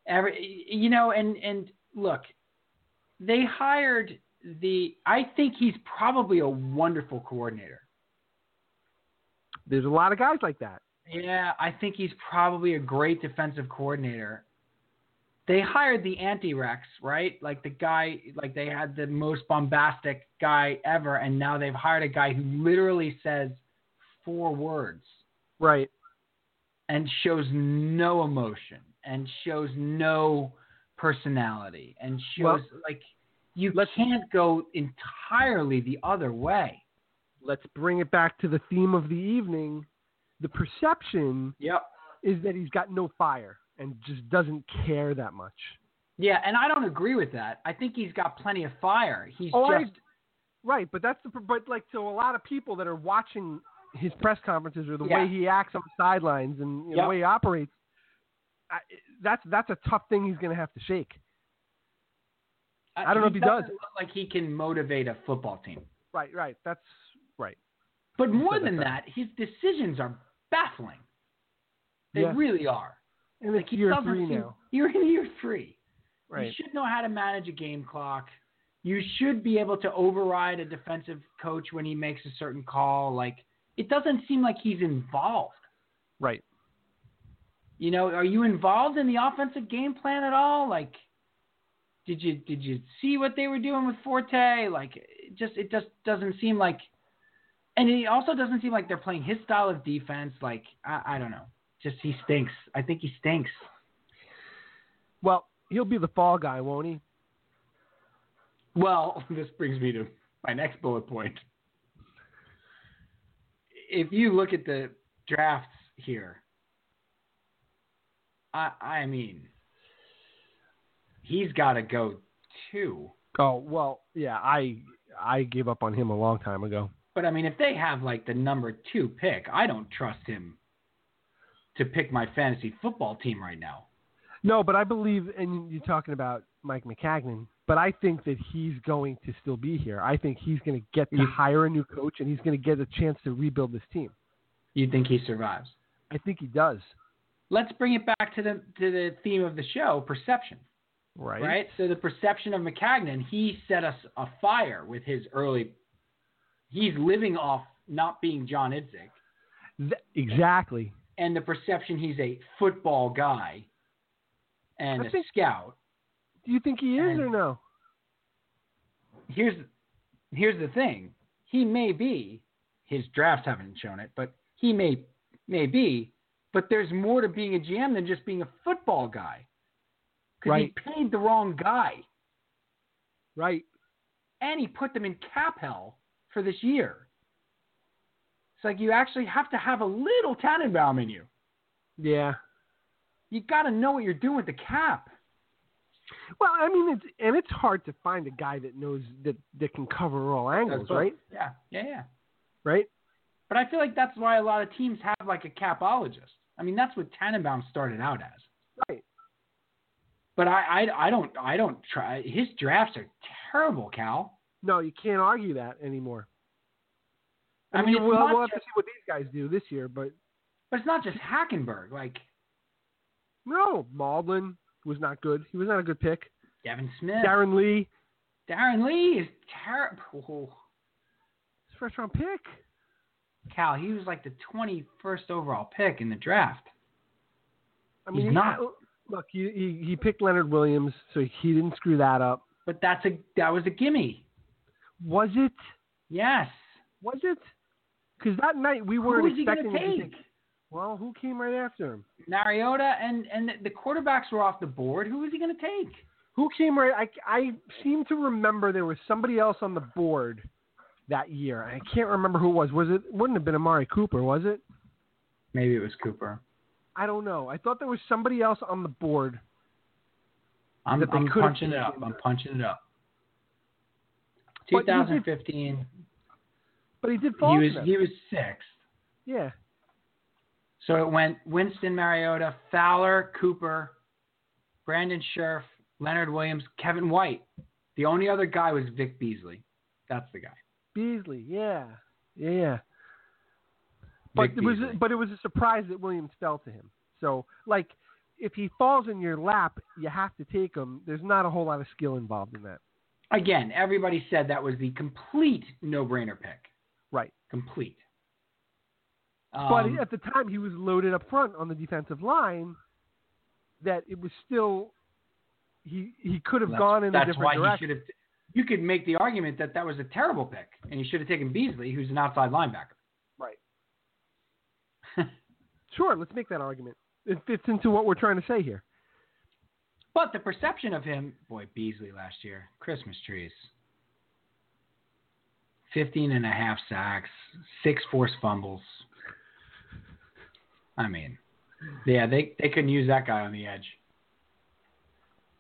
Speaker 1: every you know, and and look, they hired the. I think he's probably a wonderful coordinator.
Speaker 6: There's a lot of guys like that.
Speaker 1: Yeah, I think he's probably a great defensive coordinator. They hired the anti Rex, right? Like the guy, like they had the most bombastic guy ever, and now they've hired a guy who literally says four words
Speaker 6: Right.
Speaker 1: and shows no emotion and shows no personality and
Speaker 6: Well,
Speaker 1: shows like you can't go entirely the other way.
Speaker 6: Let's bring it back to the theme of the evening, the perception
Speaker 1: Yep.
Speaker 6: is that he's got no fire and just doesn't care that much.
Speaker 1: Yeah, and I don't agree with that. I think he's got plenty of fire. He's
Speaker 6: Oh, I-
Speaker 1: just
Speaker 6: Right, but that's the but like so a lot of people that are watching his press conferences or the
Speaker 1: Yeah.
Speaker 6: way he acts on the sidelines and you know,
Speaker 1: Yep.
Speaker 6: the way he operates. I, that's that's a tough thing he's going to have to shake. I don't know if he does.
Speaker 1: doesn't look like uh, he can motivate a football team.
Speaker 6: Right, right. That's right.
Speaker 1: But more
Speaker 6: said
Speaker 1: than that,
Speaker 6: that
Speaker 1: his decisions are baffling. They
Speaker 6: Yeah.
Speaker 1: really are.
Speaker 6: And it's
Speaker 1: Like he
Speaker 6: year
Speaker 1: doesn't
Speaker 6: three
Speaker 1: seem-
Speaker 6: now.
Speaker 1: You're in year three. You
Speaker 6: Right.
Speaker 1: should know how to manage a game clock. You should be able to override a defensive coach when he makes a certain call. Like it doesn't seem like he's involved.
Speaker 6: Right.
Speaker 1: You know, are you involved in the offensive game plan at all? Like, did you did you see what they were doing with Forte? Like, it just it just doesn't seem like, and it also doesn't seem like they're playing his style of defense. Like, I, I don't know. Just he stinks. I think he stinks.
Speaker 6: Well, he'll be the fall guy, won't he?
Speaker 1: Well, this brings me to my next bullet point. If you look at the drafts here, I I mean, he's got to go two.
Speaker 6: Oh, well, yeah, I I gave up on him a long time ago.
Speaker 1: But I mean, if they have like the number two pick, I don't trust him to pick my fantasy football team right now.
Speaker 6: No, but I believe, and you're talking about Mike McCagnon, but I think that he's going to still be here. I think he's going to get to
Speaker 1: You-
Speaker 6: hire a new coach, and he's going to get a chance to rebuild this team.
Speaker 1: You think he survives?
Speaker 6: I think he does.
Speaker 1: Let's bring it back to the to the theme of the show: perception.
Speaker 6: Right.
Speaker 1: right? So the perception of McCagnon, he set us afire with his early. He's living off not being John Idzik,
Speaker 6: Th- exactly.
Speaker 1: and the perception he's a football guy and
Speaker 6: I
Speaker 1: a
Speaker 6: think-
Speaker 1: scout.
Speaker 6: Do you think he is
Speaker 1: And-
Speaker 6: or no?
Speaker 1: Here's here's the thing: he may be. His drafts haven't shown it, but he may may be. But there's more to being a GM than just being a football guy. Because
Speaker 6: Right.
Speaker 1: he paid the wrong guy,
Speaker 6: Right.
Speaker 1: and he put them in cap hell for this year. It's like you actually have to have a little Tannenbaum in you.
Speaker 6: Yeah.
Speaker 1: You got to know what you're doing with the cap.
Speaker 6: Well, I mean, it's and it's hard to find a guy that knows that that can cover all angles, right?
Speaker 1: Yeah, yeah, yeah.
Speaker 6: Right.
Speaker 1: But I feel like that's why a lot of teams have like a capologist. I mean, that's what Tannenbaum started out as.
Speaker 6: Right.
Speaker 1: But I, I, I don't, I don't try. His drafts are terrible, Cal.
Speaker 6: No, you can't argue that anymore.
Speaker 1: I mean, it's
Speaker 6: we'll,
Speaker 1: not
Speaker 6: we'll have to
Speaker 1: just-
Speaker 6: see what these guys do this year, but
Speaker 1: But it's not just Hackenberg. Like
Speaker 6: no, Maudlin was not good. He was not a good pick.
Speaker 1: Devin Smith, Darren,
Speaker 6: Darren Lee,
Speaker 1: Lee is oh, terrible.
Speaker 6: his first round pick.
Speaker 1: Cal, he was like the 21st overall pick in the draft.
Speaker 6: I
Speaker 1: He's
Speaker 6: mean, he-
Speaker 1: not.
Speaker 6: Look, he, he he picked Leonard Williams, so he didn't screw that up.
Speaker 1: But that's a that was a gimme.
Speaker 6: Was it?
Speaker 1: Yes.
Speaker 6: Was it? Because that night we
Speaker 1: Who
Speaker 6: weren't
Speaker 1: is he going
Speaker 6: expecting.
Speaker 1: to
Speaker 6: him to
Speaker 1: take?
Speaker 6: take- Well, who came right after him?
Speaker 1: Mariota and and the quarterbacks were off the board. Who is he going to take?
Speaker 6: Who came right? I I seem to remember there was somebody else on the board that year. I can't remember who it was. Was it? Wouldn't have been Amari Cooper, was it?
Speaker 1: Maybe it was Cooper.
Speaker 6: I don't know. I thought there was somebody else on the board.
Speaker 1: I'm,
Speaker 6: That they
Speaker 1: I'm
Speaker 6: could've
Speaker 1: punching it up.
Speaker 6: taken.
Speaker 1: I'm punching it up.
Speaker 6: But you did-
Speaker 1: 2015.
Speaker 6: But he did
Speaker 1: He
Speaker 6: fall. to
Speaker 1: was
Speaker 6: them.
Speaker 1: he was sixth.
Speaker 6: yeah.
Speaker 1: So it went Winston Mariota, Fowler, Cooper, Brandon Scherf, Leonard Williams, Kevin White. The only other guy was Vic Beasley. That's the guy.
Speaker 6: Beasley. Yeah. Yeah. yeah. But
Speaker 1: Vic
Speaker 6: it was
Speaker 1: Beasley.
Speaker 6: but it was a surprise that Williams fell to him. So like if he falls in your lap, you have to take him. There's not a whole lot of skill involved in that.
Speaker 1: again, everybody said that was the complete no-brainer pick.
Speaker 6: Right.
Speaker 1: Complete. Um,
Speaker 6: but at the time he was loaded up front on the defensive line that it was still he he could have
Speaker 1: that's-
Speaker 6: gone in a
Speaker 1: that's
Speaker 6: different
Speaker 1: why
Speaker 6: direction.
Speaker 1: he should have. You could make the argument that that was a terrible pick, and he should have taken Beasley, who's an outside linebacker.
Speaker 6: Right. Sure, let's make that argument. It fits into what we're trying to say here.
Speaker 1: But the perception of him, boy, Beasley last year, Christmas trees. 15 and a half sacks, six forced fumbles. I mean, Yeah, they they couldn't use that guy on the edge.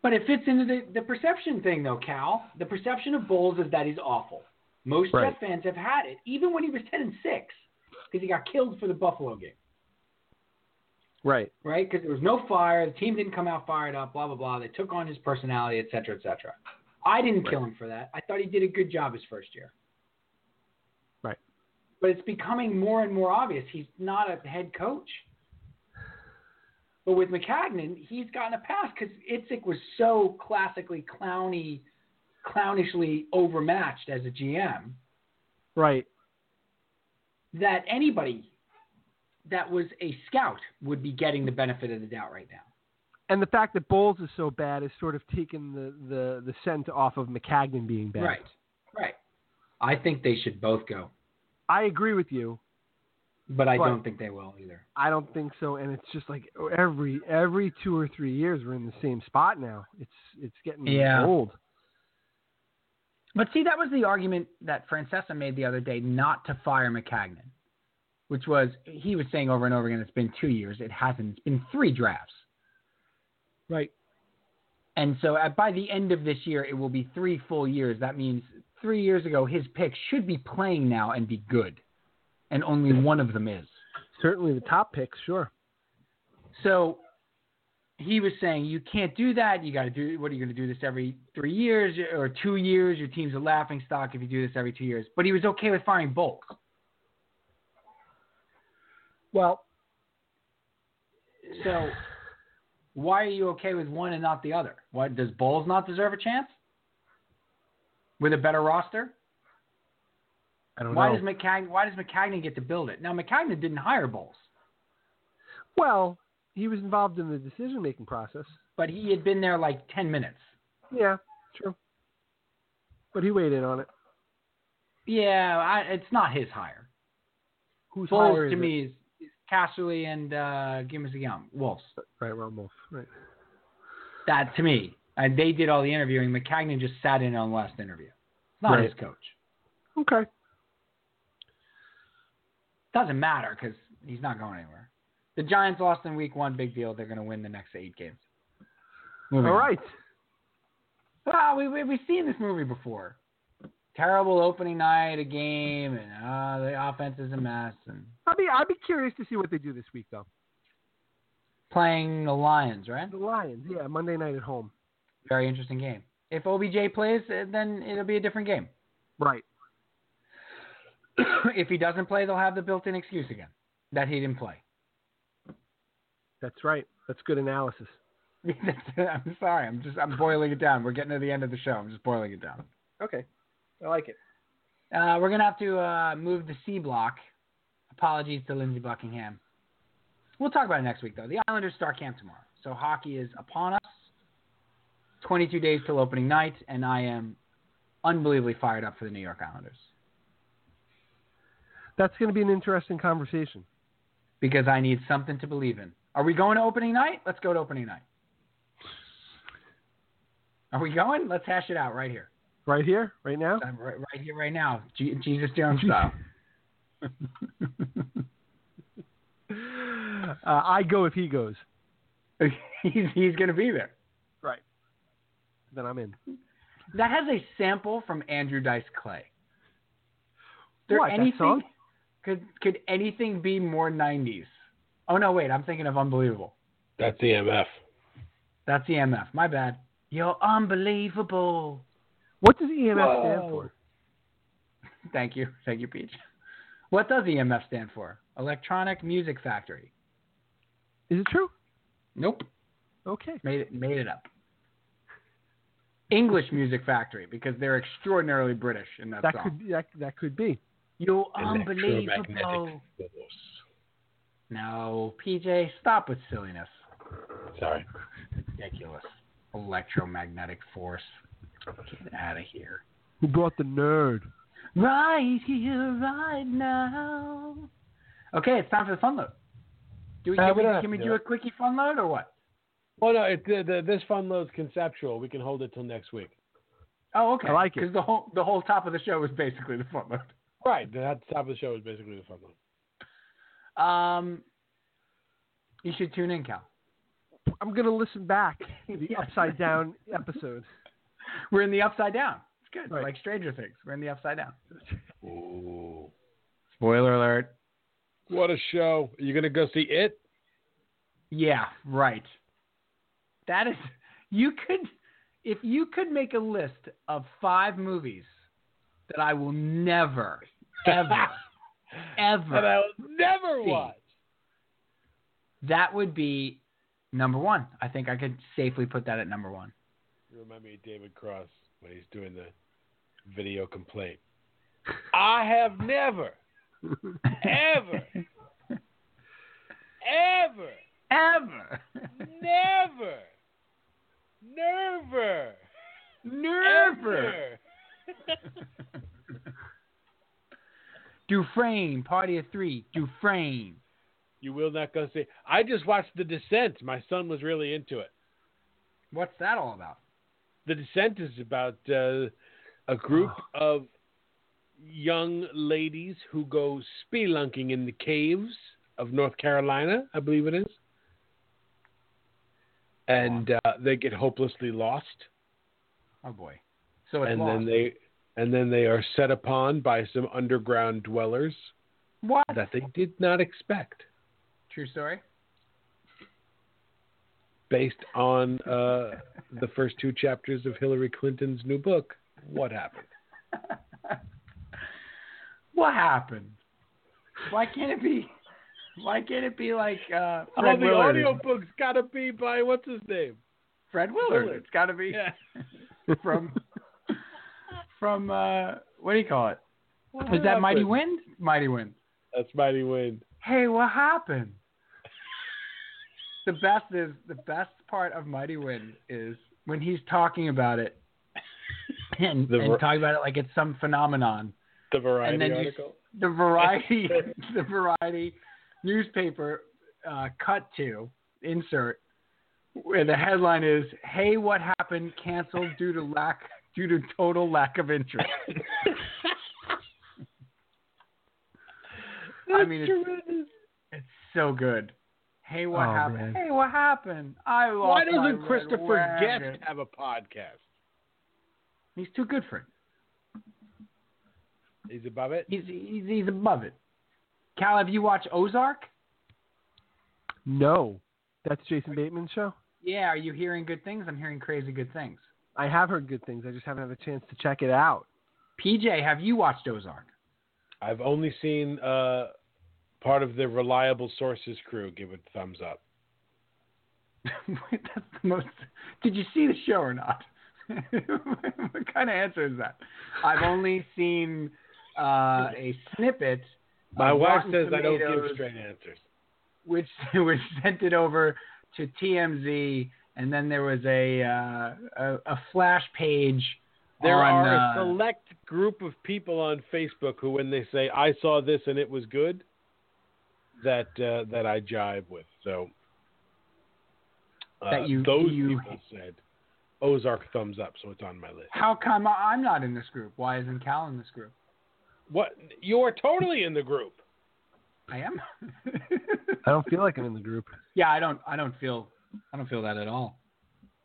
Speaker 7: But it fits into the, the perception thing, though, Cal. The perception of Bowles is that he's awful. Most
Speaker 2: Right.
Speaker 7: Jet fans have had it, even when he was 10 and 6, because he got killed for the Buffalo game,
Speaker 6: Right.
Speaker 7: right? Because there was no fire. The team didn't come out fired up, blah, blah, blah. They took on his personality, et cetera, et cetera. I didn't kill him for that. I thought he did a good job his first year.
Speaker 6: Right.
Speaker 7: But it's becoming more and more obvious he's not a head coach. But with McCagnon, he's gotten a pass because Itzik was so classically clowny, clownishly overmatched as a GM
Speaker 6: Right.
Speaker 7: that anybody that was a scout would be getting the benefit of the doubt right now.
Speaker 6: And the fact that Bowles is so bad has sort of taken the, the, the scent off of McCagnon being bad.
Speaker 7: Right. Right. I think they should both go,
Speaker 6: I agree with you.
Speaker 7: but I
Speaker 6: But-
Speaker 7: don't think they will either.
Speaker 6: I don't think so. And it's just like every every two or three years we're in the same spot now. It's it's getting
Speaker 1: Yeah.
Speaker 6: old.
Speaker 1: But see, that was the argument that Francesa made the other day not to fire McCagnon, which was he was saying over and over again, it's been two years. It hasn't. It's been three drafts.
Speaker 2: Right.
Speaker 1: And so at, by the end of this year, it will be three full years. That means three years ago, his pick should be playing now and be good. And only one of them is.
Speaker 6: Certainly the top picks, sure.
Speaker 1: So he was saying, you can't do that. You got to do, what are you going to do this every three years or two years? Your team's a laughing stock if you do this every two years. But he was okay with firing Bolt.
Speaker 6: Well,
Speaker 1: So why are you okay with one and not the other? Why does Bowles not deserve a chance with a better roster?
Speaker 6: I don't
Speaker 1: Why
Speaker 6: know.
Speaker 1: does McCagn Why does McCagnon get to build it? Now McCagnon didn't hire Bowles,
Speaker 6: well, he was involved in the decision making process.
Speaker 1: but he had been there like ten minutes.
Speaker 6: Yeah, true. But he weighed in on it.
Speaker 1: Yeah, I, it's not his hire.
Speaker 6: Who's
Speaker 1: Bowles
Speaker 6: higher
Speaker 1: to
Speaker 6: is it?
Speaker 1: me is, is Casserly and uh, Gimus Young Wolves.
Speaker 6: Right, Ron Wolf. Right.
Speaker 1: That to me, and they did all the interviewing. McCagnon just sat in on the last interview. It's not
Speaker 6: Right.
Speaker 1: his coach.
Speaker 6: Okay.
Speaker 1: Doesn't matter because he's not going anywhere. The Giants lost in Week One. Big deal. They're going to win the next eight games.
Speaker 6: All
Speaker 1: Moving on.
Speaker 6: right.
Speaker 1: Well, we, we, we've seen this movie before. Terrible opening night, a game, and uh, the offense is a mess, and
Speaker 6: I'd be I'd be curious to see what they do this week though.
Speaker 1: playing the Lions, right?
Speaker 6: The Lions, yeah, Monday night at home.
Speaker 1: Very interesting game. If OBJ plays, uh, then it'll be a different game.
Speaker 6: Right.
Speaker 1: if he doesn't play, they'll have the built-in excuse again that he didn't play.
Speaker 6: That's right. That's good analysis.
Speaker 1: I'm sorry. I'm just I'm boiling it down. We're getting to the end of the show. I'm just boiling it down.
Speaker 6: Okay. I like it.
Speaker 1: Uh, we're gonna have to uh, move the C block. Apologies to Lindsey Buckingham. We'll talk about it next week though. The Islanders start camp tomorrow, so hockey is upon us. 22 days till opening night, and I am unbelievably fired up for the New York Islanders
Speaker 6: That's gonna be an interesting conversation.
Speaker 1: because I need something to believe in. Are we going to opening night? Let's go to opening night. Are we going? Let's hash it out right here.
Speaker 6: Right here, right now?
Speaker 1: I'm right, right here, right now, Je- Jesus Jones style.
Speaker 6: Uh, I go if he goes.
Speaker 1: he's he's gonna be there.
Speaker 6: Then I'm in.
Speaker 1: That has a sample from Andrew Dice Clay. There
Speaker 6: What, that
Speaker 1: anything
Speaker 6: song?
Speaker 1: could could anything be more '90s? Oh no, wait, I'm thinking of Unbelievable.
Speaker 2: That's the MF.
Speaker 1: That's EMF. My bad. You're unbelievable.
Speaker 6: What does EMF stand for?
Speaker 1: Thank you, thank you, Peach. What does EMF stand for? Electronic Music Factory.
Speaker 6: Is it true?
Speaker 1: Nope,
Speaker 6: Okay.
Speaker 1: made it made it up. English Music Factory because they're extraordinarily British in that,
Speaker 6: That
Speaker 1: song.
Speaker 6: could be that, that could be.
Speaker 1: You're
Speaker 2: Electromagnetic
Speaker 1: unbelievable.
Speaker 2: force.
Speaker 1: No, PJ, stop with silliness.
Speaker 2: Sorry.
Speaker 1: Ridiculous. Electromagnetic force. Get out of here.
Speaker 6: Who brought the nerd?
Speaker 1: Right here, right now. Okay, it's time for the fun load. Do we, can
Speaker 2: Uh, we
Speaker 1: we,
Speaker 2: don't have
Speaker 1: can
Speaker 2: to
Speaker 1: we
Speaker 2: do
Speaker 1: do a quickie fun load or what?
Speaker 2: Well, no, it, the, the, this fun load's conceptual. We can hold it till next week.
Speaker 1: Oh, okay.
Speaker 6: I like it.
Speaker 1: Because the whole the whole top of the show was basically the fun load.
Speaker 2: Right. That top of the show is basically the fun load.
Speaker 1: Um, You should tune in, Cal.
Speaker 6: I'm gonna listen back to the
Speaker 1: Yeah.
Speaker 6: upside down episode.
Speaker 1: We're in the upside down. It's good.
Speaker 6: Right.
Speaker 1: Like Stranger Things. We're in the upside down.
Speaker 2: Ooh.
Speaker 1: Spoiler alert.
Speaker 2: What a show. Are you going to go see it?
Speaker 1: Yeah, right. That is you could if you could make a list of five movies that I will never, ever,
Speaker 2: And
Speaker 1: ever
Speaker 2: I'll never
Speaker 1: See.
Speaker 2: watch.
Speaker 1: that would be number one. I think I could safely put that at number one.
Speaker 2: You remind me of David Cross when he's doing the video complaint. I have never, ever, ever,
Speaker 1: Ever.
Speaker 2: never, never,
Speaker 1: Never.
Speaker 2: ever.
Speaker 1: Dufresne, Party of Three. Dufresne.
Speaker 2: You will not go see. I just watched The Descent. My son was really into it.
Speaker 1: What's that all about?
Speaker 2: The Descent is about uh, a group of young ladies who go spelunking in the caves of North Carolina, I believe it is. And uh, they get hopelessly lost,
Speaker 1: Oh boy. So it's
Speaker 2: and
Speaker 1: lost.
Speaker 2: then they and then they are set upon by some underground dwellers
Speaker 1: what?
Speaker 2: that they did not expect,
Speaker 1: True story.
Speaker 2: based on uh, the first two chapters of Hillary Clinton's new book. What happened?
Speaker 1: What happened? Why can't it be? Why can't it be like uh,
Speaker 2: oh,
Speaker 1: Fred
Speaker 2: the
Speaker 1: Willard?
Speaker 2: audiobook's got to be by what's his name?
Speaker 1: Fred Willard.
Speaker 2: Willard.
Speaker 1: It's got to be
Speaker 2: Yeah.
Speaker 1: from from uh, what do you call it? Is that Mighty Wind? Mighty Wind.
Speaker 2: That's Mighty Wind.
Speaker 1: Hey, what happened? The best is the best part of Mighty Wind is when he's talking about it and,
Speaker 2: The ver-
Speaker 1: and talking about it like it's some phenomenon.
Speaker 2: The Variety
Speaker 1: And then you-
Speaker 2: article.
Speaker 1: the variety the variety newspaper uh, cut to insert where the headline is hey what happened canceled due to lack due to total lack of interest i mean it's, it's so good hey what
Speaker 6: Oh,
Speaker 1: happened
Speaker 6: man.
Speaker 1: hey what happened i lost
Speaker 2: Why
Speaker 1: my
Speaker 2: doesn't
Speaker 1: red
Speaker 2: Christopher
Speaker 1: wagon.
Speaker 2: Guest have a podcast?
Speaker 1: he's too good for it
Speaker 2: He's above it.
Speaker 1: he's he's, he's above it cal have you watched ozark
Speaker 6: No, that's Jason Bateman's show.
Speaker 1: yeah are you hearing good things i'm hearing crazy good things
Speaker 6: I have heard good things. I just haven't had a chance to check it out.
Speaker 1: PJ, have you watched Ozark?
Speaker 2: I've only seen uh, part of the reliable sources crew give it thumbs up.
Speaker 1: That's the most. Did you see the show or not? what kind of answer is that? I've only seen uh, a snippet.
Speaker 2: My
Speaker 1: of
Speaker 2: wife
Speaker 1: Rotten
Speaker 2: says I don't
Speaker 1: Tomatoes,
Speaker 2: give straight answers.
Speaker 1: Which which sent it over to TMZ, and then there was a uh, a, a flash page.
Speaker 2: There
Speaker 1: on,
Speaker 2: are
Speaker 1: uh,
Speaker 2: a select group of people on Facebook who, when they say "I saw this and it was good," that uh, that I jive with. So uh,
Speaker 1: That you-
Speaker 2: those
Speaker 1: you-
Speaker 2: people said Ozark thumbs up, so it's on my list.
Speaker 1: how come I'm not in this group? Why isn't Cal in this group?
Speaker 2: What you're totally in the group.
Speaker 1: I am.
Speaker 6: I don't feel like I'm in the group.
Speaker 1: yeah, I don't. I don't feel. I don't feel that at all.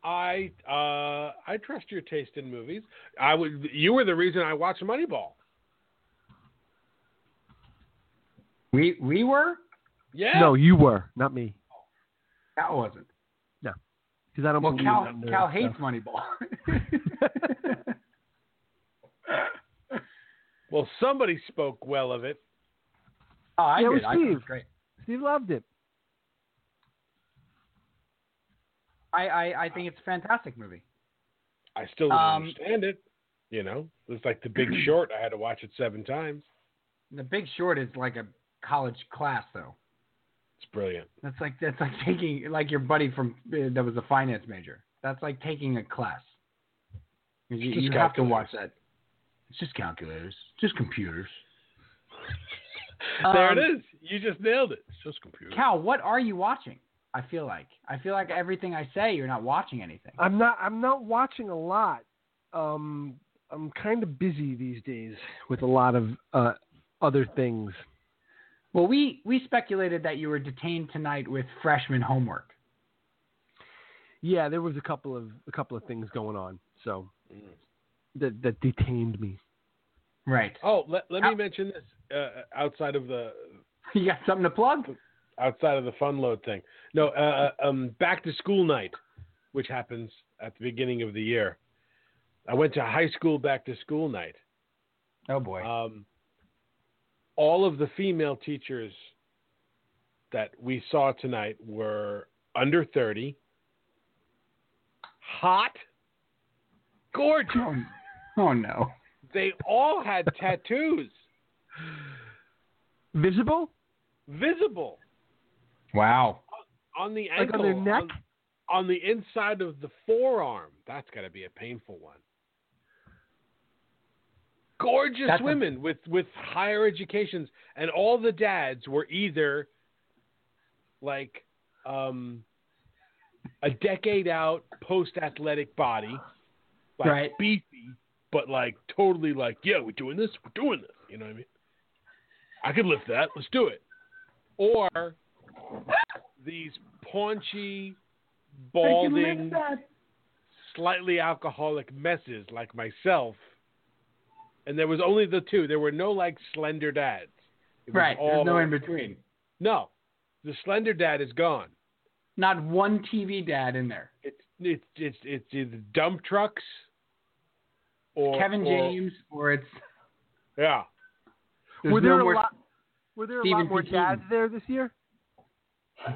Speaker 2: I uh, I trust your taste in movies. I would. You were the reason I watched Moneyball.
Speaker 1: We we were.
Speaker 2: Yeah.
Speaker 6: No, you were, not me,
Speaker 1: Cal wasn't.
Speaker 6: because I don't
Speaker 1: Well,
Speaker 6: believe
Speaker 1: Cal,
Speaker 6: in that nerd
Speaker 1: Cal
Speaker 6: stuff.
Speaker 1: hates Moneyball.
Speaker 2: Well, somebody spoke well of it.
Speaker 1: oh, I
Speaker 6: Yeah, it
Speaker 1: did.
Speaker 6: was
Speaker 1: I thought it was
Speaker 6: Steve.
Speaker 1: great.
Speaker 6: He loved it.
Speaker 1: I, I, I think it's a fantastic movie.
Speaker 2: I still don't
Speaker 1: Um,
Speaker 2: understand it. You know, it's like The Big Short. I had to watch it seven times.
Speaker 1: The Big Short is like a college class, though.
Speaker 2: It's brilliant.
Speaker 1: That's like that's like taking like your buddy from uh, that was a finance major. That's like taking a class. You,
Speaker 2: just
Speaker 1: you have to
Speaker 2: calculators.
Speaker 1: watch that. It's just calculators, just computers.
Speaker 2: there
Speaker 1: Um,
Speaker 2: it is. You just nailed it. It's just computer.
Speaker 1: Cal, what are you watching? I feel like I feel like everything I say, you're not watching anything.
Speaker 6: I'm not. I'm not watching a lot. Um, I'm kind of busy these days with a lot of uh, other things.
Speaker 1: Well, we we speculated that you were detained tonight with freshman homework.
Speaker 6: Yeah, there was a couple of a couple of things going on, so
Speaker 1: Mm.
Speaker 6: that that detained me.
Speaker 1: Right.
Speaker 2: Oh, let, let me mention this uh, outside of the
Speaker 1: You got something to plug?
Speaker 2: outside of the fun load thing. No, uh, um, back to school night, which happens at the beginning of the year. I went to high school back to school night.
Speaker 1: Oh boy.
Speaker 2: Um, all of the female teachers that we saw tonight were under 30, hot, gorgeous.
Speaker 1: Oh, oh no.
Speaker 2: They all had tattoos
Speaker 6: Visible?
Speaker 2: visible
Speaker 1: Wow.
Speaker 2: on the
Speaker 6: Like
Speaker 2: ankle,
Speaker 6: on their neck?
Speaker 1: Um,
Speaker 2: on, on the inside of the forearm. That's got to be a painful one. Gorgeous
Speaker 1: That's a-
Speaker 2: women with with higher educations, and all the dads were either like um, a decade out, post athletic body, like
Speaker 1: Right.
Speaker 2: beefy, but like totally like, yeah, we're doing this, we're doing this. You know what I mean? I could lift that. Let's do it. Or these paunchy, balding, slightly alcoholic messes like myself. And there was only the two. There were no like slender dads. It was
Speaker 1: Right. There's no
Speaker 2: all-
Speaker 1: in between.
Speaker 2: no. The slender dad is gone.
Speaker 1: Not one TV dad in there.
Speaker 2: It's it's it's it's either dump trucks or
Speaker 1: Kevin
Speaker 2: or-
Speaker 1: James or it's
Speaker 2: Yeah.
Speaker 1: there's
Speaker 6: were
Speaker 1: no
Speaker 6: there a
Speaker 1: more
Speaker 6: lot were there a
Speaker 1: Stephen
Speaker 6: lot more
Speaker 1: P.
Speaker 6: dads
Speaker 1: Keaton.
Speaker 6: there this year?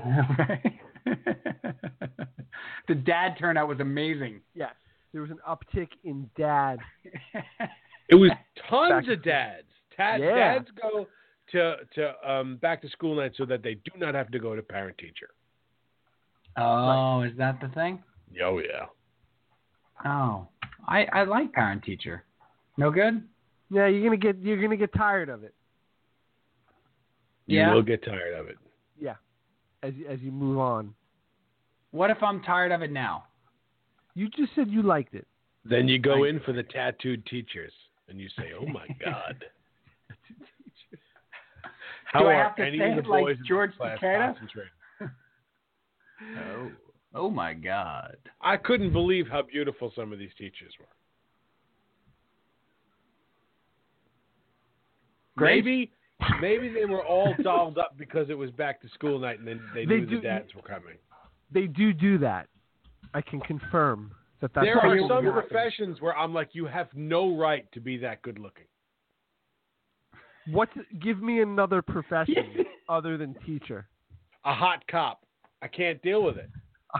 Speaker 1: the dad turnout was amazing.
Speaker 6: Yes. There was an uptick in dad.
Speaker 2: It was tons
Speaker 6: Back-
Speaker 2: of dads. Ta-
Speaker 6: Yeah.
Speaker 2: Dads go to to um, back to school night so that they do not have to go to parent teacher.
Speaker 1: oh, is that the thing?
Speaker 2: Oh yeah.
Speaker 1: Oh, I I like parent teacher. No good.
Speaker 6: Yeah, you're gonna get you're gonna get tired of it
Speaker 2: You
Speaker 1: Yeah.
Speaker 2: will get tired of it.
Speaker 6: as you- as you move on.
Speaker 1: What if I'm tired of it now?
Speaker 6: You just said you liked it.
Speaker 2: Then you
Speaker 1: Thank
Speaker 2: go in for the tattooed teachers and you say, "Oh my god." How
Speaker 1: Do I
Speaker 2: are
Speaker 1: have to
Speaker 2: any
Speaker 1: say
Speaker 2: of the
Speaker 1: it like
Speaker 2: boys in this
Speaker 1: George
Speaker 2: class
Speaker 1: Takeda?
Speaker 2: concentrating?
Speaker 1: Oh, oh my God.
Speaker 2: I couldn't believe how beautiful some of these teachers were.
Speaker 1: Great.
Speaker 2: Maybe maybe they were all dolled up because it was back to school night and then they
Speaker 6: They
Speaker 2: knew
Speaker 6: do-
Speaker 2: the dads were coming.
Speaker 6: They do do that. I can confirm that that's
Speaker 2: there
Speaker 6: what
Speaker 2: are
Speaker 6: will
Speaker 2: some
Speaker 6: happen.
Speaker 2: professions where I'm like, you have no right to be that good looking.
Speaker 6: What? Give me another profession other than teacher.
Speaker 2: A hot cop. I can't deal with it.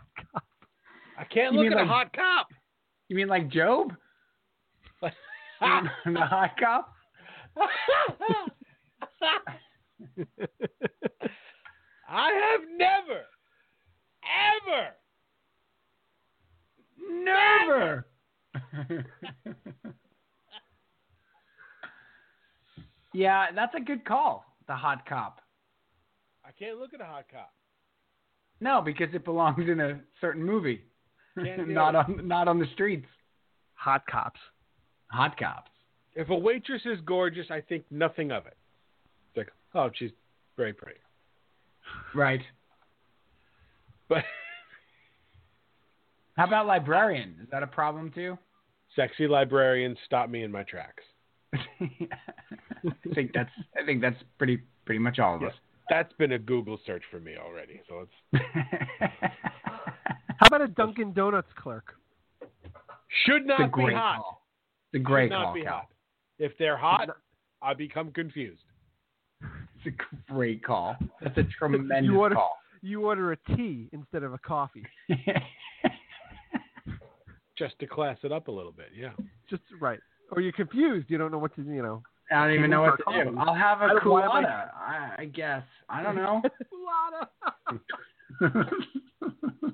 Speaker 2: I can't
Speaker 1: You
Speaker 2: look
Speaker 1: mean
Speaker 2: at a
Speaker 1: like-
Speaker 2: hot cop.
Speaker 1: You mean like Job? the high cop?
Speaker 2: I have never, ever,
Speaker 1: Never. yeah, that's a good call. The hot cop.
Speaker 2: I can't look at a hot cop.
Speaker 1: No, because it belongs in a certain movie,
Speaker 2: Can't do
Speaker 1: not
Speaker 2: it.
Speaker 1: on not on the streets.
Speaker 6: Hot cops.
Speaker 1: Hot cops.
Speaker 2: If a waitress is gorgeous, I think nothing of it. It's like, oh, she's very pretty.
Speaker 1: Right.
Speaker 2: But
Speaker 1: How about librarian? Is that a problem too?
Speaker 2: sexy librarians stop me in my tracks.
Speaker 1: I think that's I think that's pretty pretty much all of us.
Speaker 2: That's been a Google search for me already. So let's
Speaker 6: How about a Dunkin' Donuts clerk?
Speaker 2: should
Speaker 1: it's a
Speaker 2: not be
Speaker 1: great
Speaker 2: hot.
Speaker 1: call. It's a great
Speaker 2: should not
Speaker 1: call.
Speaker 2: be
Speaker 1: Cal.
Speaker 2: hot. If they're hot, I become confused.
Speaker 1: It's a great call. That's a tremendous
Speaker 6: You order-
Speaker 1: call.
Speaker 6: You order a tea instead of a coffee.
Speaker 2: Just to class it up a little bit, yeah.
Speaker 6: Just right. Or you're confused. You don't know what to. You know.
Speaker 1: I don't even know what to do. I'll have a
Speaker 6: I don't- why am I-
Speaker 1: culotta, I, I guess. I don't know.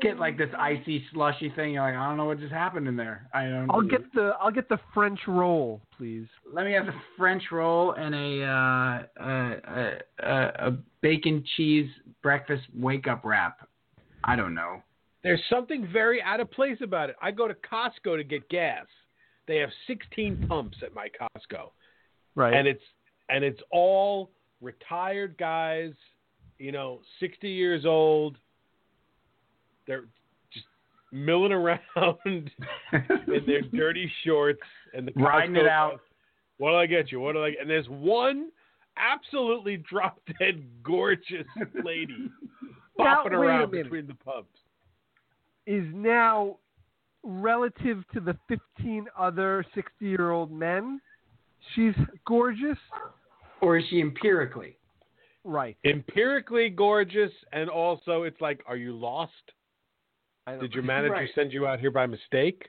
Speaker 1: Get like this icy slushy thing. You're like, I don't know what just happened in there. I don't.
Speaker 6: I'll get the I'll get the French roll, please.
Speaker 1: Let me have a French roll and a uh, a, a, a, a bacon cheese breakfast wake up wrap. I don't know.
Speaker 2: There's something very out of place about it. I go to Costco to get gas. They have 16 pumps at my Costco,
Speaker 6: Right.
Speaker 2: and it's and it's all retired guys, you know, 60 years old. They're just milling around in their dirty shorts and the cops
Speaker 8: Riding it
Speaker 2: go,
Speaker 8: out.
Speaker 2: What do I get you? What do I? And there's one absolutely drop dead gorgeous lady bopping
Speaker 6: Now, wait a
Speaker 2: around
Speaker 6: minute.
Speaker 2: between the pubs.
Speaker 6: is now relative to the 15 other 60 year old men. She's gorgeous.
Speaker 1: Or is she empirically?
Speaker 6: Right.
Speaker 2: Empirically gorgeous, and also it's like, are you lost?
Speaker 6: I don't-
Speaker 2: Did your manager
Speaker 1: Right.
Speaker 2: send you out here by mistake?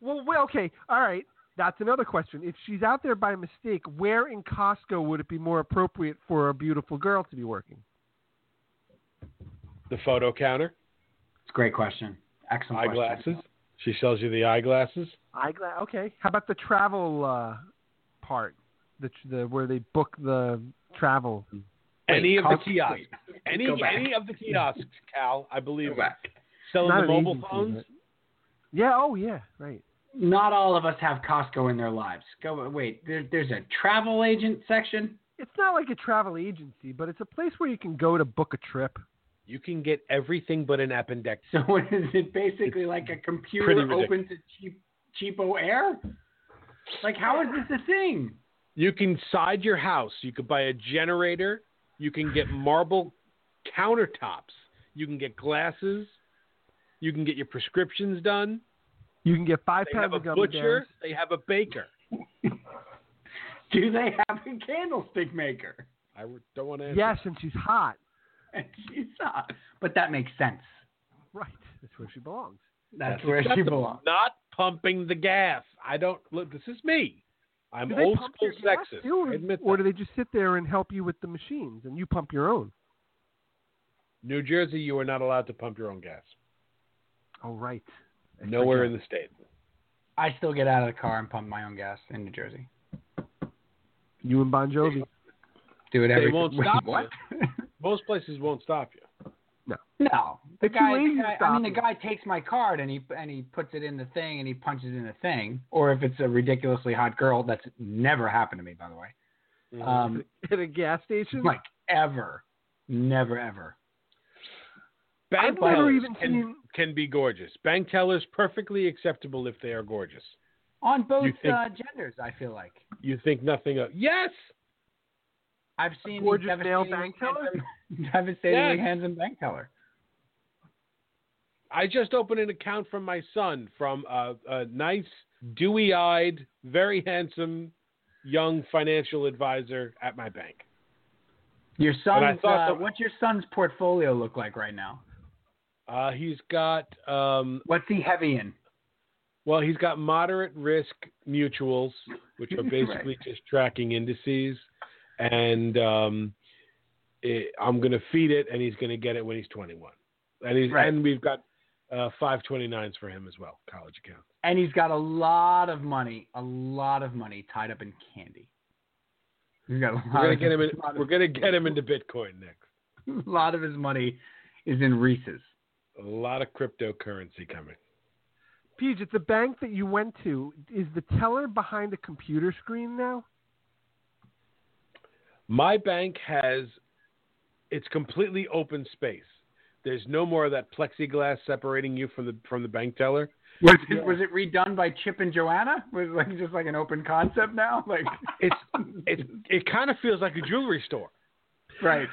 Speaker 6: Well, well, okay. All right. That's another question. If she's out there by mistake, where in Costco would it be more appropriate for a beautiful girl to be working?
Speaker 2: The photo counter,
Speaker 1: It's a great question. Excellent question.
Speaker 2: eyeglasses. She sells you the eyeglasses.
Speaker 6: I okay. How about the travel uh, part? The, tr- the where they book the travel.
Speaker 1: Wait,
Speaker 2: any of the
Speaker 1: Costco-
Speaker 2: kiosks. Any
Speaker 1: Go back.
Speaker 2: any of the kiosks, Cal, I believe.
Speaker 1: Go back.
Speaker 2: Selling
Speaker 6: Not
Speaker 2: Oh, the
Speaker 6: an
Speaker 2: mobile
Speaker 6: agency,
Speaker 2: phones.
Speaker 6: but- Yeah. Oh, yeah. Right.
Speaker 1: Not all of us have Costco in their lives. Go wait. There, there's a travel agent section.
Speaker 6: It's not like a travel agency, but it's a place where you can go to book a trip.
Speaker 2: You can get everything but an appendectomy.
Speaker 1: So what is it basically like a
Speaker 2: pretty
Speaker 1: computer
Speaker 2: ridiculous.
Speaker 1: open to cheap cheapo air? Like how is this a thing?
Speaker 2: You can side your house. You could buy a generator. You can get marble countertops. You can get glasses. You can get your prescriptions done.
Speaker 6: You can get five
Speaker 2: They have
Speaker 6: pounds
Speaker 2: a
Speaker 6: of gummy bears.
Speaker 2: butcher. They have a baker.
Speaker 1: Do they have a candlestick maker?
Speaker 2: I don't want to answer.
Speaker 6: Yes, and she's hot.
Speaker 1: And she's not. But that makes sense.
Speaker 6: Right. That's where she belongs.
Speaker 1: That's,
Speaker 2: That's
Speaker 1: where she
Speaker 2: acceptable.
Speaker 1: belongs.
Speaker 2: Not pumping the gas. I don't. Look, this is me. I'm
Speaker 6: Do they
Speaker 2: old
Speaker 6: pump
Speaker 2: school
Speaker 6: your gas
Speaker 2: sexist.
Speaker 6: too, or,
Speaker 2: I admit
Speaker 6: or
Speaker 2: that.
Speaker 6: do they just sit there and help you with the machines and you pump your own?
Speaker 2: New Jersey, you are not allowed to pump your own gas.
Speaker 6: Oh, right. I
Speaker 2: Nowhere in
Speaker 6: forgot.
Speaker 2: the state.
Speaker 1: I still get out of the car and pump my own gas in New Jersey.
Speaker 6: You and Bon Jovi.
Speaker 1: Do it every
Speaker 2: won't
Speaker 1: wait,
Speaker 2: stop
Speaker 1: what?
Speaker 2: Most places won't stop you.
Speaker 1: no. The
Speaker 6: It's
Speaker 1: guy,
Speaker 6: too easy to
Speaker 1: I- I
Speaker 6: stop
Speaker 1: mean the
Speaker 6: you.
Speaker 1: guy takes my card and he and he puts it in the thing and he punches in the thing. Or if it's a ridiculously hot girl, that's never happened to me by the way.
Speaker 2: Mm-hmm.
Speaker 6: Uh,
Speaker 1: Um
Speaker 6: At a gas station.
Speaker 1: like ever. Never ever.
Speaker 2: Bank
Speaker 6: I've never
Speaker 2: tellers
Speaker 6: even
Speaker 2: can,
Speaker 6: seen-
Speaker 2: can be gorgeous. Bank tellers perfectly acceptable if they are gorgeous.
Speaker 1: On both
Speaker 2: You think-
Speaker 1: uh, genders, I feel like.
Speaker 2: You think nothing of yes,
Speaker 1: I've seen
Speaker 6: gorgeous male
Speaker 1: devastatingly
Speaker 6: bank teller?
Speaker 1: handsome- devastatingly
Speaker 2: Yes.
Speaker 1: handsome bank teller.
Speaker 2: I just opened an account from my son from a, a nice, dewy-eyed, very handsome, young financial advisor at my bank.
Speaker 1: Your
Speaker 2: I
Speaker 1: son's
Speaker 2: thought
Speaker 1: uh,
Speaker 2: that-
Speaker 1: what's your son's portfolio look like right now?
Speaker 2: Uh, he's got um,
Speaker 1: What's he heavy in?
Speaker 2: well, he's got moderate risk mutuals, which are basically just tracking indices, and um, it, I'm going to feed it, and he's going to get it when he's 21, and he's
Speaker 1: Right.
Speaker 2: and we've got uh, 529s for him as well, college account.
Speaker 1: And he's got a lot of money, a lot of money tied up in candy. He's got a lot
Speaker 2: We're going
Speaker 1: of
Speaker 2: to get him. In,
Speaker 1: a lot of-
Speaker 2: we're going to get him into Bitcoin next.
Speaker 1: a lot of his money is in Reese's.
Speaker 2: A lot of cryptocurrency coming.
Speaker 6: Peach, at the bank that you went to, is the teller behind a computer screen now?
Speaker 2: My bank has it's completely open space. There's no more of that plexiglass separating you from the from the bank teller.
Speaker 1: Was it, was it redone by Chip and Joanna? Was it like just like an open concept now? Like
Speaker 2: It's it it kind of feels like a jewelry store.
Speaker 1: Right.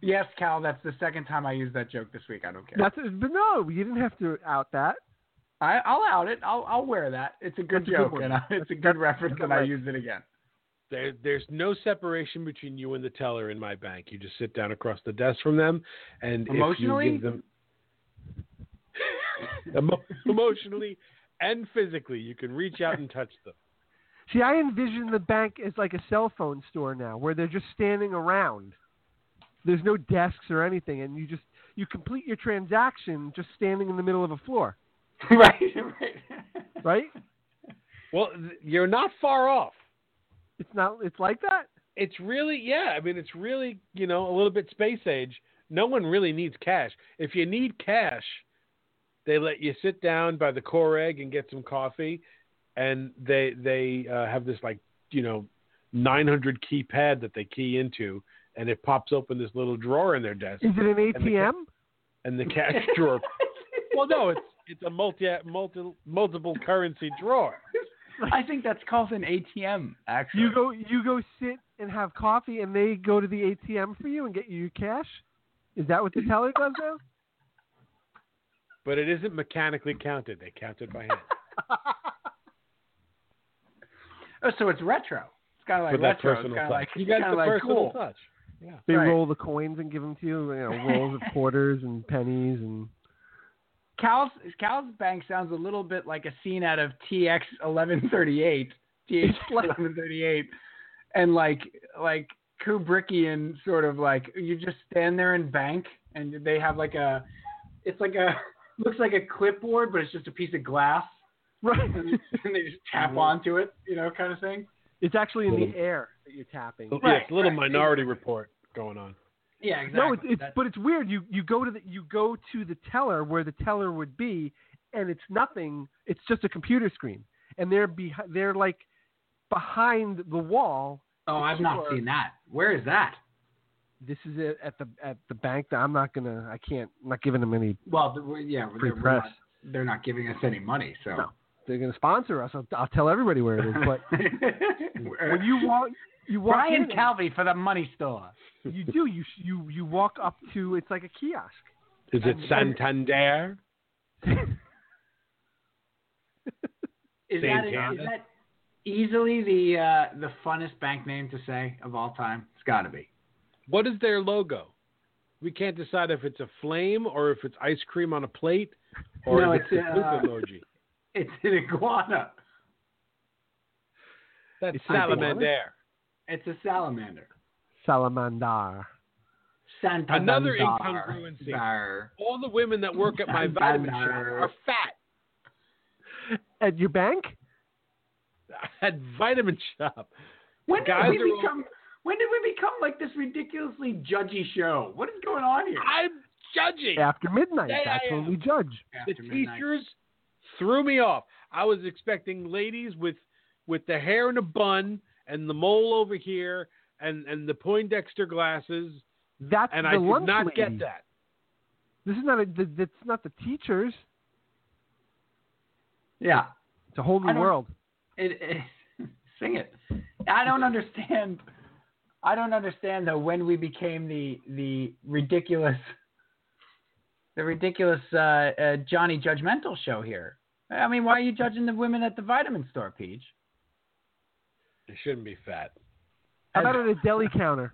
Speaker 1: Yes, Cal, that's the second time I used that joke this week. I don't care.
Speaker 6: That's but no, you didn't have to out that.
Speaker 1: I, I'll out it. I'll, I'll wear that. It's a good
Speaker 6: That's a good
Speaker 1: joke,
Speaker 6: one.
Speaker 1: and I, it's a good reference,
Speaker 6: good
Speaker 1: and I
Speaker 6: one.
Speaker 1: used it again.
Speaker 2: There, there's no separation between you and the teller in my bank. You just sit down across the desk from them, and
Speaker 1: Emotionally?
Speaker 2: if you give them Emo- emotionally and physically, you can reach out and touch them.
Speaker 6: See, I envision the bank as like a cell phone store now, where they're just standing around. There's no desks or anything, and you just you complete your transaction just standing in the middle of a floor,
Speaker 1: right, right.
Speaker 6: right?
Speaker 2: Well, th- you're not far off.
Speaker 6: It's not. It's like that.
Speaker 2: It's really yeah. I mean, it's really you know a little bit space age. No one really needs cash. If you need cash, they let you sit down by the Coreg and get some coffee, and they they uh, have this like you know 900 keypad that they key into, and it pops open this little drawer in their desk,
Speaker 6: Is it an
Speaker 2: the ca-
Speaker 6: ATM?
Speaker 2: and the cash drawer. Well, no, it's it's a multi multi multiple currency drawer.
Speaker 1: I think that's called an ATM. Actually,
Speaker 6: You go you go sit and have coffee and they go to the ATM for you and get you your cash? Is that what the teller does now?
Speaker 2: But it isn't mechanically counted. They count it by hand.
Speaker 1: oh, so it's retro. It's kind of like
Speaker 2: With that
Speaker 1: retro.
Speaker 2: personal
Speaker 1: it's kind of like
Speaker 2: touch. You got
Speaker 1: kinda
Speaker 2: the
Speaker 1: like,
Speaker 2: personal
Speaker 1: cool.
Speaker 2: touch.
Speaker 6: They
Speaker 1: Right.
Speaker 6: roll the coins and give them to you, you know, rolls of quarters and pennies and
Speaker 1: Cal's Cal's bank sounds a little bit like a scene out of TX eleven thirty eight, TX eleven thirty eight, and like like Kubrickian sort of like you just stand there and bank, and they have like a, it's like a looks like a clipboard, but it's just a piece of glass,
Speaker 6: Right.
Speaker 1: and, and they just tap
Speaker 2: Mm-hmm.
Speaker 1: onto it, you know, kind of thing.
Speaker 6: It's actually in the air that you're tapping.
Speaker 7: Oh,
Speaker 2: Yes,
Speaker 1: Right,
Speaker 2: little
Speaker 1: right.
Speaker 2: minority report going on.
Speaker 7: Yeah, exactly.
Speaker 6: No, it's, it's
Speaker 7: That's-
Speaker 6: but it's weird. You you go to the you go to the teller where the teller would be, and it's nothing. It's just a computer screen, and they're behi- they're like behind the wall.
Speaker 7: oh, I've not
Speaker 6: sure.
Speaker 7: seen that. Where is that?
Speaker 6: This is it at the at the bank. that I'm not gonna. I can't. I'm not giving them any.
Speaker 7: Well, the- we're- yeah,
Speaker 6: Free
Speaker 7: they're, we're
Speaker 6: press.
Speaker 7: not, they're not giving us any money, so.
Speaker 6: No. They're gonna sponsor us. I'll, I'll tell everybody where it is. But when you walk, you walk
Speaker 1: Brian
Speaker 6: in,
Speaker 1: Calvi for the money store.
Speaker 6: you do. You sh- you you walk up to. It's like a kiosk.
Speaker 2: Is it
Speaker 6: And-
Speaker 2: Santander?
Speaker 7: is,
Speaker 2: Same
Speaker 7: that, is
Speaker 2: campus?
Speaker 7: that easily the uh, the funnest bank name to say of all time? It's got to be.
Speaker 2: What is their logo? We can't decide if it's a flame or if it's ice cream on a plate or
Speaker 7: No,
Speaker 2: if it's,
Speaker 7: it's,
Speaker 2: a poop
Speaker 7: uh,
Speaker 2: emoji.
Speaker 7: It's an iguana.
Speaker 2: That's
Speaker 6: it's
Speaker 2: Salamander.
Speaker 7: It's a salamander.
Speaker 6: Salamandar.
Speaker 7: Santa
Speaker 2: Another incongruency. All the women that work at my vitamin shop
Speaker 7: Salamander.
Speaker 2: are fat
Speaker 6: At your bank?
Speaker 2: at vitamin shop.
Speaker 7: When did
Speaker 2: Guys
Speaker 7: we
Speaker 2: are all-
Speaker 7: become? When did we become like this ridiculously judgy show? What is going on here?
Speaker 2: I'm judging.
Speaker 6: After midnight.
Speaker 2: Yeah,
Speaker 6: That's
Speaker 2: yeah,
Speaker 6: when
Speaker 2: yeah.
Speaker 6: we judge.
Speaker 2: the
Speaker 7: After midnight.
Speaker 2: teachers threw me off. I was expecting ladies with with the hair in a bun and the mole over here and and the Poindexter glasses,
Speaker 6: That's
Speaker 2: and
Speaker 6: the
Speaker 2: I did
Speaker 6: lunch
Speaker 2: not
Speaker 6: lady.
Speaker 2: get that.
Speaker 6: This is not a. th- That's not the teachers.
Speaker 7: Yeah.
Speaker 6: It's a whole
Speaker 7: I
Speaker 6: new
Speaker 7: don't-
Speaker 6: world.
Speaker 7: It, it,
Speaker 1: Sing it. I don't understand. I don't understand though when we became the the ridiculous, the ridiculous uh, uh, Johnny judgmental show here. I mean, why are you judging the women at the vitamin store, Peach?
Speaker 2: They shouldn't be fat.
Speaker 6: How about at a deli counter?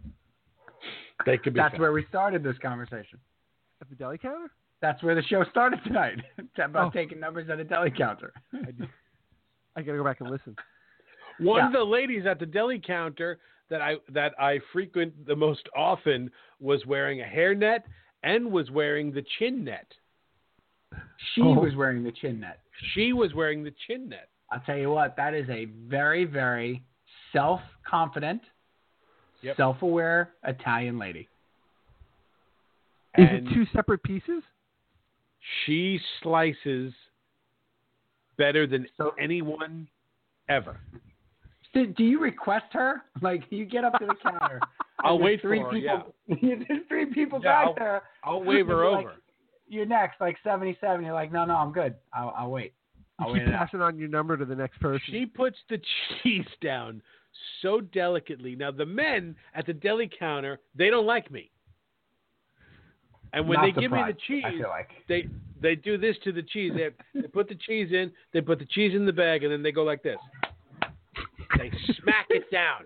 Speaker 2: They could be.
Speaker 1: That's
Speaker 2: fat.
Speaker 1: where we started this conversation.
Speaker 6: At the deli counter?
Speaker 1: That's where the show started tonight. It's about
Speaker 6: Oh.
Speaker 1: taking numbers at a deli counter.
Speaker 6: I gotta go back and listen.
Speaker 2: One
Speaker 1: Yeah.
Speaker 2: of the ladies at the deli counter that I that I frequent the most often was wearing a hairnet and was wearing the chin net.
Speaker 1: She
Speaker 6: Oh.
Speaker 1: was wearing the chin net.
Speaker 2: She was wearing the chin net.
Speaker 1: I'll tell you what, that is a very, very self confident,
Speaker 2: Yep.
Speaker 1: self aware Italian lady.
Speaker 6: Is
Speaker 2: And-
Speaker 6: it two separate pieces?
Speaker 2: she slices better than
Speaker 1: So-
Speaker 2: anyone ever.
Speaker 1: Do, do you request her? Like you get up to the counter.
Speaker 2: I'll
Speaker 1: and
Speaker 2: wait
Speaker 1: there's
Speaker 2: for
Speaker 1: three
Speaker 2: her,
Speaker 1: people. there's three people
Speaker 2: Yeah,
Speaker 1: back
Speaker 2: I'll-
Speaker 1: there.
Speaker 2: I'll wave her
Speaker 1: Like,
Speaker 2: over.
Speaker 1: You're next, like seventy-seven. You're like, no, no, I'm good. I'll, I'll wait.
Speaker 6: You
Speaker 1: I'll wait.
Speaker 6: keep
Speaker 1: it out.
Speaker 6: passing on your number to the next person.
Speaker 2: She puts the cheese down so delicately. Now the men at the deli counter, they don't like me. And when
Speaker 1: Not
Speaker 2: they give me the
Speaker 1: surprised, I
Speaker 2: cheese,
Speaker 1: feel like
Speaker 2: they they do this to the cheese. They, they put the cheese in, they put the cheese in the bag, and then they go like this. They smack it down.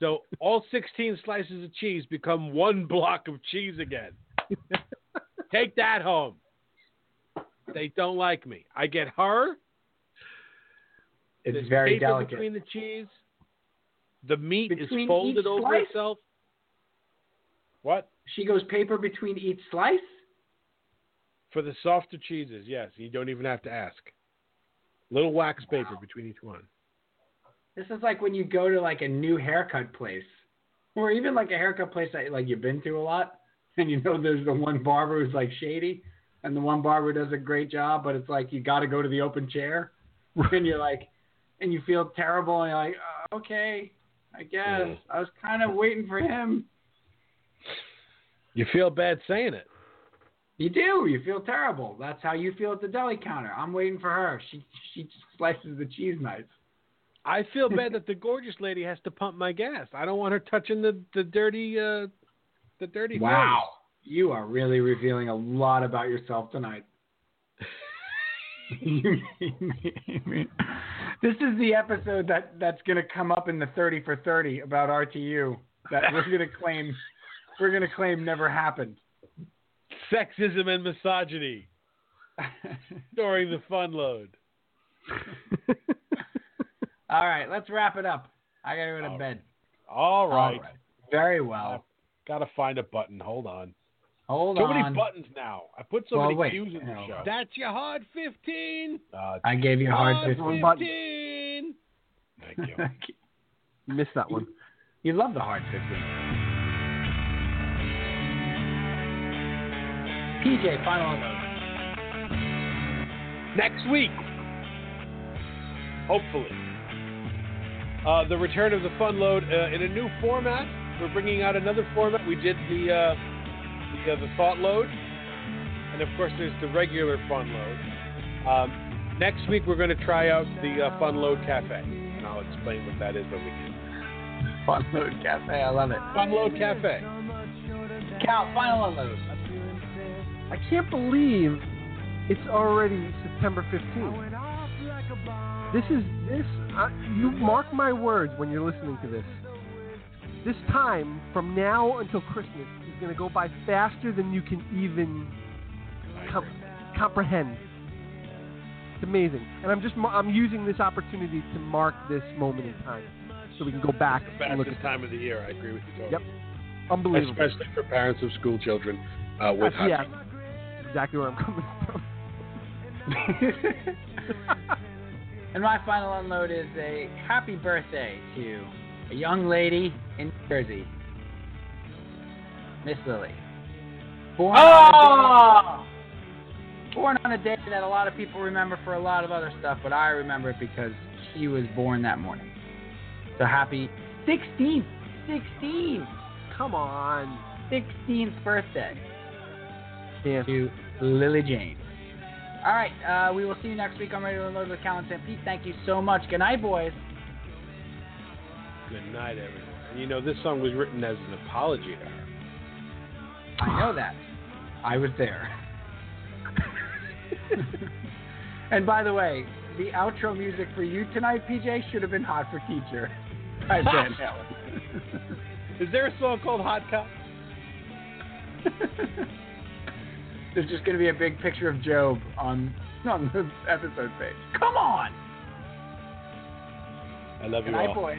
Speaker 2: So all 16 slices of cheese become one block of cheese again. Take that home. They don't like me. I get her.
Speaker 1: it's
Speaker 2: There's
Speaker 1: very
Speaker 2: paper
Speaker 1: delicate.
Speaker 2: between the cheese. The meat
Speaker 7: Between
Speaker 2: is
Speaker 7: each
Speaker 2: folded over
Speaker 7: slice?
Speaker 2: itself. What?
Speaker 7: she goes paper between each slice.
Speaker 2: For the softer cheeses, yes. You don't even have to ask. Little wax paper between each one.
Speaker 7: This is like when you go to like a new haircut place, or even like a haircut place that like you've been to a lot, and you know there's the one barber who's like shady, and the one barber does a great job, but it's like you got to go to the open chair, and you're like, and you feel terrible, and you're like, uh, okay,
Speaker 1: I guess I was kind of waiting for him.
Speaker 2: You feel bad saying it.
Speaker 1: You do. You feel terrible. That's how you feel at the deli counter. I'm waiting for her. She she slices the cheese knife.
Speaker 2: I feel bad that the gorgeous lady has to pump my gas. I don't want her touching the the dirty uh the dirty
Speaker 1: Wow, you are really revealing a lot about yourself tonight.
Speaker 9: You mean- this is the episode that that's going to come up in the 30 for 30 about RTU that we're going to claim we're going to claim never happened.
Speaker 2: things. Sexism and misogyny during the fun load.
Speaker 1: All right, let's wrap it up. I gotta go to
Speaker 2: All
Speaker 1: bed.
Speaker 2: All right.
Speaker 1: All right. Very well.
Speaker 2: Gotta find a button. Hold on.
Speaker 1: Hold
Speaker 2: so
Speaker 1: on.
Speaker 2: many buttons now. I put so
Speaker 1: Well,
Speaker 2: many
Speaker 1: wait.
Speaker 2: cues in the
Speaker 1: No.
Speaker 2: show. That's your hard fifteen. Uh,
Speaker 1: I gave you a hard
Speaker 2: hard
Speaker 1: fifteen.
Speaker 6: One button.
Speaker 2: fifteen. Thank you.
Speaker 6: You missed that one.
Speaker 1: you love the hard fifteen. PJ, final note.
Speaker 2: next week. Hopefully. Uh, the return of the fun load uh, in a new format. We're bringing out another format. We did the uh, the, uh, the thought load, and of course there's the regular fun load. Um, next week we're going to try out the uh, fun load cafe, and I'll explain what that is when we get
Speaker 1: Fun Load Cafe. I love it.
Speaker 2: fun load cafe.
Speaker 1: Cal, final unload.
Speaker 6: I can't believe it's already September 15th. This is this. I, you mark my words when you're listening to this. This time from now until Christmas is going to go by faster than you can even com- comprehend. It's amazing, and I'm just mar- I'm using this opportunity to mark this moment in time, so we can go back and look
Speaker 2: Fastest
Speaker 6: at
Speaker 2: time of the year. I agree with you. Totally.
Speaker 6: Yep. unbelievable.
Speaker 2: Especially for parents of school children uh, with hot
Speaker 6: That's- yeah, exactly where I'm coming from.
Speaker 1: and my final unload is a happy birthday to a young lady in New Jersey, Miss Lily. Born, on a day, born on a day that a lot of people remember for a lot of other stuff, but I remember it because she was born that morning. So happy 16th, 16th,
Speaker 6: Come on.
Speaker 1: 16th birthday
Speaker 6: Yeah.
Speaker 1: to Lily Jane. All right, uh, we will see you next week on Radio Unloaded with Cal and Sam Pete. Thank you so much. Good night, boys.
Speaker 2: Good night, everyone. And you know, this song was written as an apology to her.
Speaker 1: I know that. I was there. and by the way, the outro music for you tonight, PJ, should have been Hot for Teacher. I said
Speaker 2: Is there a song called Hot Cop?
Speaker 1: There's just going to be a big picture of Job on, on the episode page. Come on!
Speaker 2: I love
Speaker 1: Good
Speaker 2: you
Speaker 1: night,
Speaker 2: all.
Speaker 1: boys.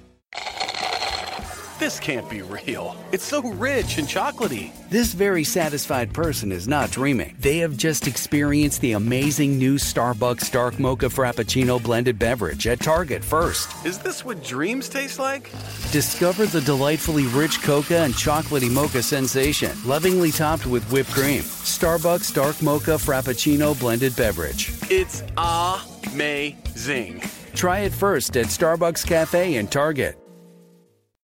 Speaker 10: This can't be real. It's so rich and chocolatey.
Speaker 11: This very satisfied person is not dreaming. They have just experienced the amazing new Starbucks Dark Mocha Frappuccino blended beverage at Target first.
Speaker 10: Is this what dreams taste like?
Speaker 11: Discover the delightfully rich coca and chocolatey mocha sensation, lovingly topped with whipped cream. Starbucks Dark Mocha Frappuccino blended beverage.
Speaker 10: It's amazing.
Speaker 11: Try it first at Starbucks Cafe and Target.